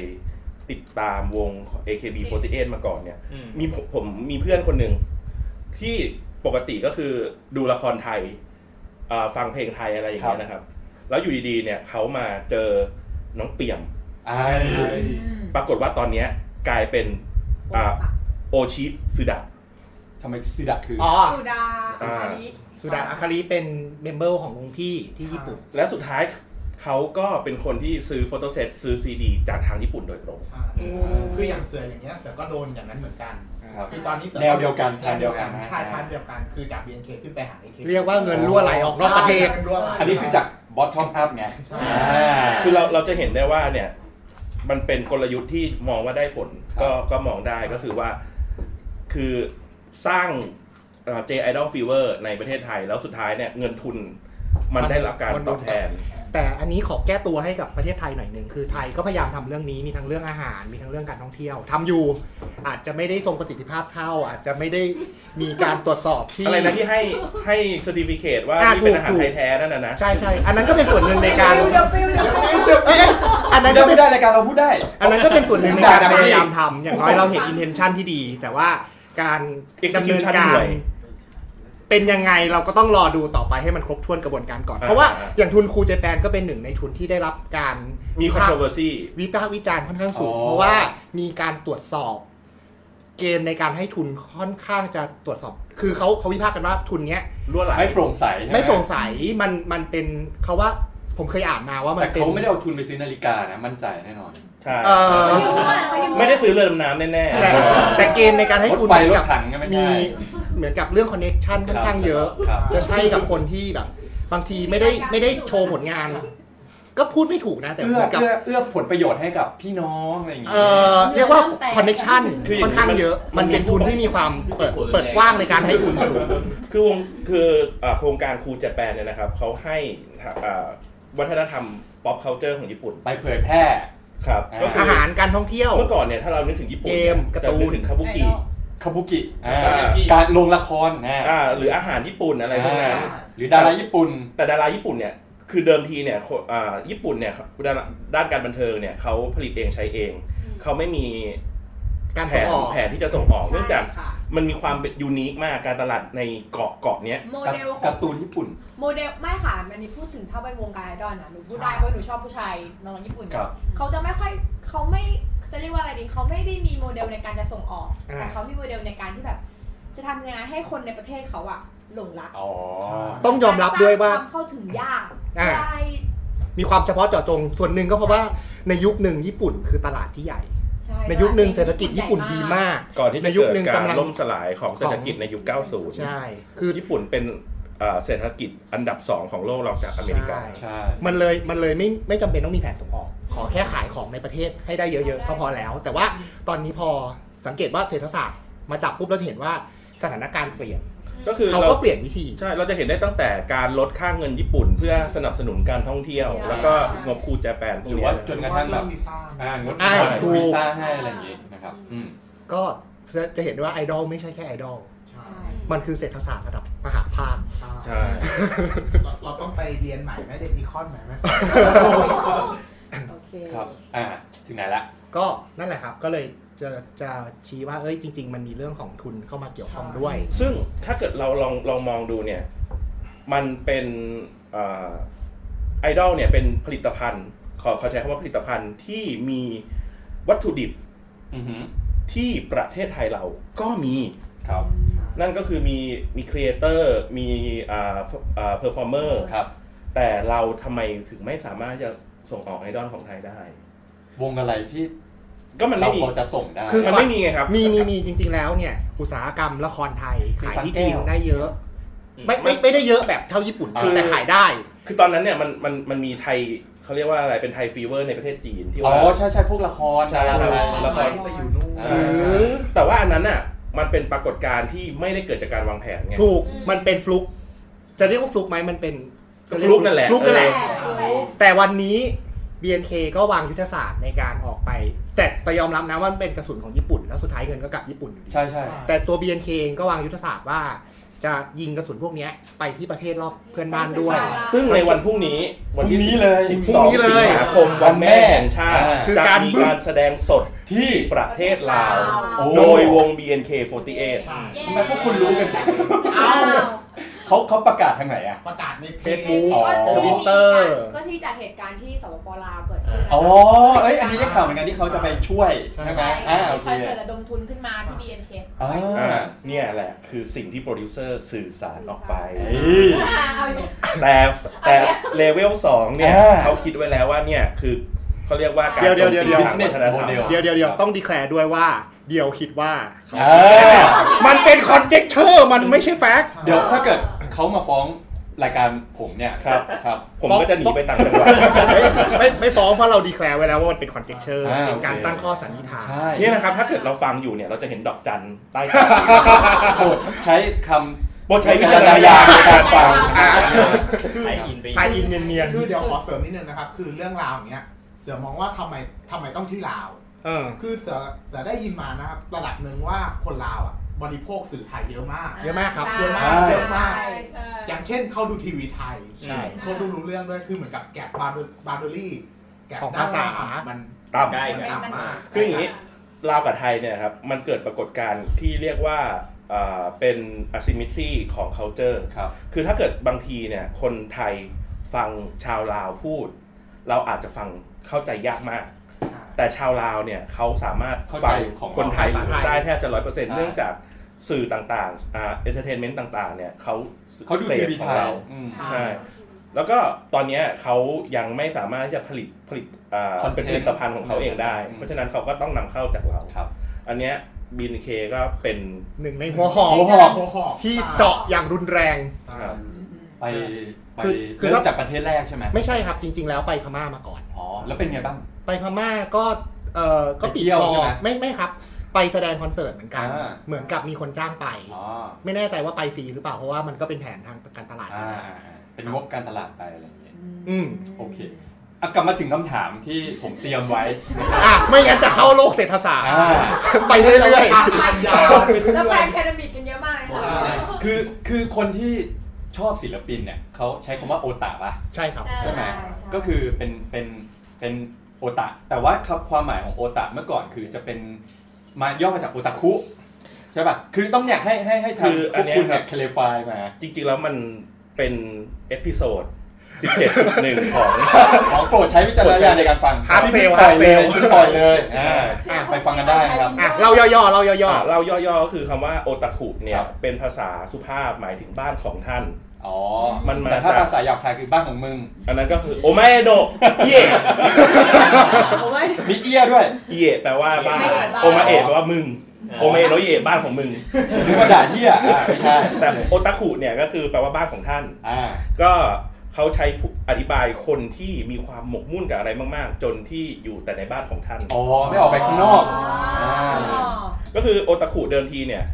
Speaker 3: ติดตามวง AKB48 มาก่อนเนี่ย
Speaker 12: อืม
Speaker 3: มีผมผมมีเพื่อนคนหนึ่งที่ปกติก็คือดูละครไทยอ่าฟังเพลงไทยอะไรอย่างเงี้ยนะครับ แล้วอยู่ดี ๆ เนี่ยเขามาเจอน้องเปี่ยม
Speaker 2: ไอ้
Speaker 3: ปรากฏว่าตอนเนี้ยกลายเป็นอ่าโอชิสึดะ
Speaker 2: ทำไมซิดะคือ
Speaker 8: อ๋อ
Speaker 5: สุดา
Speaker 3: อ่า
Speaker 5: อาริ
Speaker 8: สุดาอาคาริเป็นเมมเบอร์ของวงพี่ที่ญี่ปุ่น
Speaker 3: และสุดท้ายเขาก็เป็นคนที่ซื้อโฟโต้เซตซื้อซีดีจากทางญี่ปุ่นโดยตรง
Speaker 6: ใช่คืออย่างเสืออย่างเงี้ยเสือก็โดนอย่างนั้นเหมือนกัน
Speaker 2: ครับ
Speaker 6: คือตอนนี้สือ
Speaker 2: แนวเดียวกัน
Speaker 6: แนวเดียวกัน
Speaker 2: แนวเดียวกัน
Speaker 6: ใช่ทางเดียวกันคือจาก BNK ขึ้นไปหา AKB
Speaker 8: เรียกว่าเงินรั่วไหลออกนอกประเทศ
Speaker 6: ใช่งิรั่วไหล
Speaker 2: อันนี้คือจากบอททอมอัพไง
Speaker 6: ใช่
Speaker 2: อ่า
Speaker 3: คือเราเราจะเห็นได้ว่าเนี่ยมันเป็นกลยุทธ์ที่มองว่าได้ผล
Speaker 2: ครับ
Speaker 3: ก็ก็มองได้ก็คือว่าคือสร้างเจไอดอลฟีเวอร์ในประเทศไทย แล้วสุดท้ายเนี่ยเงินทุนมันได้รับการตอบแทน
Speaker 8: แต่อันนี้ขอแก้ตัวให้กับประเทศไทยหน่อยหนึ่งคือไทยก็พยายามทำเรื่องนี้มีทั้งเรื่องอาหาร มีทั้งเรื่องการท่องเที่ยวทำอยู่ อาจจะไม่ได้ทรงประสิทธิภาพเท่า อาจจะไม่ได้มีการตรวจสอบที่
Speaker 3: อะไรนะที่ให้ให้สติฟิเคตว่า
Speaker 8: อ่า
Speaker 3: นี่เป็นอาหาร
Speaker 8: ถูกๆ
Speaker 3: ไทยแท้นั่นนะนะ
Speaker 8: ใช่ใช่อันนั้นก็เป็นส่วนหนึ่งในการ
Speaker 5: เดี๋ยวปิวเดี๋ยวปิว
Speaker 8: เอ้ยเอ้ยอันนั้น
Speaker 2: เดี๋ย
Speaker 8: ก็
Speaker 2: ว
Speaker 8: เป็
Speaker 2: ไม่
Speaker 8: น
Speaker 2: ได้รายการเราพูดได้
Speaker 8: อันนั้นก็เป็นส่วนหนึ่งในการ
Speaker 2: ด่าดัง
Speaker 8: พ
Speaker 2: นี้
Speaker 8: ยายามทำอย่างน้อยเราเห็นอินเทนชันที่ดี แต่ว่าการดำเนิน
Speaker 3: Execution
Speaker 8: กา
Speaker 3: หน่
Speaker 8: ร
Speaker 3: วย
Speaker 8: เป็นยังไงเราก็ต้องรอดูต่อไปให้มันครบถ้วนกระบวนการก่อน
Speaker 3: อ่า
Speaker 8: เพราะว่าอย่างทุนครูเจแปนก็เป็นหนึ่งในทุนที่ได้รับการ
Speaker 3: มี
Speaker 8: วิพากษ์
Speaker 3: controversy
Speaker 8: วิพากษ์วิจารณ์ค่อนข้างสูง
Speaker 2: อ๋อ
Speaker 8: เพราะว่ามีการตรวจสอบ เกณฑ์ในการให้ทุนค่อนข้างจะตรวจสอบ คือเขาเขาวิพากษ์กันว่าทุนเนี้ย
Speaker 3: รั่วไหล
Speaker 2: ไม่โปร่งใสใช่ห
Speaker 8: ไม่โปร่งใสมันมันเป็นเขาว่าผมเคยอ่านมาว่ามัน
Speaker 2: แต่
Speaker 8: เป็น
Speaker 2: เขาไม่ได้เอาทุนไปซื้อนาฬิกานะมั่นใจแน่นอน
Speaker 3: ใช่
Speaker 8: เอ่อ
Speaker 3: ไม่ได้ซื้อเรือดำน้ำแน่
Speaker 8: แต่แต่เกณฑ์ในการให้
Speaker 2: รถ
Speaker 8: ทุน
Speaker 2: ไฟร
Speaker 8: เหมือน
Speaker 2: ถ
Speaker 8: กับ
Speaker 2: ถังก็ไม่
Speaker 8: มี
Speaker 2: ได้
Speaker 8: เหมือนกับเรื่องคอนเน็ชันค่อนข้างเยอะ
Speaker 2: ครับ
Speaker 8: จะใช่กับคนที่แบบ บางทีไม่ได้ไม่ได้โชว์ผลงาน ก็พูดไม่ถูกนะ แต่
Speaker 2: เอื้อ
Speaker 8: เหมือนกับ
Speaker 2: เอื้อเอื้อผลประโยชน์ให้กับพี่น้องอะไรอย่างงี้
Speaker 8: เอ่อเรียกว่า
Speaker 10: เงินเริ่มแตก
Speaker 8: คอนเน็ชัน
Speaker 3: คือ
Speaker 8: ค่อนข้างเยอะ มันเป็นทุนที่มีความเปิดเปิดกว้างในการให้ทุนสูง
Speaker 3: ๆคือวงคืออ่าโครงการครูเจแปนเนี่ยนะครับเขาให้อ่าวัฒนธรรม pop culture ของญี่ปุ่น
Speaker 2: ไปเผยแพร่
Speaker 3: ครับ
Speaker 2: อ่า
Speaker 3: ก็คื
Speaker 8: อา
Speaker 3: อ
Speaker 8: หารการท่องเที่ยว
Speaker 3: เมื่อก่อนเนี่ยถ้าเรานึกถึงญี่ปุ่น
Speaker 8: เกมการ์ตูน
Speaker 3: จะนึกถึงคาบุกิ
Speaker 2: คาบุกิอ่า
Speaker 3: คาบุกิ
Speaker 2: การลงละครนะ
Speaker 3: อ่าหรืออาหารญี่ปุ่นอะไรพวกนั้น
Speaker 2: อ่าหรือดาราญี่ปุ่น
Speaker 3: แต่ดาราญี่ปุ่นเนี่ยคือเดิมทีเนี่ยคนอ่าญี่ปุ่นเนี่ยด้านด้านการบันเทิงเนี่ยเขาผลิตเองใช้เอง เขาไม่มี
Speaker 8: การ
Speaker 3: แผน
Speaker 8: ส่งออก
Speaker 3: แผนที่จะส่งออกเนื่องจากมันมีความเป็นยูนิคมากการตลาดในเกาะเกาะเนี้ย
Speaker 5: โม
Speaker 2: กา
Speaker 5: เดลขอ
Speaker 2: กา
Speaker 5: ง
Speaker 2: ร์ตูนญี่ปุ่น
Speaker 5: โมเดลไม่ค่ะอันนี้พูดถึงถ้าไปวงการไอดอลนะหนูพูดได้เพราะหนูชอบผู้ชายน้องญี่ปุ่น
Speaker 2: ครับ
Speaker 5: เขาจะไม่ค่อยเขาไม่จะเรียกว่าอะไรดีเขาไม่ได้มีโมเดลในการจะส่งออก
Speaker 8: อ่า
Speaker 5: แต่เขามีโมเดลในการที่แบบ จะทำยังไงให้คนในประเทศเขาอะหลงรัก
Speaker 2: อ๋อ
Speaker 8: ต้องยอมรับด้วยว่า
Speaker 5: กรสร้งความเข้าถึงยาก
Speaker 8: อ่า
Speaker 5: ได้
Speaker 8: มีความเฉพาะเจาะจงส่วนหนึ่งก็เพราะว่าในยุคหนึ่งญี่ปุ่นคือตลาดที่ใหญ่
Speaker 5: ช่
Speaker 8: ในยุคหนึ่งเศรษฐกิจญี่ปุ่นดีมาก
Speaker 3: ก่อนที่จะ
Speaker 8: ในยุค
Speaker 3: เกิด
Speaker 8: หนึ่ง
Speaker 3: การ
Speaker 8: กำลัง
Speaker 3: ล่มสลายของเศรษฐกิจในยุค 90
Speaker 8: ใช่คือ
Speaker 3: ญี่ปุ่นเป็นอ่าเศรษฐกิจอันดับ 2 ของโลกรองจากอเมริกา
Speaker 8: ใช่
Speaker 2: ใช่
Speaker 8: มันเลยมันเลยไม่ไม่จำเป็นต้องมีแผนส่งออก ขอแค่ขายของในประเทศให้ได้เยอะๆก็พอแล้ว แต่ว่าตอนนี้พอสังเกตว่าเศรษฐศาสตร์มาจับปุ๊บเราจะเห็นว่าสถานการณ์เปลี่ยน
Speaker 3: ก็คือ
Speaker 8: เขา
Speaker 3: เรา
Speaker 8: ก็เปลี่ยนวิธี
Speaker 3: ใช่เราจะเห็นได้ตั้งแต่การลดค่าเงินญี่ปุ่น เพื่อสนับสนุนการท่องเที่ยว แล้วก็งบคูเจแปนพวก
Speaker 2: หรือ
Speaker 3: เนี้
Speaker 2: ว่าย จนกระทั่งแบบ
Speaker 6: เอวีซ่า
Speaker 2: อ่างด
Speaker 8: อ่า
Speaker 2: ผ่อน
Speaker 8: ถูก
Speaker 2: วีซ่าให้อะไรอย่างงี้นะครับอืม
Speaker 8: ก็จะจะเห็นได้ว่าไอดอลไม่ใช่แค่ไอดอล
Speaker 5: ใช่
Speaker 8: มันคือเศรษฐศาสตร์ระดับมหาภาค
Speaker 3: ใช่
Speaker 6: เราเราต้องไปเรียนใหม่ไหมเรียนอีคอนใหม่ไหม
Speaker 5: โอเค
Speaker 2: ครับ อ่า ถึงไหนละ
Speaker 8: ก็นั่นแหละครับก็เลยจะจะชี้ว่าเอ้ยจริง ๆ มันมีเรื่องของทุนเข้ามาเกี่ยวข้องด้วย
Speaker 3: ซึ่งถ้าเกิดเราลองลองมองดูเนี่ย มันเป็นไอดอลเนี่ยเป็นผลิตภัณฑ์ ขอขอใช้คำว่าผลิตภัณฑ์ที่มีวัตถุดิบ
Speaker 2: อือหือ
Speaker 3: ที่ประเทศไทยเราก็มี
Speaker 2: ครับ
Speaker 3: นั่นก็คือมีมีครีเอเตอร์มีอ่าอ่าเพอร์ฟอร์เมอร์
Speaker 2: ครับ
Speaker 3: แต่เราทำไมถึงไม่สามารถจะส่งออกไอดอลของไทยได้
Speaker 2: วงอะไรที่
Speaker 3: ก็มัน
Speaker 2: เรา
Speaker 3: ไม่มี
Speaker 2: พอจะส่งได้
Speaker 8: คือ
Speaker 3: มันไม่มีไงครับ
Speaker 8: มีมีมีจริง ๆ แล้วเนี่ย อุตสาหกรรมละครไทย
Speaker 2: มี
Speaker 8: ขาย
Speaker 2: ฟัง
Speaker 8: ที่
Speaker 2: แก้
Speaker 8: จีน
Speaker 2: ว
Speaker 8: ได้เยอะ ไม่
Speaker 3: มั
Speaker 8: ไม่
Speaker 3: น
Speaker 8: ไม่ได้เยอะแบบเท่าญี่ปุ่น
Speaker 2: คือ
Speaker 8: แต่ขายได้
Speaker 3: คือตอนนั้นเนี่ยมันมันมันมีไทยเขาเรียกว่าอะไรเป็นไทยฟีเวอร์ในประเทศจีนที่
Speaker 2: อ๋
Speaker 3: ว่า
Speaker 2: อ ใช่ใช่พวกละคร
Speaker 3: ใช่
Speaker 2: ดารา
Speaker 3: ใช่
Speaker 2: ไทย
Speaker 3: ละคร
Speaker 6: ไปอยู่นู่น
Speaker 2: อ่า
Speaker 8: หรือ
Speaker 3: แต่ว่าอันนั้นน่ะมันเป็นปรากฏการณ์ที่ไม่ได้เกิดจากการวางแผนไง
Speaker 8: ถูกมันเป็นฟลุก จะเรียกว่าฟลุกไหมมันเป็น
Speaker 3: ก็ฟลุกนั่นแหละ
Speaker 8: ฟลุกนั่นแหละ
Speaker 14: แต่คือ
Speaker 8: แต่วันนี้ BNK ก็วางยุทธศาสตร์ในการออกไป แต่แต่ยอมรับนะว่ามันเป็นกระสุนของญี่ปุ่น แล้วสุดท้ายเงินก็กลับญี่ปุ่นอยู่ดี
Speaker 2: ใช่ใช่
Speaker 8: แต่ตัว BNK เองก็วางยุทธศาสตร์ว่า จะยิงกระสุนพวกเนี้ยไปที่ประเทศรอบเพื่อนบ้านด้วย
Speaker 3: ซึ่งในวันพรุ่งนี้วันที่
Speaker 2: พรุ่งนี้เลย
Speaker 3: สิบ
Speaker 2: พรุ่
Speaker 3: สอง ง
Speaker 2: นี้เลย
Speaker 3: สิงหาคมวันแม่แห่งชาติ
Speaker 2: อ่า
Speaker 8: คือ
Speaker 3: จะ
Speaker 8: การ
Speaker 3: มี
Speaker 8: บึ้ม
Speaker 3: การแสดงสด
Speaker 2: ที่
Speaker 3: ประเทศลาว
Speaker 2: โอ้
Speaker 3: โดยวง BNK48
Speaker 2: ทำไมพวกคุณรู้กันจัง
Speaker 6: เอ้า
Speaker 2: เขาเขาประกาศทางไหนอ่ะ
Speaker 6: ประกาศในเพจ
Speaker 8: Facebook
Speaker 2: อ๋อ
Speaker 5: ก็ที่มีการ
Speaker 8: Twitter
Speaker 5: ก็ที่จากเหตุการณ์ที่สปปลาวเกิดขึ้นนะคะ
Speaker 2: อ๋อเอ้ยอันนี้ได้ข่าวเหมือนกันที่เขาจะไปช่วยใช่ไหม
Speaker 5: ใช่
Speaker 2: อ่าโอ
Speaker 5: มีค
Speaker 2: เค
Speaker 5: อนเสิร์ตระดมทุนขึ้นมาที่ BNK
Speaker 2: อ่า
Speaker 3: อ่าเนี่ยแหละคือสิ่งที่โปรดิวเซอร์สื่อสารออกไป
Speaker 2: เฮ้ย
Speaker 3: แต่แต่เลเวลสองเนี่ย
Speaker 2: อ่า
Speaker 3: เขาคิดไว้แล้วว่าเนี่ยคือเขาเรียกว่าการ
Speaker 8: เดี๋ยวเดี๋ยวเดี๋ยว
Speaker 3: โจมตีทาง
Speaker 2: business
Speaker 3: วัฒนธรรม
Speaker 2: model
Speaker 8: เดี๋ยวเดี๋ยวเดี๋ยวต้องดีแคลร์ด้วยว่า เดี๋ยวคิดว่า
Speaker 2: อ่า
Speaker 8: มันเป็นคอนเจ t เ r อร์มันไม่ใช่แฟกต์
Speaker 2: เดี๋ยวถ้าเกิดเขามาฟ้องรายการผมเนี่ย
Speaker 3: ครับ
Speaker 2: ครับ
Speaker 3: ผมก็จะหนีไปต่างจังหวัด
Speaker 8: ไม่ไม่ฟ้องเพราะเราดีแคลร์ไว้แล้วว่ามันเป็นคอนเจ t เ r อร์
Speaker 2: อ่า
Speaker 8: เป็นการ
Speaker 2: โอเค
Speaker 8: ตั้งข้อสันนิษฐาน
Speaker 2: ใช่
Speaker 3: เนี่ยนะครับ ถ้าเกิดเราฟังอยู่เนี่ย เราจะเห็นดอกจันใต้ตา
Speaker 2: โปรดใช้ค
Speaker 3: โปรดใช้วิจารณญาณในการฟัง
Speaker 8: อ่า
Speaker 12: ไทยอินไป
Speaker 8: ไทยอินเนียน
Speaker 6: คือเดี๋ยวขอเสริมนิดนึงนะครับ คือเรื่องราวอย่างเงี้ย เสือมองว่าทำไมทำไมต้องที่ลาว
Speaker 8: ๆเออ
Speaker 6: คือเสือเสือได้ยินมานะครับระดับหนึ่งว่าคนลาวอ่ะบริโภคสื่อไทยเยอะมาก
Speaker 8: เยอะมากครับ
Speaker 6: เยอะมาก
Speaker 2: ใช่
Speaker 6: เยอะมาก
Speaker 14: ใช่ใช่
Speaker 6: อย่างเช่นเขาดูทีวีไทย
Speaker 2: ใช่
Speaker 6: เขาดูรู้เรื่องด้วยคือเหมือนกับแกะบาร์บาร์ดรี่แกะ
Speaker 8: ของภาษา
Speaker 6: ด้นล่งมัน
Speaker 3: ต่
Speaker 12: ใกล้
Speaker 6: มันต่ำมาก
Speaker 3: ำคืออย่างนี้ ลาวกับไทยเนี่ยครับ มันเกิดปรากฏการณ์ที่เรียกว่าอ่าเป็น asymmetry ของ culture
Speaker 2: ำครับ
Speaker 3: คือถ้าเกิดบางทีเนี่ย คนไทยฟังชาวลาวพูด เราอาจจะฟังเข้าใจยากมาก แต่ชาวลาวเนี่ยเขาสามารถ
Speaker 2: เข้า
Speaker 3: ฟั
Speaker 2: ใจ
Speaker 3: ง
Speaker 2: ของ
Speaker 3: คนไทย
Speaker 2: ภาษาไทย
Speaker 3: ได้แทบจะร้อยเปอร์เซ็น
Speaker 2: ใช่
Speaker 3: ต์เนื่องจากสื่อต่างๆอ่าเอนเตอร์เทนเมนต์ต่างๆเนี่ยเขา
Speaker 2: เขาดู
Speaker 3: สพ
Speaker 2: ทีวี
Speaker 3: ข
Speaker 2: ไทย
Speaker 3: องเรา
Speaker 2: อืม
Speaker 3: ใช่แล้วก็ตอนเนี้ยเขายังไม่สามารถที่จะผลิตผลิตอ่า
Speaker 2: Content
Speaker 3: เป็นผลิตภัณฑ์ของเขาเองได้
Speaker 2: อืม
Speaker 3: เพราะฉะนั้นเขาก็ต้องนำเข้าจากเรา
Speaker 2: ครับ
Speaker 3: อันเนี้ย BNK ก็เป็น
Speaker 8: หนึ่งในหัวหอก
Speaker 2: หัวหอก
Speaker 6: หัวหอก
Speaker 8: ที่เจาะอย่างรุนแรง
Speaker 6: ครับ
Speaker 2: ไปไป
Speaker 8: คือคือ
Speaker 2: เริ่มจากประเทศแรกใช่ไหม
Speaker 8: ไม่ใช่ครับจริง ๆ แล้วไปพม่ามาก่อน
Speaker 2: อ๋อแล้วเป็นไงบ้าง
Speaker 8: ไปพม่าก็เออก็ติด
Speaker 2: ไปเที่ยว
Speaker 8: คอ
Speaker 2: ใช่ไหม
Speaker 8: ไม่ไม่ครับ ไปแสดงคอนเสิร์ตเหมือนกัน
Speaker 2: อ่า
Speaker 8: เหมือนกับมีคนจ้างไป
Speaker 2: อ๋อ
Speaker 8: ไม่แน่ใจว่าไปฟรีหรือเปล่า เพราะว่ามันก็เป็นแผนทางการตลาด
Speaker 2: อ่าเป็นงบการตลาดไปอะไรอย่างเงี้ย
Speaker 8: อืม
Speaker 2: โอเคอ่ะกลับมาถึงคำถามที่ผมเตรียมไว้
Speaker 8: อ่ะไม่งั้นจะเข้าโลกเศรษฐศาสตร์
Speaker 2: อ่า
Speaker 8: ไปเรื่อยๆ
Speaker 6: ยาวไปเรื่
Speaker 5: แล้วแปล
Speaker 6: อย
Speaker 5: งแคนาบิดกันเยอะมากเลยค่ะ
Speaker 2: คือคือคนที่ชอบศิลปินเนี่ยเขาใช้คำว่าโอตาปะ
Speaker 8: ใช่ครับ
Speaker 2: ใช่ไหมก็คือเป็นเป็นเป็นโอตะ แต่ว่าครับความหมายของโอตะเมื่อก่อนคือจะเป็นมาย่อมาจากโอตาคุใช่ป่ะ คือต้องอยากให้ให้ให้ทาง
Speaker 3: คืออั
Speaker 2: พว
Speaker 3: น
Speaker 2: ก
Speaker 3: เนี้ย
Speaker 2: คุณ
Speaker 3: ครั
Speaker 2: เนี่
Speaker 3: บ
Speaker 2: ยเคลฟายมา
Speaker 3: จริงๆแล้วมันเป็นเอพิโซด17.1 ของ
Speaker 2: ขอโปรดใช้วิจารณญาณในการฟัง
Speaker 8: Hard
Speaker 2: พี่
Speaker 8: fail
Speaker 2: ปล่อย
Speaker 8: hard
Speaker 2: เลย
Speaker 8: fail
Speaker 2: พี่ปล่อยเลยอ่า
Speaker 8: อ่ะ
Speaker 2: ไปฟังกันได้นะครับ
Speaker 8: อ่ะเราย่อๆเราย่อ
Speaker 3: อ่ะเราย่อๆก็คือคำว่าโอตาคุเนี่
Speaker 2: ค
Speaker 3: ย
Speaker 2: รับ
Speaker 3: เป็นภาษาสุภาพหมายถึงบ้านของท่าน
Speaker 2: อ๋อ
Speaker 3: มันมา
Speaker 2: แต่ถ้า
Speaker 3: จาก
Speaker 2: ภาษาหยาบคายคือบ้านของมึง
Speaker 3: อันนั้นก็คือ โอไมเอโด ะเย่
Speaker 2: มีเอียด้วย
Speaker 3: เย่แปลว่าบ้าน
Speaker 5: เย่บ้าน
Speaker 3: โอมาเอะแปลว่ามึง โอไมเอโดะเย่บ้านของมึง
Speaker 2: หรือว่าด่าเฮียอ่ะไม่ใช่
Speaker 3: แต่โอตาคุเนี่ยก็คือแปลว่าบ้านของท่าน
Speaker 2: อ่า
Speaker 3: ก็เขาใช้อธิบายคนที่มีความหมกมุ่นกับอะไรมากๆ จนที่อยู่แต่ในบ้านของท่าน
Speaker 2: อ๋อ ไม่ออกไปข้างนอกอ่า
Speaker 3: ก็คือโอตาคุเดิมทีเนี่ย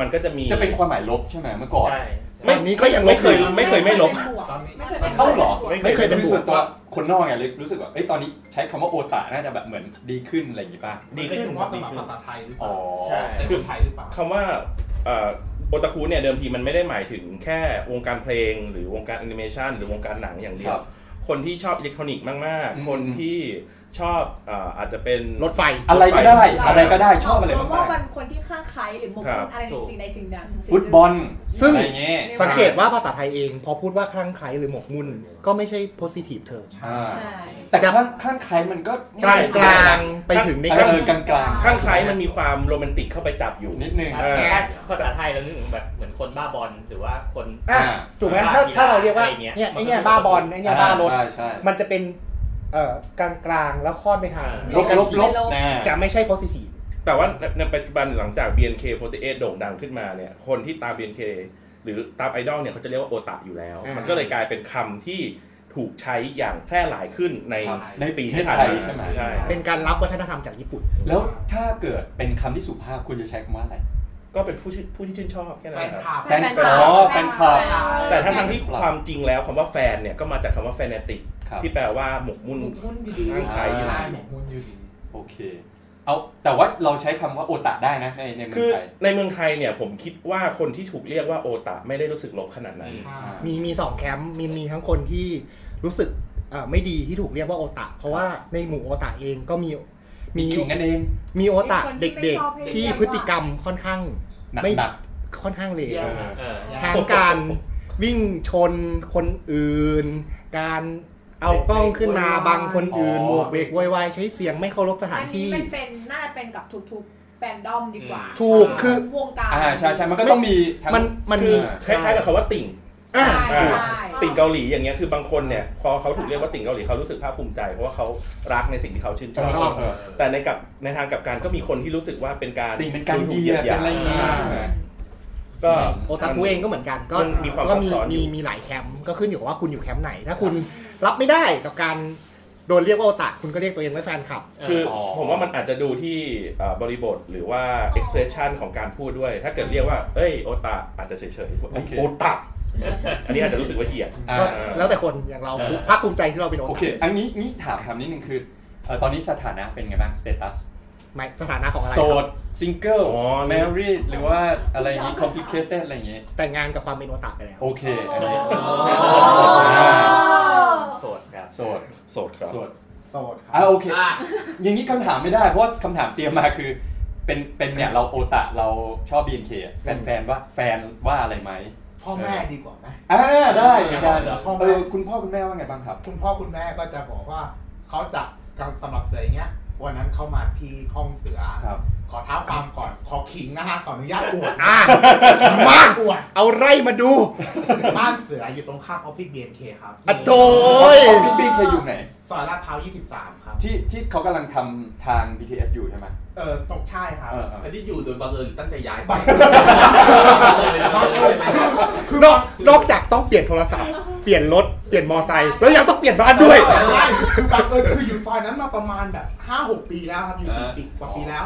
Speaker 3: มันก็จะมี
Speaker 2: จะเป็นความหมายลบใช่ไหมเมื่อก่อน
Speaker 12: ใช่
Speaker 8: ตอนนี้ก็ยังลบ
Speaker 3: ไม่เคย
Speaker 8: อยู่
Speaker 3: ไม่เคยไม่ลบ
Speaker 6: ๆตอนนี้
Speaker 5: ไม่เคยเป็น
Speaker 2: เข้าเหรอ
Speaker 8: ไม่เคยเป็น
Speaker 2: คือ
Speaker 8: บว
Speaker 2: ส่ว
Speaker 8: ก
Speaker 2: นตัวคนนอกไงเลยรู้สึกว่าเอ้ยตอนนี้ใช้คำว่าโอตะน่าจะแบบเหมือนดีขึ้นอะไรอย่างงี้ป่ะ
Speaker 3: ดีขึ้น
Speaker 6: เพราะสมัครภาษาไทยหรือเป
Speaker 2: อ๋
Speaker 6: ล่า
Speaker 2: อ
Speaker 12: ใช่
Speaker 6: แต่คนไทยหรือเปล่า
Speaker 3: คำว่าเอ่อโอตาคุเนี่ยเดิมทีมันไม่ได้หมายถึงแค่วงการเพลง หรือวงการแอนิเมชันหรือวงการหนังอย่างเดีย
Speaker 2: คว รับ
Speaker 3: คนที่ชอบอิเล็กทรอนิกส์มาก
Speaker 2: อืม
Speaker 3: ๆ คนที่ชอบเอ่ออาจจะเป็น
Speaker 8: รถไฟ
Speaker 2: อะไรก็ได้ อะไรก็ได้ชอบอะไร
Speaker 5: เพ
Speaker 2: ก็ได้
Speaker 5: ราะว่ามันคนที่ข้างใครหรือหมกมุ่นอะไรในสิ่งใดสิ่งหนึ่ง
Speaker 2: ฟุตบอล
Speaker 8: ซึ่ง
Speaker 2: อะไรเงี้ย
Speaker 8: สังเกตว่าภาษาไทยเอง พอพูดว่าคลั่งไคล้หรือหมกมุ่น ก็ไม่ใช่ positive term
Speaker 2: อ่า
Speaker 5: ใช่
Speaker 2: แต่ข้างข้างใครมันก็
Speaker 8: กลางกลางๆไปถึงใน
Speaker 2: เอ
Speaker 8: ขั้น
Speaker 2: อกลางกลาง
Speaker 3: ข้างใครมันมีความโรแมนติกเข้าไปจับอยู่
Speaker 2: ๆนิดนึง
Speaker 3: เออ
Speaker 12: ภาษาไทยเรานึกถึงแบบเหมือนคนบ้าบอลหรือว่าคน
Speaker 8: อ่ะ ถูกไหมถ้าถ้าเราเรียกว่า
Speaker 12: อะไรเงี้ย
Speaker 8: เนี่ยไอ้เนี่ยบ้าบอลไอ้เนี่ยบ้ารถ
Speaker 2: ใช่ใช่
Speaker 8: มันจะเป็นเอ่อกลางกลางๆแล้วค่อนไปทาง
Speaker 2: ลบลบลบนะ
Speaker 8: จะไม่ใช่ positive
Speaker 3: แต่ว่าในในปัจจุบันหลังจาก BNK48 โด่งดังขึ้นมาเนี่ย คนที่ตาม BNK หรือตามไอดอลเนี่ยเขาจะเรียกว่าโอตะอยู่แล้ว
Speaker 8: อ่ามั
Speaker 3: มันก็เลยกลายเป็นคำที่ถูกใช้อย่างแพร่หลายขึ้นใน
Speaker 2: ครับ
Speaker 3: ในปีที่ผ่าน
Speaker 2: ใน
Speaker 3: มา
Speaker 2: ไทยใช่ไหม
Speaker 3: ใช่
Speaker 8: เป็นการรับวัฒนธรรมจากญี่ปุ่น
Speaker 2: แล้วถ้าเกิดเป็นคำที่สุภาพคุณจะใช้คำว่าอะไร
Speaker 3: ก็เป็นผู้ชื่นผู้ที่ชื่นชอบแค่นั้
Speaker 6: แฟ
Speaker 3: น
Speaker 6: น
Speaker 3: ค
Speaker 6: ครับ ลับ
Speaker 2: แฟนคลับอ๋อแฟนคลับ
Speaker 3: แต่ทั้งทั้งที่ความจริงแล้วคำว่าแฟนเนี่ยก็มาจากคำว่าแฟนติก
Speaker 2: ครับ
Speaker 3: ที่แปลว่าหมกมุ่น
Speaker 9: หมกมุ่นอยู่ดี
Speaker 3: ข้างใคร
Speaker 2: อ่า
Speaker 6: ได้หมกมุ่นอยู่ดี
Speaker 2: โอเค เอาแต่ว่าเราใช้คำว่าโอตะได้นะในในเมื
Speaker 3: คือ
Speaker 2: องไทย
Speaker 3: ในเมืองไทยเนี่ยผมคิดว่าคนที่ถูกเรียกว่าโอตะไม่ได้รู้สึกลบขนาดนั้น
Speaker 8: มีมีสองแคมป์มีมีทั้งคนที่รู้สึกเอ่อไม่ดีที่ถูกเรียกว่าโอตะเพราะว่าในหมู่โอตะเองก็มีมี
Speaker 2: ขิงกันเอง
Speaker 8: มีโอตะ
Speaker 5: มีคนที่
Speaker 8: เด็ก
Speaker 5: ไม่ชอบให้
Speaker 8: ๆ
Speaker 5: เรี
Speaker 8: ที่
Speaker 5: ยกว่า
Speaker 8: พฤติกรรมค่อนข้าง
Speaker 2: หนัก
Speaker 8: ไม่
Speaker 2: หนัก
Speaker 8: ค่อนข้างเลว
Speaker 6: เออ
Speaker 12: เออ
Speaker 8: ทั้งการวิ่งชนคนอื่น การเอากล้องขึ้นมาบังคนอื่น
Speaker 2: อ๋อ
Speaker 8: โบกเวกโวยวายใช้เสียงไม่เคารพสถา
Speaker 5: อัน
Speaker 8: น
Speaker 5: นี้
Speaker 8: ที่
Speaker 5: มันเป็นน่าจะเป็นกับทุกๆ แฟนดอมดีกว่า
Speaker 8: ถูกคือ
Speaker 5: วงการ
Speaker 2: อ่าใช่ใช่มันก็ต้องมีทั้ง
Speaker 8: มันมัน
Speaker 3: คื
Speaker 8: มี
Speaker 3: อคล้ายๆกับคำว่าติ่ง
Speaker 8: อ่า
Speaker 5: ใช่ใช่
Speaker 3: ติ่งเกาหลีอย่างเงี้ยคือบางคนเนี่ยพอเขาถูกเรียกว่าติ่งเกาหลีเขารู้สึกภาคภูมิใจ เพราะว่าเขารักในสิ่งที่เขาชื่นชอบ
Speaker 8: ถูกต้อง
Speaker 3: แต่ในกับในทางกลับการก็มีคนที่รู้สึกว่าเป็นการ
Speaker 2: ติ่งเป็นการเหยียดเป็นอะไรอย่างเงี้ย
Speaker 3: ก็
Speaker 8: โอตาคุเองก็เหมือนกันก็
Speaker 3: มันมีความ
Speaker 8: ก็
Speaker 3: ซับ
Speaker 8: มี
Speaker 3: ซ้อนอยู่
Speaker 8: มีมีหลายแคมป์ก็ขึ้นอยู่กับว่าคุณอยู่แคมป์ไหน ถ้าคุณรับไม่ได้กับการโดนเรียกว่าโอตาคุณก็เรียกตัวเองว่าแฟนคลับ
Speaker 3: คือ
Speaker 2: อ๋อ
Speaker 3: ผมว่ามันอาจจะดูที่เอ่อบริบทหรือว่า expression ของการพูดด้วย ถ้าเกิดเรียกว่า เอ้ยโอตาอาจจะเฉยๆว่าเอ้ยโอตาอันนี้อาจจะรู้สึกว่าเหยียด
Speaker 2: อ่า
Speaker 8: ก็แล้วแต่คนอย่างเรา
Speaker 2: เออ
Speaker 8: ภาคภูมิใจที่เราเป็นโอ
Speaker 2: โอ
Speaker 8: ตา
Speaker 2: เค อันนี้นี่ถามคำนิดนึงคือเอ่อตอนนี้สถานะเป็นไงบ้างสเตตัส
Speaker 8: หมายสถานะของอะไรค
Speaker 2: โส
Speaker 8: รับ
Speaker 2: ดซิงเกิล
Speaker 3: อ๋อ
Speaker 2: แมรี่หรือว่าอะไรอย่างงี้คอมพ i เคเต็ดอะไรอย่างงี้
Speaker 8: แต่งงานกับความเป็นโอตาไปแล้ว
Speaker 2: โอเคอันนี้
Speaker 12: โสดครับ
Speaker 2: โสด
Speaker 3: โสดครับ
Speaker 2: โสด
Speaker 6: โสดค
Speaker 2: อ่ะ
Speaker 6: รับ
Speaker 2: โอเค อย่างนี้คำถามไม่ได้ เพราะว่าคำถามเตรียมมาคือ เป็นเป็นเนี่ยเราโอตะเราชอบ BNK อะแฟนแฟนว่าแฟนว่าอะไรไหม
Speaker 6: พ่อแม่ดีกว่าไหม
Speaker 2: อ่าได้อาจารย์
Speaker 6: เดี๋ยวพ่อแม่
Speaker 2: เออคุณพ่อคุณแม่ว่าไงบ้างครับ
Speaker 6: คุณพ่อคุณแม่ก็จะบอกว่าเขาจะสำหรับเสืออย่างเงี้ย วันนั้นเขามาที่ห้องเสือ
Speaker 2: ครับ
Speaker 6: ขอท้าความก่อนขอขิงนะฮะขออนุญาตอวด
Speaker 8: อ่ะ
Speaker 6: มากอวด
Speaker 8: เอาไร่มาดู
Speaker 6: บ้านเสืออยู่ตรงข้ามออฟฟิศบีเอ็นเคครับ
Speaker 8: อะโจย
Speaker 2: ออฟฟิศ BNK อยู่ไหน
Speaker 6: ซอยลาดพร้าว23 ครับ
Speaker 2: ที่ที่เขากำลังทำทาง BTS อยู่ใช่ไหม
Speaker 6: เออตรงใช่ครับ
Speaker 2: เออเออ
Speaker 9: อันนี้อยู่โดยบังเอิญหรือตั้งใจย้ายไป
Speaker 6: บังเอิญ
Speaker 9: บังเอิญเลยนะ
Speaker 6: คือน น
Speaker 8: อ
Speaker 6: อก ก
Speaker 8: นอกจากต้องเปลี่ยนโทรศัพท์ เปลี่ยนรถ เปลี่ยนมอไซค์แล้วยังต้องเปลี่ยนบ้านด้วย
Speaker 6: ไม่คือบังเอิญคืออยู่ซอยนั้นมาประมาณแบบ 5-6 ปีแล้วครับ อยู่
Speaker 2: เออ
Speaker 6: 4ปีกว่าปีแล้ว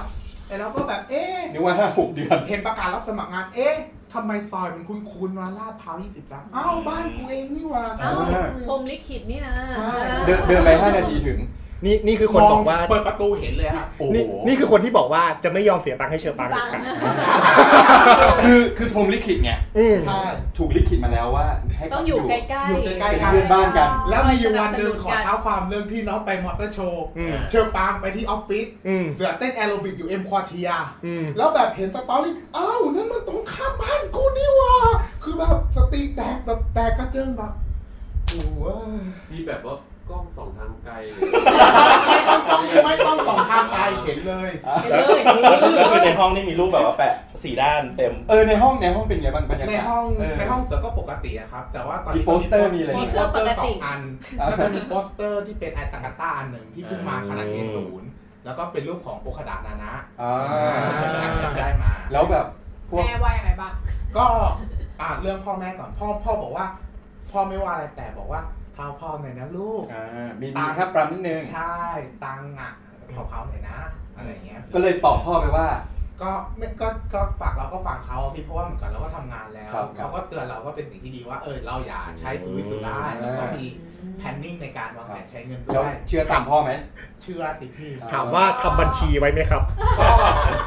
Speaker 6: แต่เราก็แบบเอ๊ะ
Speaker 2: นึกว่าห้าหกเดือน
Speaker 6: เห็นประกาศรับสมัครงาน เอ๊ะทำไมซอยมันคุ้นๆวะลาดพร้าว23อ้าวบ้านกูเองนี่หว่า
Speaker 10: เอ้า
Speaker 6: บ้านกูเอง
Speaker 10: พรหมลิขิตนี่นะ
Speaker 2: เดินเดินไปห้านาทีถึง
Speaker 8: นี่นี่คือคนบอกว่าม
Speaker 6: งเปิดประตูเห็นเลยครับ
Speaker 2: โอ้
Speaker 8: นี่
Speaker 2: โห
Speaker 8: นี่คือคนที่บอกว่าจะไม่ยอมเสียตังค์ให้เชอปังเด็ดขาด
Speaker 2: คือคือพรหมลิขิตไง
Speaker 8: อืม
Speaker 6: ใช่
Speaker 2: ถูกลิขิตมาแล้วว่าให้
Speaker 10: ต้องอยู่ใกล้ๆ
Speaker 6: อยู่ใกล้ๆ
Speaker 2: เป็นเพื่อนบ้านกัน
Speaker 6: แล้วมีอยู่วันหนึ่ง
Speaker 10: สนับสนุนกัน
Speaker 6: ขอเท้าความเรื่องที่น้องไปมอเตอร์โชว์
Speaker 8: อืม
Speaker 6: เชอปางไปที่ออฟฟิศ
Speaker 8: อืม
Speaker 6: เสือเต้นแอโรบิกอยู่เอ็มควอเทีย
Speaker 8: อืม
Speaker 6: แล้วแบบเห็นสตอรี่อ้าวนั่นมันตรงข้ามบ้านกูนี่หว่า คือแบบสติแตกแบบแตกกระเจิงแบบโอ้ย
Speaker 9: มีแบบว่ากล้องสองทางไกล
Speaker 6: ไม่ต้องต้องไม่ต้องส่องทางไกลเห็นเลย
Speaker 10: ไปเลย
Speaker 3: แล้วคือในห้องนี่มีรูปแบบว่าแปะสี่ด้านเต็ม
Speaker 2: เออในห้องในห้องเป็นไงบ้างบรรยากาศ
Speaker 6: ในห้อง
Speaker 2: เ
Speaker 6: ในห้องเสือก็ปกติอะครับ แต่ว่าตอน
Speaker 2: มี
Speaker 6: นี้
Speaker 2: โปสเตอร์มีอะไรไหม
Speaker 6: มีโปสเตอร์สองอันแล้วก็มีโปสเตอร์ที่เป็นไอตากาต้าอันหนึ่งที่เพิ่งมาคณะเอศูนย์แล้วก็เป็นรูปของโอคาดานานะ
Speaker 2: อ่า
Speaker 6: ได้มา
Speaker 2: แล้วแบบพวก
Speaker 5: แม่ว่ายังไงบ้าง
Speaker 6: ก็อ่ะเรื่องพ่อแม่ก่อน พ่อพ่อบอกว่า พ่อไม่ว่าอะไรแต่บอกว่าเท้าพ่อหน่อยนะลูก
Speaker 2: อ่ามีมีแค่ปรำนิดนึง
Speaker 6: ใช่ ตังค์อ่ะขอเขาหน่อยนะ อะไรอย่างเงี้ย
Speaker 2: ก็เลยตอบพ่อไปว่า
Speaker 6: ก็ไม่ก็ก็ฝากเราก็ฟังเขาอะพี่เพราะว่าเหมือนกันเราก็ทำงานแล้ว
Speaker 2: ครับครับ
Speaker 6: เขาก็เตือนเราก็เป็นสิ่งที่ดีว่าเออเราอย่าใช้สุรุ่ยสุร่าย
Speaker 2: อืม
Speaker 6: แล้วก็มีแพนนิ่งในการวางแผนใช้เงิน
Speaker 2: แล้ว
Speaker 6: ด้วย
Speaker 2: เชื่อตามพ่อไหม
Speaker 6: เชื่อสิพี่
Speaker 8: ถามว่าทำบัญชีไว้ไหมครับ
Speaker 6: ก็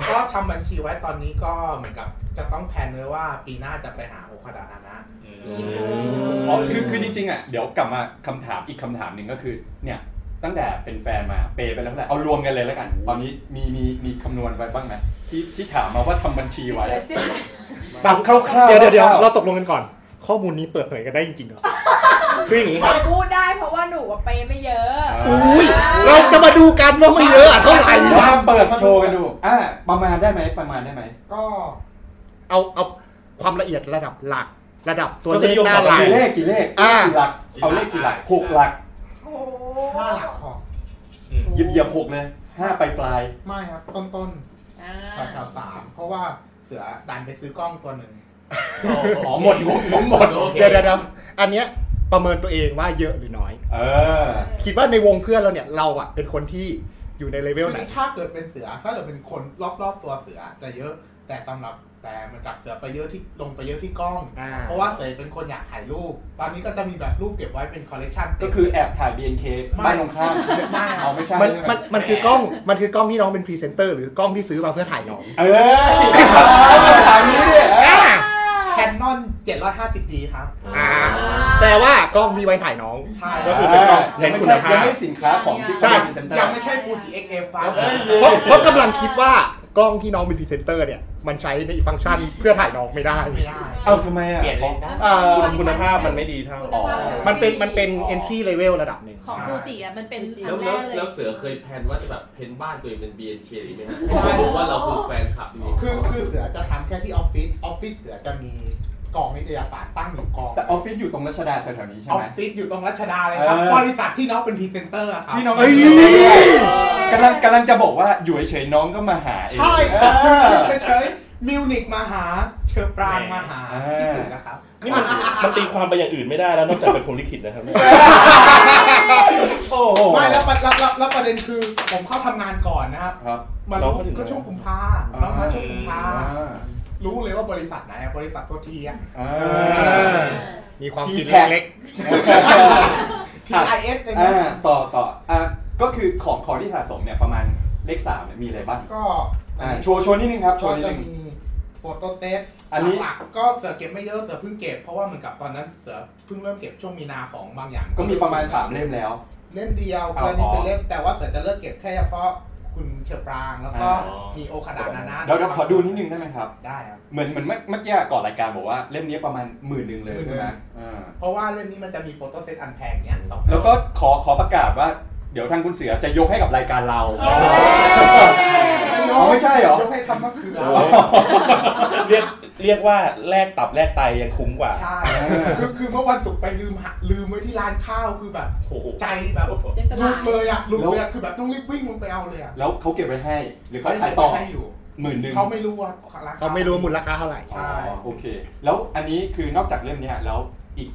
Speaker 6: ก็ทำบัญชีไว้ตอนนี้ก็เหมือนกับจะต้องแพลนไว้ว่าปีหน้าจะไปหาโอคาดานะ
Speaker 2: อ๋อคือคือจริงๆอ่ะเดี๋ยวกลับมาคำถามอีกคำถามหนึ่งก็คือเนี่ยตั้งแต่เป็นแฟนมาเปย์ไปแล้วเท่าไหร่เอารวมกันเลยแล้วกัน ตอนนี้มีมีมีคำนวณไว้บ้างไหมที่ที่ถามมาว่าทำบัญชีไว้อะแบบคร่าวๆ
Speaker 8: เดี๋ยวเดี๋ยวเดี๋ยวเราตกลงกันก่อน ข้อมูลนี้เปิดเผยกันได้จริงๆเหรอ
Speaker 3: คืออย่างนี้
Speaker 5: หนูพูดได้เพราะว่าหนูอะไปไม่เยอะ
Speaker 8: อุ้ยเราจะมาดูกันว่าไม่เยอะอะเท่าไหร่
Speaker 2: เดี๋ยว
Speaker 8: นะ
Speaker 2: มาเปิดโชว์กันดูอ่าประมาณได้ไหมประมาณได้ไหม
Speaker 6: ก็
Speaker 8: เอาเอาความละเอียดระดับหลัก ระดับตัวเลขหน้าหลัง
Speaker 2: กี่เลขกี่เลข
Speaker 8: อ่า
Speaker 2: กี่หลักเอาเลขกี่หลักหกหลัก
Speaker 5: โอ้โห
Speaker 6: ห้าหลักพอ
Speaker 2: หยิบเหยียบหกเลยห้าปลายปลาย
Speaker 6: ไม่ครับต้นต้น
Speaker 5: อ่า
Speaker 6: ๆแถวๆสามเพราะว่าเสือดันไปซื้อกล้องตัวหนึ่ง
Speaker 2: ๆอ๋อหมดงบงบหมด
Speaker 8: เดี๋ยวเดี๋ยวเดี๋ยวอันเนี้ยประเมินตัวเองว่าเยอะหรือน้อย
Speaker 2: เออ
Speaker 8: คิดว่าในวงเพื่อนเราเนี่ยเราอะเป็นคนที่อยู่ในเลเวลไหน
Speaker 6: คือถ้าเกิดเป็นเสือถ้าเกิดเป็นคนรอบๆตัวเสือจะเยอะ แต่สำหรับแต่มันกลับเสือไปเยอะที่ลงไปเยอะที่กล้อง เพราะว่าเสือเป็นคนอยากถ่ายรูป ตอนนี้ก็จะมีแบบรูปเก็บไว้เป็นคอลเลกชัน
Speaker 2: ก็คือแอบถ่าย BNK บ้านตรงข้าม
Speaker 6: ไม่
Speaker 2: เอาไม่ใช่
Speaker 8: มัน
Speaker 2: ใช่ไหม
Speaker 8: มันมันคือกล้องมันคือกล้องที่น้องเป็นพรีเซนเตอร์หรือกล้องที่ซื้อมาเพื่อถ่ายน้อง
Speaker 2: เออถามนี้ดิเอ้ย
Speaker 6: แคนนอน750 d ครับ
Speaker 8: อ่าแปลว่ากล้องที่ไว้ถ่ายน้อง
Speaker 6: ใช่
Speaker 3: ก็คือเป็นกล้องเน้นคุณภาพ
Speaker 2: ยังไม่สินค้าของที่
Speaker 6: ใช่
Speaker 2: เป็นพรีเซนเตอร์
Speaker 6: ยังไม่ใช่ Full DXF ฟ้า
Speaker 2: เอ้ย
Speaker 8: เพราะเพราะกำลังคิดว่ากล้องที่น้องเป็นพรีเซนเตอร์เนี่ยมันใช้ในฟังก์ชันเพื่อถ่ายน้องไม่ได้
Speaker 6: ไม่ได้
Speaker 2: เอ้าทำไมอ่ะ
Speaker 12: เปลี่ยนเลนส์ได้
Speaker 8: เอ่อ
Speaker 3: คุณภาพมันไม่ดีเท่า
Speaker 5: คุณภาพ
Speaker 2: อ๋อ
Speaker 8: มันเป็นมันเป็น entry level ระดับหนึ่ง
Speaker 10: ของฟูจิอ่ะมันเป็นอั
Speaker 9: แล้ว
Speaker 10: นแร
Speaker 9: แล้ว
Speaker 10: กเลย
Speaker 9: แล้วเสือเคยแพลนว่าจะแบบเพ้นบ้านตัวเองเป็น BNK หรือไหมฮะ
Speaker 6: ไม่
Speaker 9: เพราะว่าเราคือแฟนคลับนี่
Speaker 6: คือคือเสือจะทำแค่ที่ออฟฟิศ ออฟฟิศเสือจะมีกองนิตยสารตั้งอยู่กอง
Speaker 2: แต่ออฟฟิศอยู่ตรงรัชดาแถวๆนี้
Speaker 6: อ
Speaker 2: ใช่
Speaker 6: อ
Speaker 2: ไหม
Speaker 6: ฟฟิศอยู่ตรงรัชดาเลยครับ
Speaker 2: เออ
Speaker 6: บริษัทที่น้องเป็นพรีเซนเตอร์อะครับ
Speaker 2: ที่น้อง
Speaker 8: เอ้ย
Speaker 2: กำลังกำลังจะบอกว่าอยู่เฉยๆน้องก็มาหาเอง
Speaker 6: ใช่ครับเฉยๆมิวนิกมาหา เชอร์ปรางมาหา
Speaker 2: เออ
Speaker 6: ที่อื่นนะครับ
Speaker 3: นี่มันมันตีความไปอย่างอื่นไม่ได้แล้วนอกจากเป็นพรหมลิขิตนะครับ
Speaker 2: โอ้โห
Speaker 6: ไม่แล้วประแล้วแล้วแล้วประเด็นคือผมเข้าทำงานก่อนนะครับ
Speaker 2: ครับ
Speaker 6: มา
Speaker 3: น้อ
Speaker 6: รู้
Speaker 3: งเขาถึง
Speaker 6: ก็ช่วงกุมภา
Speaker 2: อ่า
Speaker 6: น้องมาช่วงกุมภา
Speaker 2: อ่า
Speaker 6: รู้เลยว่าบริษัทไหนอะบริษัทตัวทีอะ
Speaker 2: อ่า
Speaker 8: มีความ
Speaker 2: ที่
Speaker 8: คิด
Speaker 2: แท็ก
Speaker 8: เล็ก
Speaker 6: TIS เอง
Speaker 2: อ่า
Speaker 6: นะ
Speaker 2: ต่อต่ออ่ะก็คือของของที่สะสมเนี่ยประมาณเลขสามเนี่ยมีอะไรบ้าง
Speaker 6: ก็อัน
Speaker 2: อ่า
Speaker 6: นี้
Speaker 2: โชว์โชว์นิดนึงครับโช
Speaker 6: ก็
Speaker 2: ว์นิด
Speaker 6: จะ
Speaker 2: นึง
Speaker 6: มีโฟโต้เซต
Speaker 2: อันนี้
Speaker 6: หลักๆก็เสือเก็บไม่เยอะเสือเพิ่งเก็บเพราะว่าเหมือนกับตอนนั้นเสือเพิ่งเริ่มเก็บช่วงมีนาของบางอย่าง
Speaker 2: ก็มีประมาณสามเล่มแล้ว
Speaker 6: เล่มเดียว
Speaker 2: เอา
Speaker 6: เกินนี้เป็น
Speaker 2: อ๋อ
Speaker 6: เล่มแต่ว่าเสือจะเลิกเก็บแค่เฉพาะคุณเชอปรางแล้วก็มีโอคาดานานะ
Speaker 2: เดี๋ยวเดี๋ยวขอดูนิดนึงได้ไหมครับ
Speaker 6: ได้ครับ
Speaker 2: เหมือนเหมือนเมื่อเมื่อกี้ก่อนรายการบอกว่าเล่มนี้ประมาณหมื่นหนึ่งเลย
Speaker 6: หมื่นหนึ่
Speaker 2: ใช่ไห
Speaker 6: ง
Speaker 2: มอ่า
Speaker 6: เพราะว่าเล่มนี้มันจะมีโฟโต้เซตอันแพงเนี้ยสอง
Speaker 2: แล้วก็ขอขอประกาศว่า เดี๋ยวทางคุณเสือจะยกให้กับรายการเรา อ๋อไม่ใช่เหรอ
Speaker 6: ยกให้ทำมะเขือ
Speaker 3: โอ้ยเรียกเรียกว่าแลกตับแลกไตยังคุ้มกว่า
Speaker 6: ใช่คือคือเมื่อวันศุกร์ไปลืมหาลืมไว้ที่ร้านข้าวคือแบบ
Speaker 3: โอ้โห
Speaker 6: ใจแบบ
Speaker 5: จะส
Speaker 6: หลุ
Speaker 5: บา
Speaker 6: ด
Speaker 5: ย
Speaker 6: เลยอะหลุดเลยอะคือแบบต้องรีบวิ่งลงไปเอาเลยอะ
Speaker 2: แล้วเขาเก็บไว้ให้ หรือเขาขายต่อ
Speaker 6: ให้อยู่
Speaker 2: หมื่นหนึ่ง
Speaker 6: เขาไม่รู้ว่าราคา
Speaker 8: ๆเขาไม่รู้มูลค่าเท่าไหร่
Speaker 6: ใช่
Speaker 2: อ๋อโอเค แล้วอันนี้คือนอกจากเล่มเนี้ยแล้วอีก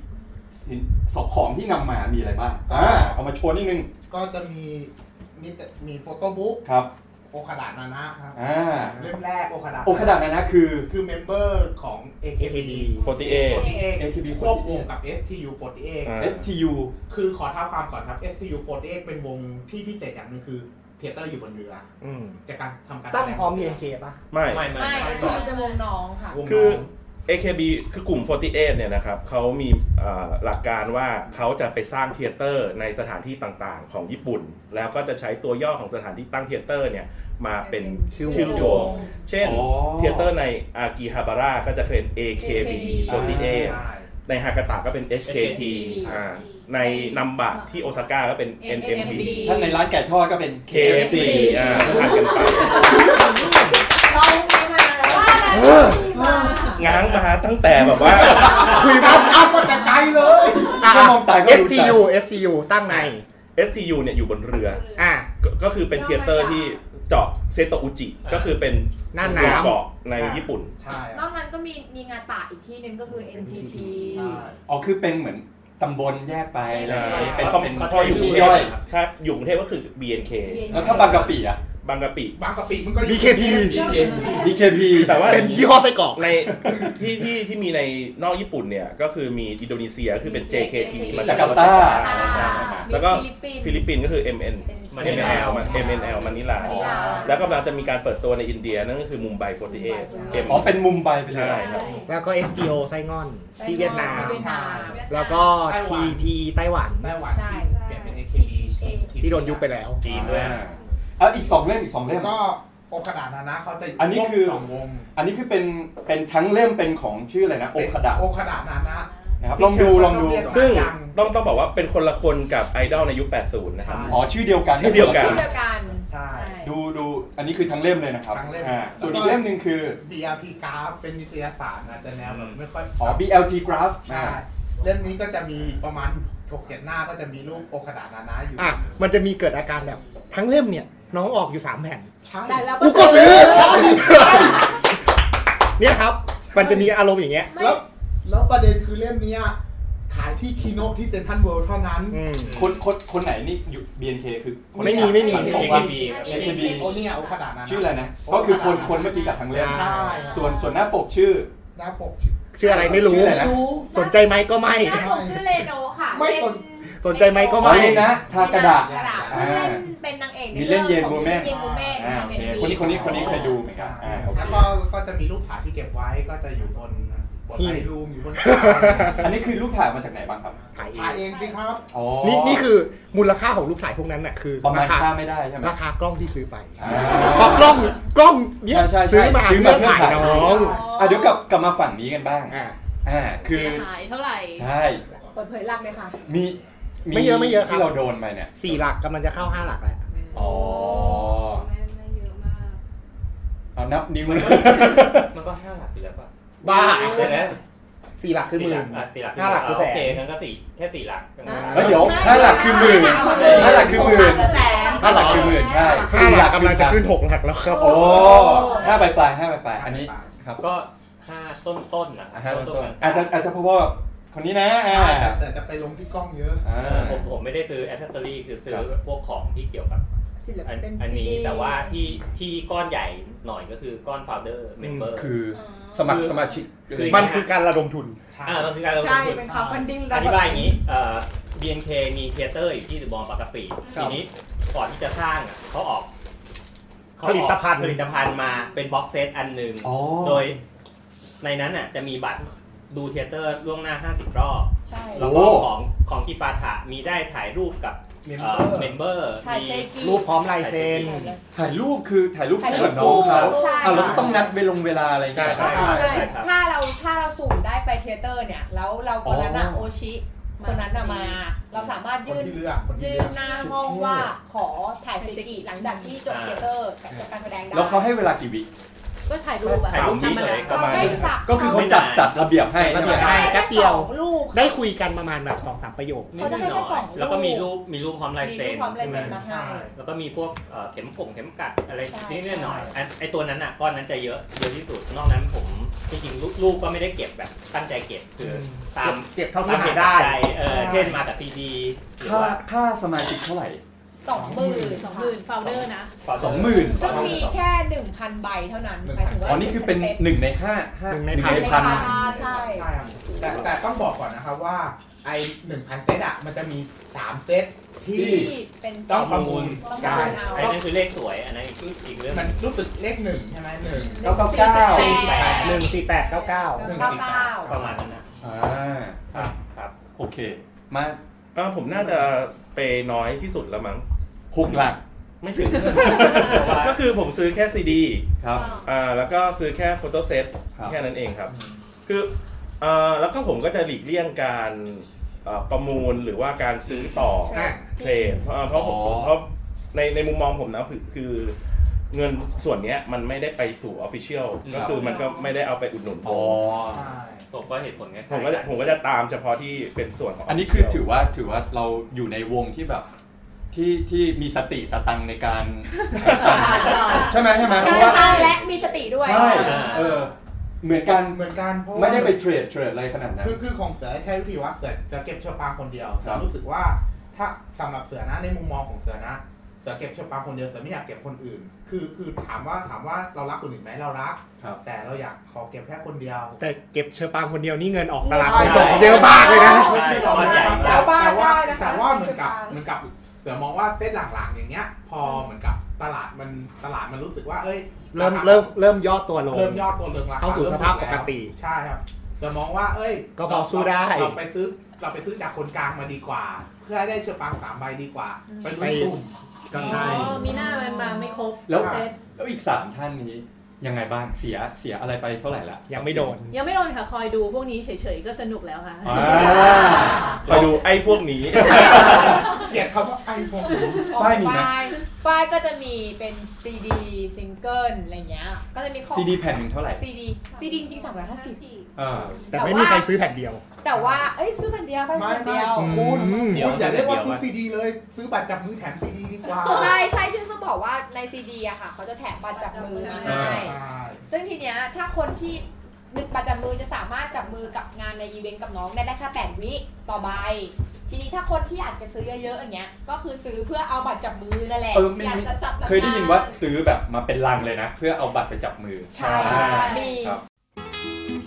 Speaker 2: สินสองของที่นำมามีอะไรบ้างอ่าเอามาโชว์นิดนึง
Speaker 6: ก็จะมีมีแต่มีโฟโต้บุ๊ก
Speaker 2: ครับ
Speaker 6: โอคาดานานะครับ
Speaker 2: อ่า
Speaker 6: เล่มแรกโอคาดา
Speaker 2: โองค์ขนาดนั้นนะคือ
Speaker 6: คือเมมเบอร์ของ AKB
Speaker 8: AKB
Speaker 3: 48
Speaker 2: AKB
Speaker 6: ควบวงกับ STU 48
Speaker 3: อ่า
Speaker 2: STU
Speaker 6: คือขอเท้าความก่อนครับ STU 48เป็นวงที่พิเศษอย่างหนึ่งคือเทเตอร์อยู่บนเรือ
Speaker 8: อืม
Speaker 6: จากการทำการ
Speaker 8: ตั้งพร้อม
Speaker 6: เรือ
Speaker 8: BNK ป่ะ
Speaker 3: ไม่
Speaker 12: ไม่ไม่
Speaker 5: ไม่
Speaker 12: ไม่
Speaker 5: อันนี้เป็นวงน้องค่ะ
Speaker 6: วง
Speaker 3: คือ
Speaker 6: น้อง
Speaker 3: AKB คือกลุ่ม 48 เนี่ยนะครับเขามีเอ่อหลักการว่าเขาจะไปสร้างเทยเตอร์ในสถานที่ต่างๆ ของญี่ปุ่น แล้วก็จะใช้ตัวย่อของสถานที่ตั้งเทยเตอร์เนี่ยมาเป็น
Speaker 8: ชื่อวง
Speaker 3: ชื่อวงเช่น
Speaker 2: อ๋อ
Speaker 3: เทยเตอร์ในอากิฮาบาระก็จะเป็น AKB 48
Speaker 6: ใช่
Speaker 3: ในฮากาตะก็เป็น HKT อ่าในนัมบะที่โอซาก้าก็เป็น NMB
Speaker 2: ถ้าในร้านไก่ทอดก็เป็น
Speaker 3: KFC อ่าอ่านกันไป
Speaker 5: เราไม่มาแล้วว่า
Speaker 8: เออ
Speaker 3: ง้างมาตั้งแต่แบบว่า
Speaker 8: คุยปั๊บ
Speaker 6: อ้าวก็จะไกลเลย
Speaker 8: อ่ะ
Speaker 2: ก็มองตายก็รู้ใจ
Speaker 8: STU STU ตั้งใน
Speaker 3: STU เนี่ยอยู่บนเรือ
Speaker 8: อ่ะ
Speaker 3: ก็ก็คือเป็นเทยเตอร์ที่เจาะเซโตะอุจิ ก็คือเป็น
Speaker 8: หน้าน้ำ
Speaker 3: เกาะในญี่ปุ่น
Speaker 6: ใช่
Speaker 5: นอกนั้นก็มีมีงานตาอีกที่หนึ่งก็คือ NGT
Speaker 6: ใช่
Speaker 2: อ๋อคือเป็นเหมือนตำบลแยกไปอะไรอย่างงี้เป็น
Speaker 3: เขา
Speaker 2: เป็น
Speaker 3: เขาอยู่
Speaker 2: ที่ย่อย
Speaker 3: ถ้าอยู่กรุงเทพก็คือ BNK
Speaker 2: แล้วถ้าบางกะปิอ่ะ
Speaker 3: บางกะปิ
Speaker 6: บางกะปิมันก็
Speaker 8: BKT
Speaker 2: BKP
Speaker 3: แต่ว่า
Speaker 8: เป็นยี่ห้อไส้กรอก
Speaker 3: ในที่ที่ที่มีในนอกญี่ปุ่นเนี่ย ก็คือมีอินโดนีเซียคือเป็น JKT มาจาก
Speaker 2: จาการ์ตา
Speaker 3: แล้วก็
Speaker 5: มี
Speaker 3: ฟิลิปปินส์ก็คือ MN
Speaker 12: มานิลา
Speaker 3: MNL มา MNL มานิลา
Speaker 5: มานิลา
Speaker 3: แล้วกำลังจะมีการเปิดตัวในอินเดียนั่นก็คือมุมไบ 48 M
Speaker 2: อ๋อเป็นมุมไบไปเลย
Speaker 3: ใช่ครับ
Speaker 8: แล้วก็ STO ไส้งอนที่เวียดนาม
Speaker 5: เวียดนาม
Speaker 8: แล้วก็ TT ไต้หวัน
Speaker 6: ไต้หวัน
Speaker 5: ใช่
Speaker 6: ที่เปลี่ยนเป็น AKB
Speaker 8: ที่โดนยุบไปแล้ว
Speaker 12: จีนด้วย
Speaker 2: อ่าเอาอีกสองเล่มอีกสองเล่ม
Speaker 6: ก็องค์ขนาดนั้นนะเขาจะ
Speaker 2: อันนี้คือ
Speaker 6: วบสองวง
Speaker 2: อันนี้คือเป็นเป็นทั้งเล่มเป็นของชื่ออะไรนะโอคาดะ
Speaker 6: โอคาดานานะ
Speaker 2: นะครับลองดูลองดู
Speaker 3: ซึ่งต้องต้องบอกว่าเป็นคนละคนกับไอดอลในยุค 80 นะครับ
Speaker 2: อ๋อชื่อเดียวกัน
Speaker 3: ชื่อเดียวกัน
Speaker 5: เดียวกัน
Speaker 6: ใช่
Speaker 2: ดูดูอันนี้คือทั้งเล่มเลยนะครับ
Speaker 6: ทั้งเล่ม
Speaker 2: อ่าส่วนอีกเล่มหนึ่งคือ
Speaker 6: BRT กราฟเป็นนิตยสารนะแต่แนวแบบไม่ค่อย
Speaker 2: อ๋อ BLG Graph
Speaker 6: ใช่ เล่มนี้ก็จะมีประมาณ6กเจ็ดหน้าก็จะมีรูปโอกระดาษนานาอยู่
Speaker 8: อ่ะ มันจะมีเกิดอาการแบบทั้งเล่มเนี่ย น้องออกอยู่ 3 แผ่น
Speaker 6: ใช่
Speaker 5: แต่เรา
Speaker 8: กูก็ซื้อเนี่ยครับ มันจะมีอารมณ์อย่างเงี้ย
Speaker 6: แล้วแล้วประเด็นคือเล่มเนี้ย
Speaker 4: ขายที่คีโนะที่เซ็นทรัลเวิลด์เท่านั้น
Speaker 2: คนคนคนไหนนี่อยู่ BNK คือคน
Speaker 4: ไม่มีไม่มี
Speaker 2: AKB
Speaker 4: AKB โอ้เนี่ยโอ้ขนาดนั้น
Speaker 2: ชื่ออะไรนะ ก็คือคนคนเมื่อกี้กับทางเรื่อง
Speaker 4: ใช่
Speaker 2: ส่วนส่วนหน้าปกชื่อ
Speaker 4: หน้าปก
Speaker 8: ชื่ออะไรไม่รู้
Speaker 2: ชื่ออะไรนะ
Speaker 8: สนใจไหมก็ไม่
Speaker 15: หน้าปกชื่อเลโนค่ะ
Speaker 4: ไม่สน
Speaker 8: สนใจไหมก็
Speaker 2: อ๋อ
Speaker 8: ไม่
Speaker 2: นี่นะทากระดาษ
Speaker 15: กระดาษ
Speaker 2: อ่
Speaker 15: ซึ่งเล่
Speaker 2: า
Speaker 15: นเป็นนางเอก
Speaker 2: มีเล่น
Speaker 15: รื่อง
Speaker 2: Yen
Speaker 15: ของ
Speaker 2: Woman
Speaker 15: Yen Woman
Speaker 2: อ่า
Speaker 15: ของ
Speaker 2: โอเ
Speaker 15: NBE
Speaker 2: คคนนี้คนนี้คนนี้เคยดูเหมือนกันอ่าโอเค
Speaker 4: แล้วก็ก็จะมีรูปถ่ายที่เก็บไว้ก็จะอยู่บนบน
Speaker 8: หิ้
Speaker 4: ไอ
Speaker 8: ว
Speaker 4: รูมอยู่บน
Speaker 2: อันนี้คือรูปถ่ายมาจากไหนบ้างครับ
Speaker 4: ถ่ายเองสิครับ
Speaker 2: อ๋อ
Speaker 8: นี่นี่คือมูลค่าของรูปถ่ายพวกนั้นน่ะคือ
Speaker 2: ประมาณ
Speaker 8: คา
Speaker 2: ค่าไม่ได้ใช่ไหม
Speaker 8: ราคากล้องที่ซื้อไป
Speaker 2: อ่า
Speaker 8: เพราะกล้องกล้องเนี่ย
Speaker 2: ใช่ใช่
Speaker 8: ซื้อมา
Speaker 2: ซื้อ
Speaker 8: เพื่
Speaker 2: มาเพื่อ
Speaker 8: อถ่าย
Speaker 2: ถ่าย
Speaker 8: น้อง
Speaker 2: อ่ะเดี๋ยวกลับกลับมาฝั่งนี้กันบ้าง
Speaker 8: อ่า
Speaker 2: อ่าคือ
Speaker 1: เสียหายเท่าไหร่
Speaker 2: ใช่
Speaker 5: เปิดเผยหลักเลยค่ะ
Speaker 2: มี
Speaker 8: ไม่เยอะไม่เยอะครับ
Speaker 2: ที่เราโดนไปเนี่ย
Speaker 8: สี่หลักกำลังจะเข้าห้าหลักแล้ว
Speaker 2: อ๋อ
Speaker 15: ไม่ไม่เยอะมาก
Speaker 2: เอานับนิ้วเลย
Speaker 12: มันก็ห้าหลักอยู่แล้วป่ะ
Speaker 8: บ้า
Speaker 12: ใช่ไหม
Speaker 8: สี่หลักคือหมื่น
Speaker 12: อ่ะสี่หลัก
Speaker 8: ห้าหลักคือแสน
Speaker 12: โอเคงั้นก็สี่แค่สี่หลัก
Speaker 2: เฮ้ยเดี๋ยวห้าหลักคือหมื่นห้าหลักคือหมื่น
Speaker 15: แสน
Speaker 2: ห้าหลักคือหมื่นใช่
Speaker 8: ห้าหลักกำลังจะขึ้นหกหลักแล้วครับ
Speaker 2: โอ้ห้าปลายปลายๆห้าปลายปลายๆอันนี้ครับ
Speaker 12: ก็ห้าต้นต้นๆนะ
Speaker 2: อ่ะห้าต้นต้น
Speaker 12: กลา
Speaker 2: อาจ
Speaker 12: งๆ
Speaker 2: จะอาจจะเพราะว่าคนนี้นะอ่า
Speaker 4: แต่แต่จะไปลงที่กล้องเยอะ
Speaker 2: อ่า
Speaker 12: เออผมผมไม่ได้ซื้อแอคเซอรี่คือซื้อพวกของที่เกี่ยวกับ
Speaker 5: ศิล
Speaker 12: อัน
Speaker 5: ปิน
Speaker 12: อันนี้
Speaker 5: CD
Speaker 12: แต่ว่าที่ที่ก้อนใหญ่หน่อยก็คือก้อน founder member
Speaker 2: คือสมัครสมาชิก
Speaker 12: คือ
Speaker 8: มันคือการระดมทุน
Speaker 12: อ่ามันคือการลงทุน
Speaker 5: ใช่เป็น crowdfunding
Speaker 12: อธิบายอย่างนี้เอ่อ BNK มีเทเตอร์อยู่ที่ดูบองปากกะปิ
Speaker 8: ครั
Speaker 12: ที
Speaker 8: บ
Speaker 12: นี้ก่อนที่จะสร้างอ่ะเขาออกเขา
Speaker 8: ผ
Speaker 12: ออก
Speaker 8: ลิตภัณฑ์
Speaker 12: ผลิตภัณฑ์มาเป็นบ็อกเซตอันหนึ่ง
Speaker 2: อ๋อ
Speaker 12: โดยในนั้นน่ะจะมีบัตรดูเทเตอร์ล่วงหน้า 50 รอบ
Speaker 5: ใช่
Speaker 12: แล้วก็
Speaker 2: โอ้
Speaker 12: ของของกีฟาถะมีได้ถ่ายรูปกับเมมเบอร์
Speaker 5: ถ่าย
Speaker 12: มี
Speaker 5: เซกิ
Speaker 8: รูปพร้อมลายเซ็น
Speaker 2: ถ่ายรูปคือถ่ายรูป
Speaker 5: ถ่ายรู
Speaker 2: กับ
Speaker 5: ป
Speaker 2: น้องเขา
Speaker 5: ใช่
Speaker 2: อ่ะเราก็ต้องนัดไปลงเวลาอะไรอย่าง
Speaker 12: ใช่
Speaker 2: เงี้ย
Speaker 12: ใช่ใช่ใช่ครับ
Speaker 5: ถ้าเราถ้าเราสุ่มได้ไปเทยเตอร์เนี่ย แล้วเราคนนั้นอะ
Speaker 2: อ๋อ
Speaker 5: โอชิคนนั้นอะมา เราสามารถ
Speaker 4: คน
Speaker 5: ยื่น
Speaker 4: ที่เลือกคนที่
Speaker 5: ยื่
Speaker 4: เลื
Speaker 5: น
Speaker 4: อก
Speaker 5: หน้าห้องว่าขอถ่ายเซกิหลังจากที่จบเทยเตอร์กับการแสดงได้
Speaker 2: แล้วเขาให้เวลากี่วิ
Speaker 1: ก็ถ่ายรูปอะ
Speaker 12: ถ่ายรูป
Speaker 1: ธรรม
Speaker 12: เฉ
Speaker 1: ดาย
Speaker 12: ๆก็มา
Speaker 5: ให้ฝาก
Speaker 2: ก็คือเขาจัดจัดระเบียบให้
Speaker 8: จัดระเบียบ
Speaker 5: เขา
Speaker 2: ใช่ไหม
Speaker 5: ให้
Speaker 8: แป๊
Speaker 5: แค่
Speaker 8: บเดียว
Speaker 5: สองลูก
Speaker 8: ได้คุยกันประมาณแบบสองสามประโยค
Speaker 12: นิ
Speaker 5: เขา
Speaker 12: ด
Speaker 5: จะให้
Speaker 12: ห
Speaker 5: แค่
Speaker 12: น่อ
Speaker 5: สอย งรูป
Speaker 12: แล้วก็มีรูปมีรูปพร้อมลาย
Speaker 5: มี
Speaker 12: เซ็
Speaker 5: รู
Speaker 12: น
Speaker 5: ปพร้อมลายเซ็น
Speaker 12: ใช่ไหม
Speaker 5: มาให้
Speaker 12: แล้วก็มีพวกเอ่อเข็มกงเข็มกัดอะไร
Speaker 5: ใช่
Speaker 12: นิดหน่อยอันไอตัวนั้นอ่ะก้อนนั้นจะเยอะเยอะที่สุดนอกนั้นผมจริงๆรูปรูปก็ไม่ได้เก็บแบบตั้งใจเก็บคืออตาม
Speaker 8: เก็บเท่า
Speaker 12: ตา
Speaker 8: ที่
Speaker 12: ม
Speaker 8: หา
Speaker 12: เหตุ
Speaker 8: ได้
Speaker 12: ปัจจัยเออเช่นมากับซีดีหรือ
Speaker 2: ค่า
Speaker 12: ว่า
Speaker 2: ค่าสมาชิกเท่าไหร่
Speaker 5: สองหมื่น
Speaker 1: สองหมื่นโฟลเดอร์นะ
Speaker 2: สองหมื่น
Speaker 5: ซึ่งมีแค่หนึ่งพันใบเท่านั้นหมายถึงว่า
Speaker 2: อ๋อนี่คือเป็น
Speaker 5: ซ็ต
Speaker 2: หนึ่งในห้าห้า
Speaker 8: หนึ่งใน
Speaker 5: เป็น
Speaker 2: พัน
Speaker 5: พันใช่
Speaker 4: ใช่ครับแต่แต่ต้องบอกก่อนนะครับว่าไอหนึ่งพันเซตอ่ะมันจะมีสามเซตที่
Speaker 5: ที่เป็น
Speaker 4: ต้องประมูล
Speaker 5: ต้องประมูล
Speaker 4: ได้
Speaker 12: ไอ้นั่นคือเลขสวยอันนั้นอีกอีกเรื่องห
Speaker 4: มัน
Speaker 12: นึ่ง
Speaker 4: รู้สึกเลขหนึ่งใช่ไหมหนึ่ง
Speaker 2: เก้าเก้าเก้า
Speaker 12: แปด
Speaker 8: หนึ่งสี่แปดเก้าเก้า
Speaker 4: หนึ่ง
Speaker 5: เก้าเก้า
Speaker 12: ประมาณนั้นนะ
Speaker 2: อ่า
Speaker 12: ครับครับ
Speaker 2: โอเค มา
Speaker 3: อ่าผมน่าจะไปน้อยที่สุดแล้วมั้ง
Speaker 2: หกหลัก
Speaker 3: ไม่ถึง ก็คือผมซื้อแค่ซีดี
Speaker 2: ครับ
Speaker 3: อ่าแล้วก็ซื้อแค่โฟโต้เซต
Speaker 2: ครับ
Speaker 3: แค่นั้นเองครับ คืออ่าแล้วก็ผมก็จะหลีกเลี่ยงการเอ่อประมูลหรือว่าการซื้อต่อ
Speaker 8: อ่ะ
Speaker 3: เทรดเพราะเพราะผม
Speaker 2: อ๋อ
Speaker 3: เพราะในในมุมมองผมนะคือคือ เงินส่วนเนี้ยมันไม่ได้ไปสู่ออฟฟิเชียลก็คือมันก็ไม่ได้เอาไปอุดหนุนผ
Speaker 2: อ๋อ
Speaker 3: ม
Speaker 12: ผมก็เหตุผลไงายๆ
Speaker 3: ผมก็จะผมก็จะตามเฉพาะที่เป็นส่วนของ
Speaker 2: อันนี้คือ
Speaker 3: official
Speaker 2: ถือว่าถือว่าเราอยู่ในวงที่แบบที่ที่มีสติสตังค์ในการ ใช่ไหมใช่ไหมเพ
Speaker 5: ใช่
Speaker 2: ราะว่า
Speaker 5: ตั้งและมีสติด้วย
Speaker 2: ใช่เออเหมือนกัน
Speaker 4: เหมือนกันเพราะว่า
Speaker 2: ไม่ได้ไปเทรดเทรดอะไรขนาดนั้น
Speaker 4: คือคือของเสือใช้วิธีว่าเสือจะเก็บเชือกปลาคนเดียว
Speaker 2: ค
Speaker 4: เสื
Speaker 2: รั
Speaker 4: อบ รู้สึกว่าถ้าสำหรับเสือนะในมุมมองของเสือนะ เสือเก็บเชือกปลาคนเดียวเสือไม่อยากเก็บคนอื่น คือคือถามว่าถามว่าเรารักคนอื่นไหมเรารัก
Speaker 2: ครับ
Speaker 4: แต่เราอยากขอเก็บแค่คนเดียว
Speaker 8: แต่เก็บเชอปางคนเดียวนี่เงินออกตลาดไปส่งเยอะมากเลยนะ
Speaker 12: ใช่ก้อนใหญ่มาก
Speaker 4: แต่ว่า
Speaker 5: แต่ว่าได้นะคะ
Speaker 4: แต่ว่าเหมือนกับเหมือนกับเสือมองว่าเส้นหลังๆอย่างเงี้ย พอเหมือนกับตลาดมันตลาดมันรู้สึกว่าเอ้ย
Speaker 8: เริ่มเริ่มเริ่มย่อตัวลง
Speaker 4: เริ่มยอดตัวเรืองราคา
Speaker 8: เข้าสู่สภาพปกติ
Speaker 4: ใช่ครับจะมองว่า เอ้ย
Speaker 8: ก็พอสู้ได้
Speaker 4: เราไปซื้อเราไปซื้อจากคนกลางมาดีกว่า เพื่อให้ได้เชือกปางสามใบดีกว่า ไปลุ้นซุ่ม
Speaker 8: ก็ใช่
Speaker 1: อ๋อ มีหน้ามันมาไม่ครบ
Speaker 2: แล้ว
Speaker 1: เซต
Speaker 2: แล้วอีกสามท่านนี้ยังไงบ้างเสียเสียอะไรไปเท่าไหร่ละ
Speaker 8: ยังไม่โดน
Speaker 1: ยังไม่โดนค่ะ คอยดูพวกนี้เฉยๆ ก็สนุกแล้วค่ะ
Speaker 2: อ่ า
Speaker 3: คอยดูไอ้พวกนี้
Speaker 4: เกลียดคำว่าไอ้พวกนี้
Speaker 2: ป้ายมีไหม
Speaker 5: ฝ้ายก็จะมีเป็นซีดีซิงเกิลอะไรเงี้ย ก็จะมีของ
Speaker 2: ซีดีแผ่นหนึ่งเท่าไหร่
Speaker 5: ซีดีซีดีจริงๆสามร้อยห้าสิบ
Speaker 2: เออ
Speaker 8: แต่ไม่มีใครซื้อแผ่นเดียว
Speaker 5: แต่ว่า เอ้ย ซื้อแผ่นเดียวแผ่น
Speaker 4: ไม่ไม่
Speaker 5: เดียว
Speaker 4: คุณ
Speaker 8: อื
Speaker 4: ค
Speaker 8: ม
Speaker 4: ุณอย่าเรียกว่าซื้อซีดีเลย ซื้อบัตรจับมือแถมซีดีดีกว่า
Speaker 5: ใช่ใช่ซึ่งต้องบอกว่าในซีดีอะค่ะ เขาจะแถมบัตรจับมือมา
Speaker 1: ใช่
Speaker 5: ให้ ซึ่งทีเนี้ยถ้าคนที่ ดึงประจำมือจะสามารถจับมือกับงานในอีเวนต์กับน้องได้ได้แค่แปดวิต่อใบ ทีนี้ถ้าคนที่อยากจะซื้อเยอะๆอย่างเงี้ย ก็คือซื้อเพื่อเอาบัตรจับมือนั่นแหละ
Speaker 16: เออไม่
Speaker 5: อยาก
Speaker 16: มี
Speaker 5: จะจับ
Speaker 16: เคยได้ยินว่าซื้อแบบมาเป็นลังเลยนะ เพื่อเอาบัตรไปจับมือ
Speaker 5: ใช่
Speaker 16: อ่า
Speaker 5: มี
Speaker 16: ครับ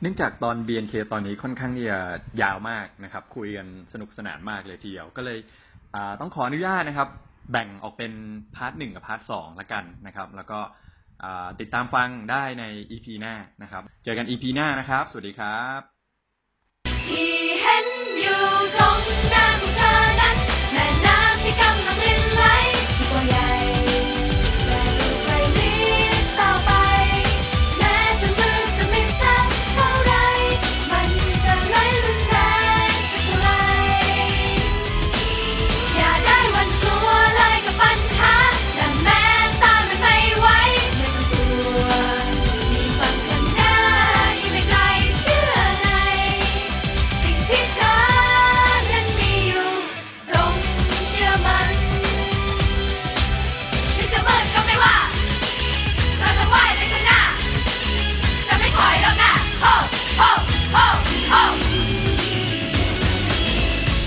Speaker 2: เนื่องจากตอน BNK ตอนนี้ค่อนข้างที่จะยาวมากนะครับ คุยกันสนุกสนานมากเลยทีเดียว ก็เลยอ่าต้องขออนุญาตนะครับ แบ่งออกเป็นพาร์ทหนึ่งกับพาร์ทสองละกันนะครับ แล้วก็อ่าติดตามฟังได้ใน EP หน้านะครับ เจอกัน EP หน้านะครับ สวัสดีครับ
Speaker 1: ที่เห็นอยู่ตรงหน้าของเธอนั้นแม่น้ำที่กำลังรินไหลที่กว้างใหญ่